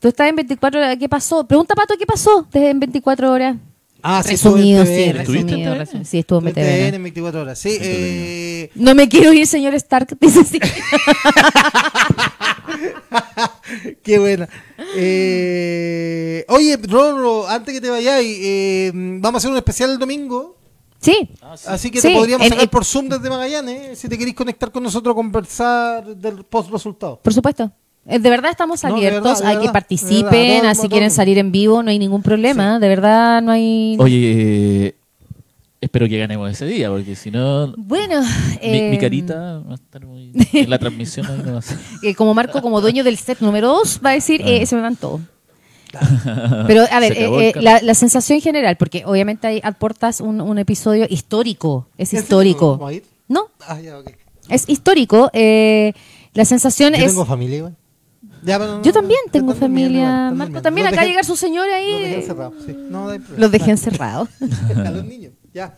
B: Tú estás en 24 horas, ¿qué pasó? Pregunta Pato, ¿qué pasó desde en 24 horas?
D: Ah,
B: resumido, sí,
D: estuve en
C: ¿Estuviste en
D: TVN.
B: resumido,
C: TVN?
B: resumido. Sí, estuvo en
D: Estuve en TVN
B: BTV.
D: en 24 horas. Sí, eh,
B: No me quiero ir, señor Stark, dice sí.
D: Qué buena. Eh, oye, Rorro, antes que te vayáis, eh, vamos a hacer un especial el domingo.
B: Sí.
C: Ah,
D: Así que
B: Sí,
D: te podríamos
B: en-
D: sacar
B: en-
D: por Zoom desde Magallanes. eh, Si te queréis conectar con nosotros, conversar del post resultado.
B: Por supuesto. Eh, De verdad estamos
D: No, de
B: abiertos
D: verdad, de
B: a
D: verdad,
B: que
D: de
B: participen,
D: verdad, todo el
B: a si quieren
D: montón.
B: salir en vivo, no hay ningún problema. De verdad, no hay...
C: Oye, eh, espero que ganemos ese día, porque si no, mi-
B: Bueno,
C: mi,
D: Em,
B: eh,
C: carita va a estar muy. En la transmisión ahí no va a ser.
B: que eh, como Marco, como dueño del set número 2, va a decir, eh, se me van todos. Pero, a ver,
C: Ah. Se acabó el
B: eh, eh,
C: carro.
B: la, la sensación general, porque obviamente ahí aportas un, un episodio histórico, es
D: ¿En serio?
B: histórico.
D: ¿Vamos a ir?
B: No,
D: Ah, ya, ok.
B: es histórico. eh, la sensación
D: Yo
B: es...
D: tengo familia igual. Ya, pero no,
B: yo
D: no,
B: también
D: no,
B: tengo
D: están durmiendo
B: familia,
D: igual, están
B: Marco.
D: durmiendo.
B: También
D: Los
B: acá
D: dejé-
B: llegar su señora ahí...
D: Los dejé
B: eh,
D: encerrados, sí. No, no hay problema.
B: Los dejé encerrados.
D: A los niños, ya.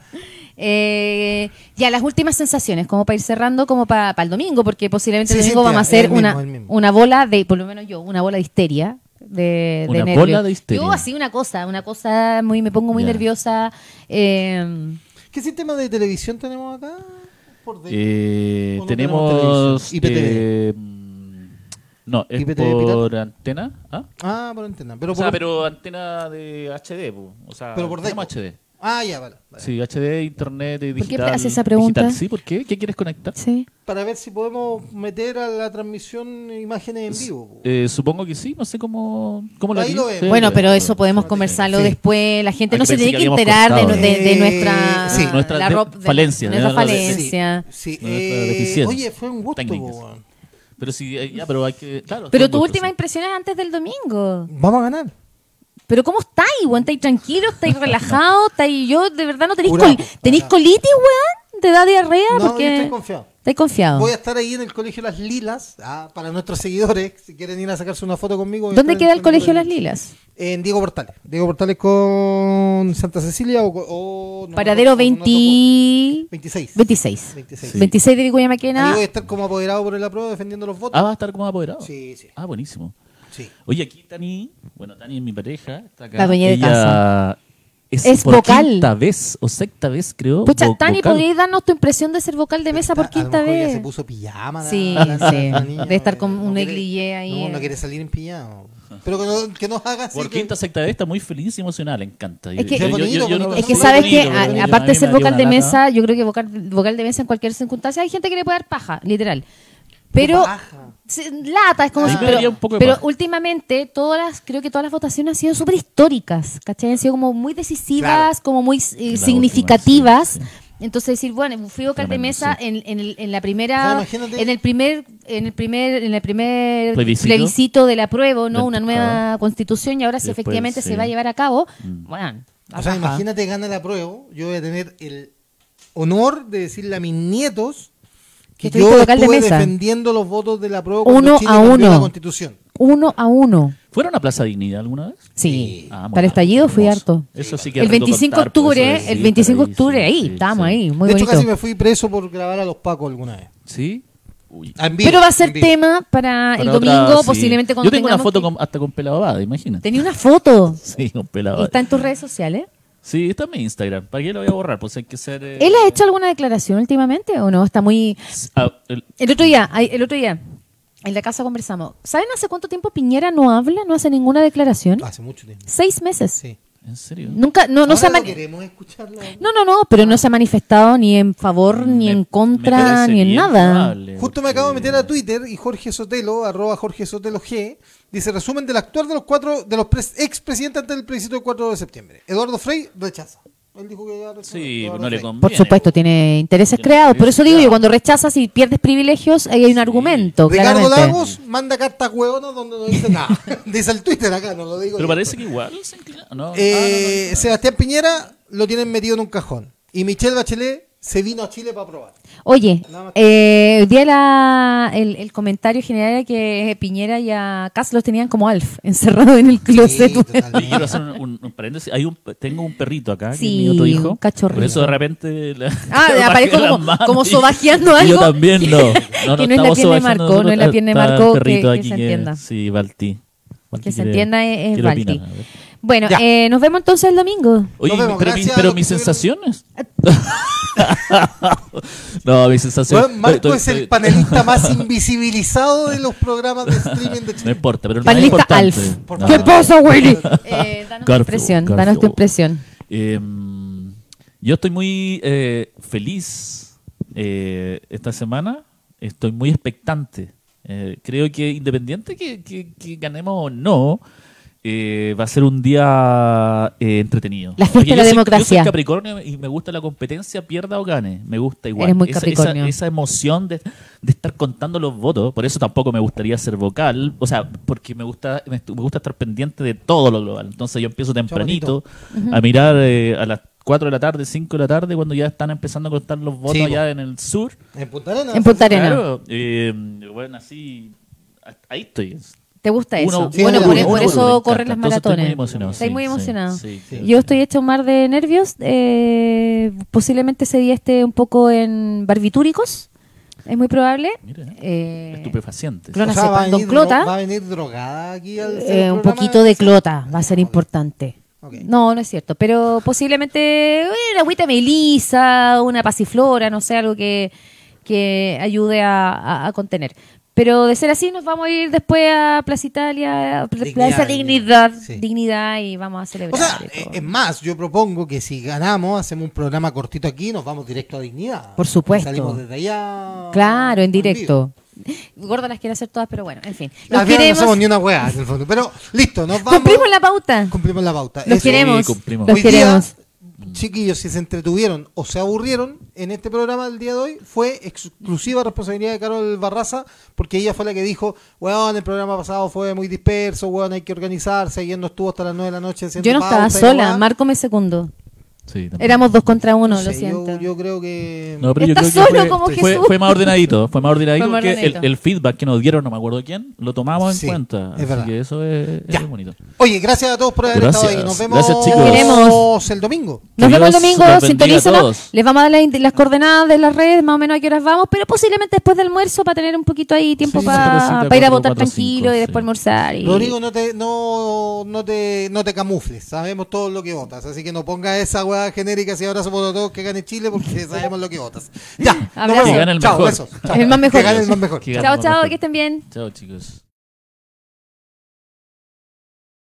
B: Eh, ya, las últimas sensaciones, como para ir cerrando, como para el domingo, porque posiblemente el
D: Sí,
B: domingo
D: Cintia,
B: vamos a hacer
D: el mismo,
B: una,
D: el mismo.
B: una bola de, por lo menos yo, una bola de histeria. De, de
C: Una
B: nervio.
C: bola de histeria.
B: Yo así una cosa, una cosa muy, me pongo muy
C: Ya.
B: nerviosa. eh,
D: ¿Qué sistema de televisión tenemos acá? Por de-
C: Eh,
D: ¿O no tenemos
C: tenemos.
D: televisión?
C: eh, mm, no, es
D: IPTV
C: por antena. ¿Ah?
D: Ah, por antena. Pero
C: O
D: por,
C: sea, pero antena de HD. pu. O sea,
D: pero por
C: tenemos
D: deco.
C: HD.
D: Ah, ya, vale. vale.
C: Sí, HD, internet, eh,
B: ¿Por qué
C: digital.
B: haces esa pregunta?
C: digital. Sí, ¿por qué? ¿Qué quieres conectar?
B: sí.
D: Para ver si podemos meter a la transmisión imágenes en vivo.
C: Eh, supongo que sí, no sé cómo, cómo lo
D: Ahí lo
C: harías.
D: vemos.
C: Sí,
B: Bueno,
C: lo
B: pero
C: vemos.
B: eso podemos conversarlo
D: Sí.
B: después. La gente
C: Hay
B: no
C: que
B: se
C: pensar
B: tiene
C: que
B: que
C: habíamos
B: enterar de,
C: cortado.
B: de- de
D: Eh,
B: nuestra,
D: sí.
C: Nuestra
B: la
C: de-
B: ropa- de-
C: falencia,
B: nuestra
C: de- de-
B: falencia.
D: Sí, sí,
C: Nuestra
D: eh,
C: deficiencia.
D: oye, fue un gusto.
C: Técnicas.
D: po, weón.
C: Pero sí, eh, ya, pero hay que. Claro,
B: Pero
C: son
B: tu
C: gustos,
B: última
C: sí.
B: impresión es antes del domingo.
D: Vamos a ganar.
B: Pero ¿cómo estáis, weón? ¿Estáis tranquilos? ¿Estáis relajados? ¿Estáis yo? ¿De verdad no tenéis,
D: Curado,
B: col- ¿tenéis colitis, weón? ¿Te da diarrea?
D: No, yo
B: Porque...
D: estoy confiado.
B: ¿Estáis confiados?
D: Voy a estar ahí en el Colegio Las Lilas, ah, para nuestros seguidores, si quieren ir a sacarse una foto conmigo. voy a
B: ¿Dónde
D: estar en
B: queda el Colegio
D: Colegio
B: Las Lilas?
D: En Diego Portales. Diego Portales con Santa Cecilia o... o- no,
B: Paradero
D: no, no, no,
B: 20...
D: 26.
B: 26.
D: 26.
B: 26 de Vicuña
D: Ahí
B: Maquena.
D: voy a estar como apoderado por el apruebo defendiendo los votos.
C: Ah, va a estar como apoderado.
D: Sí, sí.
C: Ah, buenísimo.
D: Sí.
C: Oye, aquí Tani, bueno, Tani es mi pareja, está acá.
B: La dueña de
C: Ella
B: casa.
C: Es,
B: Es
C: por
B: vocal.
C: quinta vez o sexta vez, creo.
B: Pucha,
C: vo-
B: Tani,
C: vocal.
B: ¿podrías darnos tu impresión de ser vocal de mesa por
D: Está- a lo
B: quinta
D: mejor ella
B: vez?
D: se puso pijama. la-
B: Sí,
D: la- la-
B: sí.
D: la niña,
B: Debe estar con
D: no
B: un
D: quiere-
B: negligé ahí,
D: No, no
B: eh.
D: quiere salir en pijama. Pero que, no, que nos haga así
C: Por
D: que-
C: quinta, sexta vez está muy feliz y emocional, le encanta.
B: Es que-
D: bonito, bonito.
B: Es
D: Es
B: que
D: muy
B: sabes
D: bonito,
B: que,
D: muy
B: a-
D: bonito.
B: aparte de ser vocal de
C: mesa
B: mesa, yo creo que vocal, vocal de mesa en cualquier circunstancia, hay gente que le puede dar paja, literal. Pero.
D: Paja.
B: se- Lata, es como.
C: A mí
B: si-
C: me daría
B: pero
C: un poco de
B: pero
C: paja.
B: últimamente, todas las, creo que todas las votaciones han sido súper históricas, ¿cachai? Han sido como muy decisivas,
D: Claro.
B: como muy eh,
C: última, sí,
B: significativas.
C: sí.
B: Entonces decir, bueno, fui vocal de
C: Tremendo,
B: mesa
C: sí.
B: en, en el- en la
D: O
B: primera
D: sea, imagínate-
B: en el primer en el primer en el primer
C: Plebiscito.
B: plebiscito del apruebo, ¿no?
C: Del-
B: Una nueva
C: ah.
B: constitución y ahora si
C: Después,
B: efectivamente
C: sí.
B: se va a llevar a cabo,
C: Mm.
B: bueno,
D: O sea,
B: ajá.
D: imagínate gana la prueba. Yo voy a tener el honor de decirle a mis nietos que
B: Que fuiste
D: yo
B: vocal de
D: estuve
B: mesa.
D: defendiendo los votos de la prueba cuando
B: Uno
D: Chile
B: a
D: cambió
B: uno.
D: la constitución.
B: uno a uno.
C: ¿Fueron a Plaza Dignidad alguna vez?
B: Sí.
C: Ah,
B: Para
C: bueno,
B: estallido fui
C: hermoso.
B: harto.
C: Eso sí que
B: El
C: rico
B: 25 de
C: contar, por eso
B: octubre,
C: decía,
B: el 25 de
C: sí,
B: octubre, ahí,
C: sí,
B: estamos
C: sí.
B: ahí, muy
D: de hecho,
B: bonito.
D: casi me fui preso por grabar a los Pacos alguna vez.
C: ¿Sí? Uy.
D: Ah, en vivo,
B: Pero va a ser
D: en vivo.
B: tema para, el
C: Para
B: domingo,
C: otra, sí.
B: posiblemente cuando
C: Yo tengo una
B: tengamos
C: foto
B: que-
C: con- hasta con Pelabada, imagínate.
B: Tenía una foto.
C: Sí, con Pelabada.
B: Está en tus redes sociales.
C: Sí, está en mi Instagram. ¿Para qué lo voy a borrar? Pues hay que ser... eh,
B: ¿Él ha hecho alguna declaración últimamente o no? Está muy
C: ah, el-
B: El otro día, ay, el otro día, en la casa conversamos. ¿Saben hace cuánto tiempo Piñera no habla, no hace ninguna declaración?
D: Hace mucho tiempo.
B: Seis meses.
D: Ah. Sí.
C: ¿En serio?
B: Nunca, no, no se ha
D: Ahora
B: mani-
D: no queremos escucharla.
B: no, no, no, pero no se ha manifestado ni en favor, ni
C: Mm, Me-
B: en
C: me
B: contra,
C: parece
B: ni en
C: bien
B: nada.
C: probable,
D: Justo me acabo de
C: porque-
D: meter a Twitter y Jorge Sotelo, arroba Jorge Sotelo G, dice resumen del actuar de los cuatro, de los pres- expresidentes antes del plebiscito del 4 de septiembre. Eduardo Frey rechaza. Él dijo que ya rechaza.
C: Sí,
D: Eduardo
C: no le
D: Frey.
C: conviene.
B: Por supuesto, tiene intereses creados. Por eso digo yo, cuando rechazas y pierdes privilegios, ahí hay un argumento,
D: Ricardo
B: claramente.
D: Lagos manda cartas hueonas donde no dice nada. dice el Twitter acá, no lo digo.
C: Pero
D: yo.
C: parece que igual se inclina. No,
D: Eh,
C: ah, no, no, no.
D: Sebastián Piñera lo tienen metido en un cajón. Y Michelle Bachelet se vino a Chile para probar.
B: Oye,
D: Nada más
B: eh, hoy día la- el, el comentario general era que Piñera y a Cas los tenían como Alf, encerrado en el closet.
D: totalmente.
C: Oye, quiero hacer un, un- un paréntesis. Hay un, tengo un perrito acá, que
B: Sí,
C: es mi otro hijo.
B: un cachorrito.
C: Por eso de repente. la-
B: Ah,
C: bajé
B: aparezco
C: la
B: como-
C: mano
B: como
C: y-
B: sobajeando
C: y Yo
B: algo.
C: también no.
B: Que no
C: No,
B: es la
C: estamos
B: pierna de
C: sobajeando
B: Marco,
C: nosotros,
B: no es la pierna de
C: está el
B: Marco, que-
C: perrito
B: que
C: aquí
B: se entienda.
C: Sí, Balti. Balti
B: que se
C: quiere-
B: entienda es, es
C: quiere
B: Balti.
C: opinar, a ver.
B: Bueno,
D: Ya.
B: eh, nos vemos entonces el domingo.
C: Oye,
D: Nos
C: pero,
D: vemos,
C: mi-
D: gracias Eh. a
C: pero
D: los
C: mis
D: que
C: sensaciones. no, mis sensaciones.
D: Bueno, Marco
C: Estoy-
D: es el
C: estoy-
D: panelista más invisibilizado de los programas de streaming de
C: No
D: Chile.
C: importa, pero lo más
B: Panelista
C: importante-
B: Alf.
D: Por
C: No,
D: favor.
B: ¿Qué
C: no,
B: pasa, Willy? Eh, danos tu
C: Garfio,
B: impresión,
C: Garfio.
B: danos tu impresión.
C: Eh, yo estoy muy eh, feliz eh, esta semana. Estoy muy expectante. Eh, creo que independiente que, que- que ganemos o no, eh, va a ser un día eh, entretenido.
B: La fiesta
C: Porque
B: de la
C: yo soy- Yo
B: democracia.
C: soy Capricornio y me gusta la competencia, pierda o gane. Me gusta igual.
B: Eres muy
C: Esa- esa-
B: Capricornio.
C: esa emoción de, de estar contando los votos. Por eso tampoco me gustaría ser vocal. O sea, porque me gusta, me, me gusta estar pendiente de todo lo global. Entonces yo empiezo tempranito a mirar eh, a las 4 de la tarde, 5 de la tarde, cuando ya están empezando a contar los votos
D: Sí,
C: allá en el sur.
D: En Punta Arenas.
B: En Punta Arenas.
C: Claro, eh, bueno, así. Ahí estoy.
B: ¿Te gusta eso?
C: Uno-
D: Sí,
B: bueno,
D: uno-
B: por,
D: uno-
B: por
D: uno-
B: eso
C: uno- me
B: corren
C: encanta.
B: las
C: Entonces
B: maratones.
C: Estoy muy emocionado.
B: Estoy muy
C: sí, sí,
B: emocionado.
C: sí, sí.
B: Yo estoy hecho un mar de nervios. eh, posiblemente ese día esté un poco en barbitúricos. Es muy probable.
C: Mira.
B: Eh,
C: Estupefaciente.
B: Clona-
D: O sea, va a
B: Don
D: venir
B: Clota.
D: dro- va a venir drogada aquí al
B: eh, un
D: programa.
B: poquito de clota va a ser importante.
D: Ok.
B: No, no es cierto, pero posiblemente eh, una agüita melisa, una pasiflora, no sé, algo que, que ayude a, a- a contener. Pero de ser así, nos vamos a ir después a Plaza Italia, a Pla-
D: Dignidad,
B: Plaza
D: dignidad.
B: Dignidad,
D: Sí.
B: Dignidad, y vamos a celebrar.
D: O sea,
B: y
D: eh,
B: todo.
D: es más, yo propongo que si ganamos, hacemos un programa cortito aquí, nos vamos directo a Dignidad.
B: Por supuesto.
D: Salimos desde allá.
B: claro, en
D: al vivo.
B: directo. Gordo las quiere hacer todas, pero bueno, en fin. Los
D: Al final
B: queremos.
D: No hacemos ni una weá en el fondo. Pero listo, nos vamos.
B: Cumplimos la pauta.
D: Cumplimos la pauta.
B: Los
D: Eso.
B: queremos.
C: cumplimos.
B: Los
D: Hoy día,
B: queremos.
D: chiquillos, si se entretuvieron o se aburrieron en este programa del día de hoy, fue exclusiva responsabilidad de Carol Barraza, porque ella fue la que dijo, weón, el programa pasado fue muy disperso, weón, hay que organizarse, ayer no estuvo hasta las 9 de la noche. haciendo
B: Yo no estaba
D: pauta y la
B: sola,
D: weá".
B: Marco me secundó.
C: Sí, también.
B: Éramos dos contra uno,
D: No sé,
B: lo siento.
D: Yo, yo creo que...
C: No, pero yo
B: Estás
C: creo que
B: solo
C: fue,
B: como
C: fue-
B: Jesús.
C: fue más ordenadito. Fue más ordenadito
B: Fue más
C: porque el,
B: ordenadito.
C: el feedback que nos dieron, no me acuerdo quién, lo tomamos
D: Sí,
C: en cuenta.
D: es
C: Así
D: verdad.
C: que eso es, es
D: Ya.
C: bonito.
D: Oye, gracias a todos por haber
C: Gracias.
D: estado ahí. Nos vemos
C: Gracias, chicos. Los
B: queremos.
D: el domingo.
B: Nos
C: Que
B: vemos el
C: Dios
B: domingo,
C: los bendiga a
B: sintonícenos.
C: todos.
B: Les vamos a dar las, indi- las coordenadas de las redes, más o menos a qué horas vamos, pero posiblemente después del almuerzo para tener un poquito ahí tiempo
C: Sí,
B: para,
C: sí, sí,
B: para ir a
C: cuatro,
B: votar
C: cuatro,
B: tranquilo
C: cinco,
B: y
C: sí.
B: después almorzar. Y...
D: Rodrigo, no te, no, no te, no te camufles. Sabemos todo lo que votas. Así que no pongas esa hueá genérica si abrazo por todos que gane Chile porque sabemos lo que votas. Ya, nos
B: Abrazo.
D: vemos.
B: Que
C: gane el
D: Chao,
C: mejor.
D: besos. Chao.
B: El más mejor.
D: Que gane el más mejor.
C: Que gane
B: chao,
C: lo
B: chao,
C: mejor.
B: que estén bien.
C: Chao, chicos.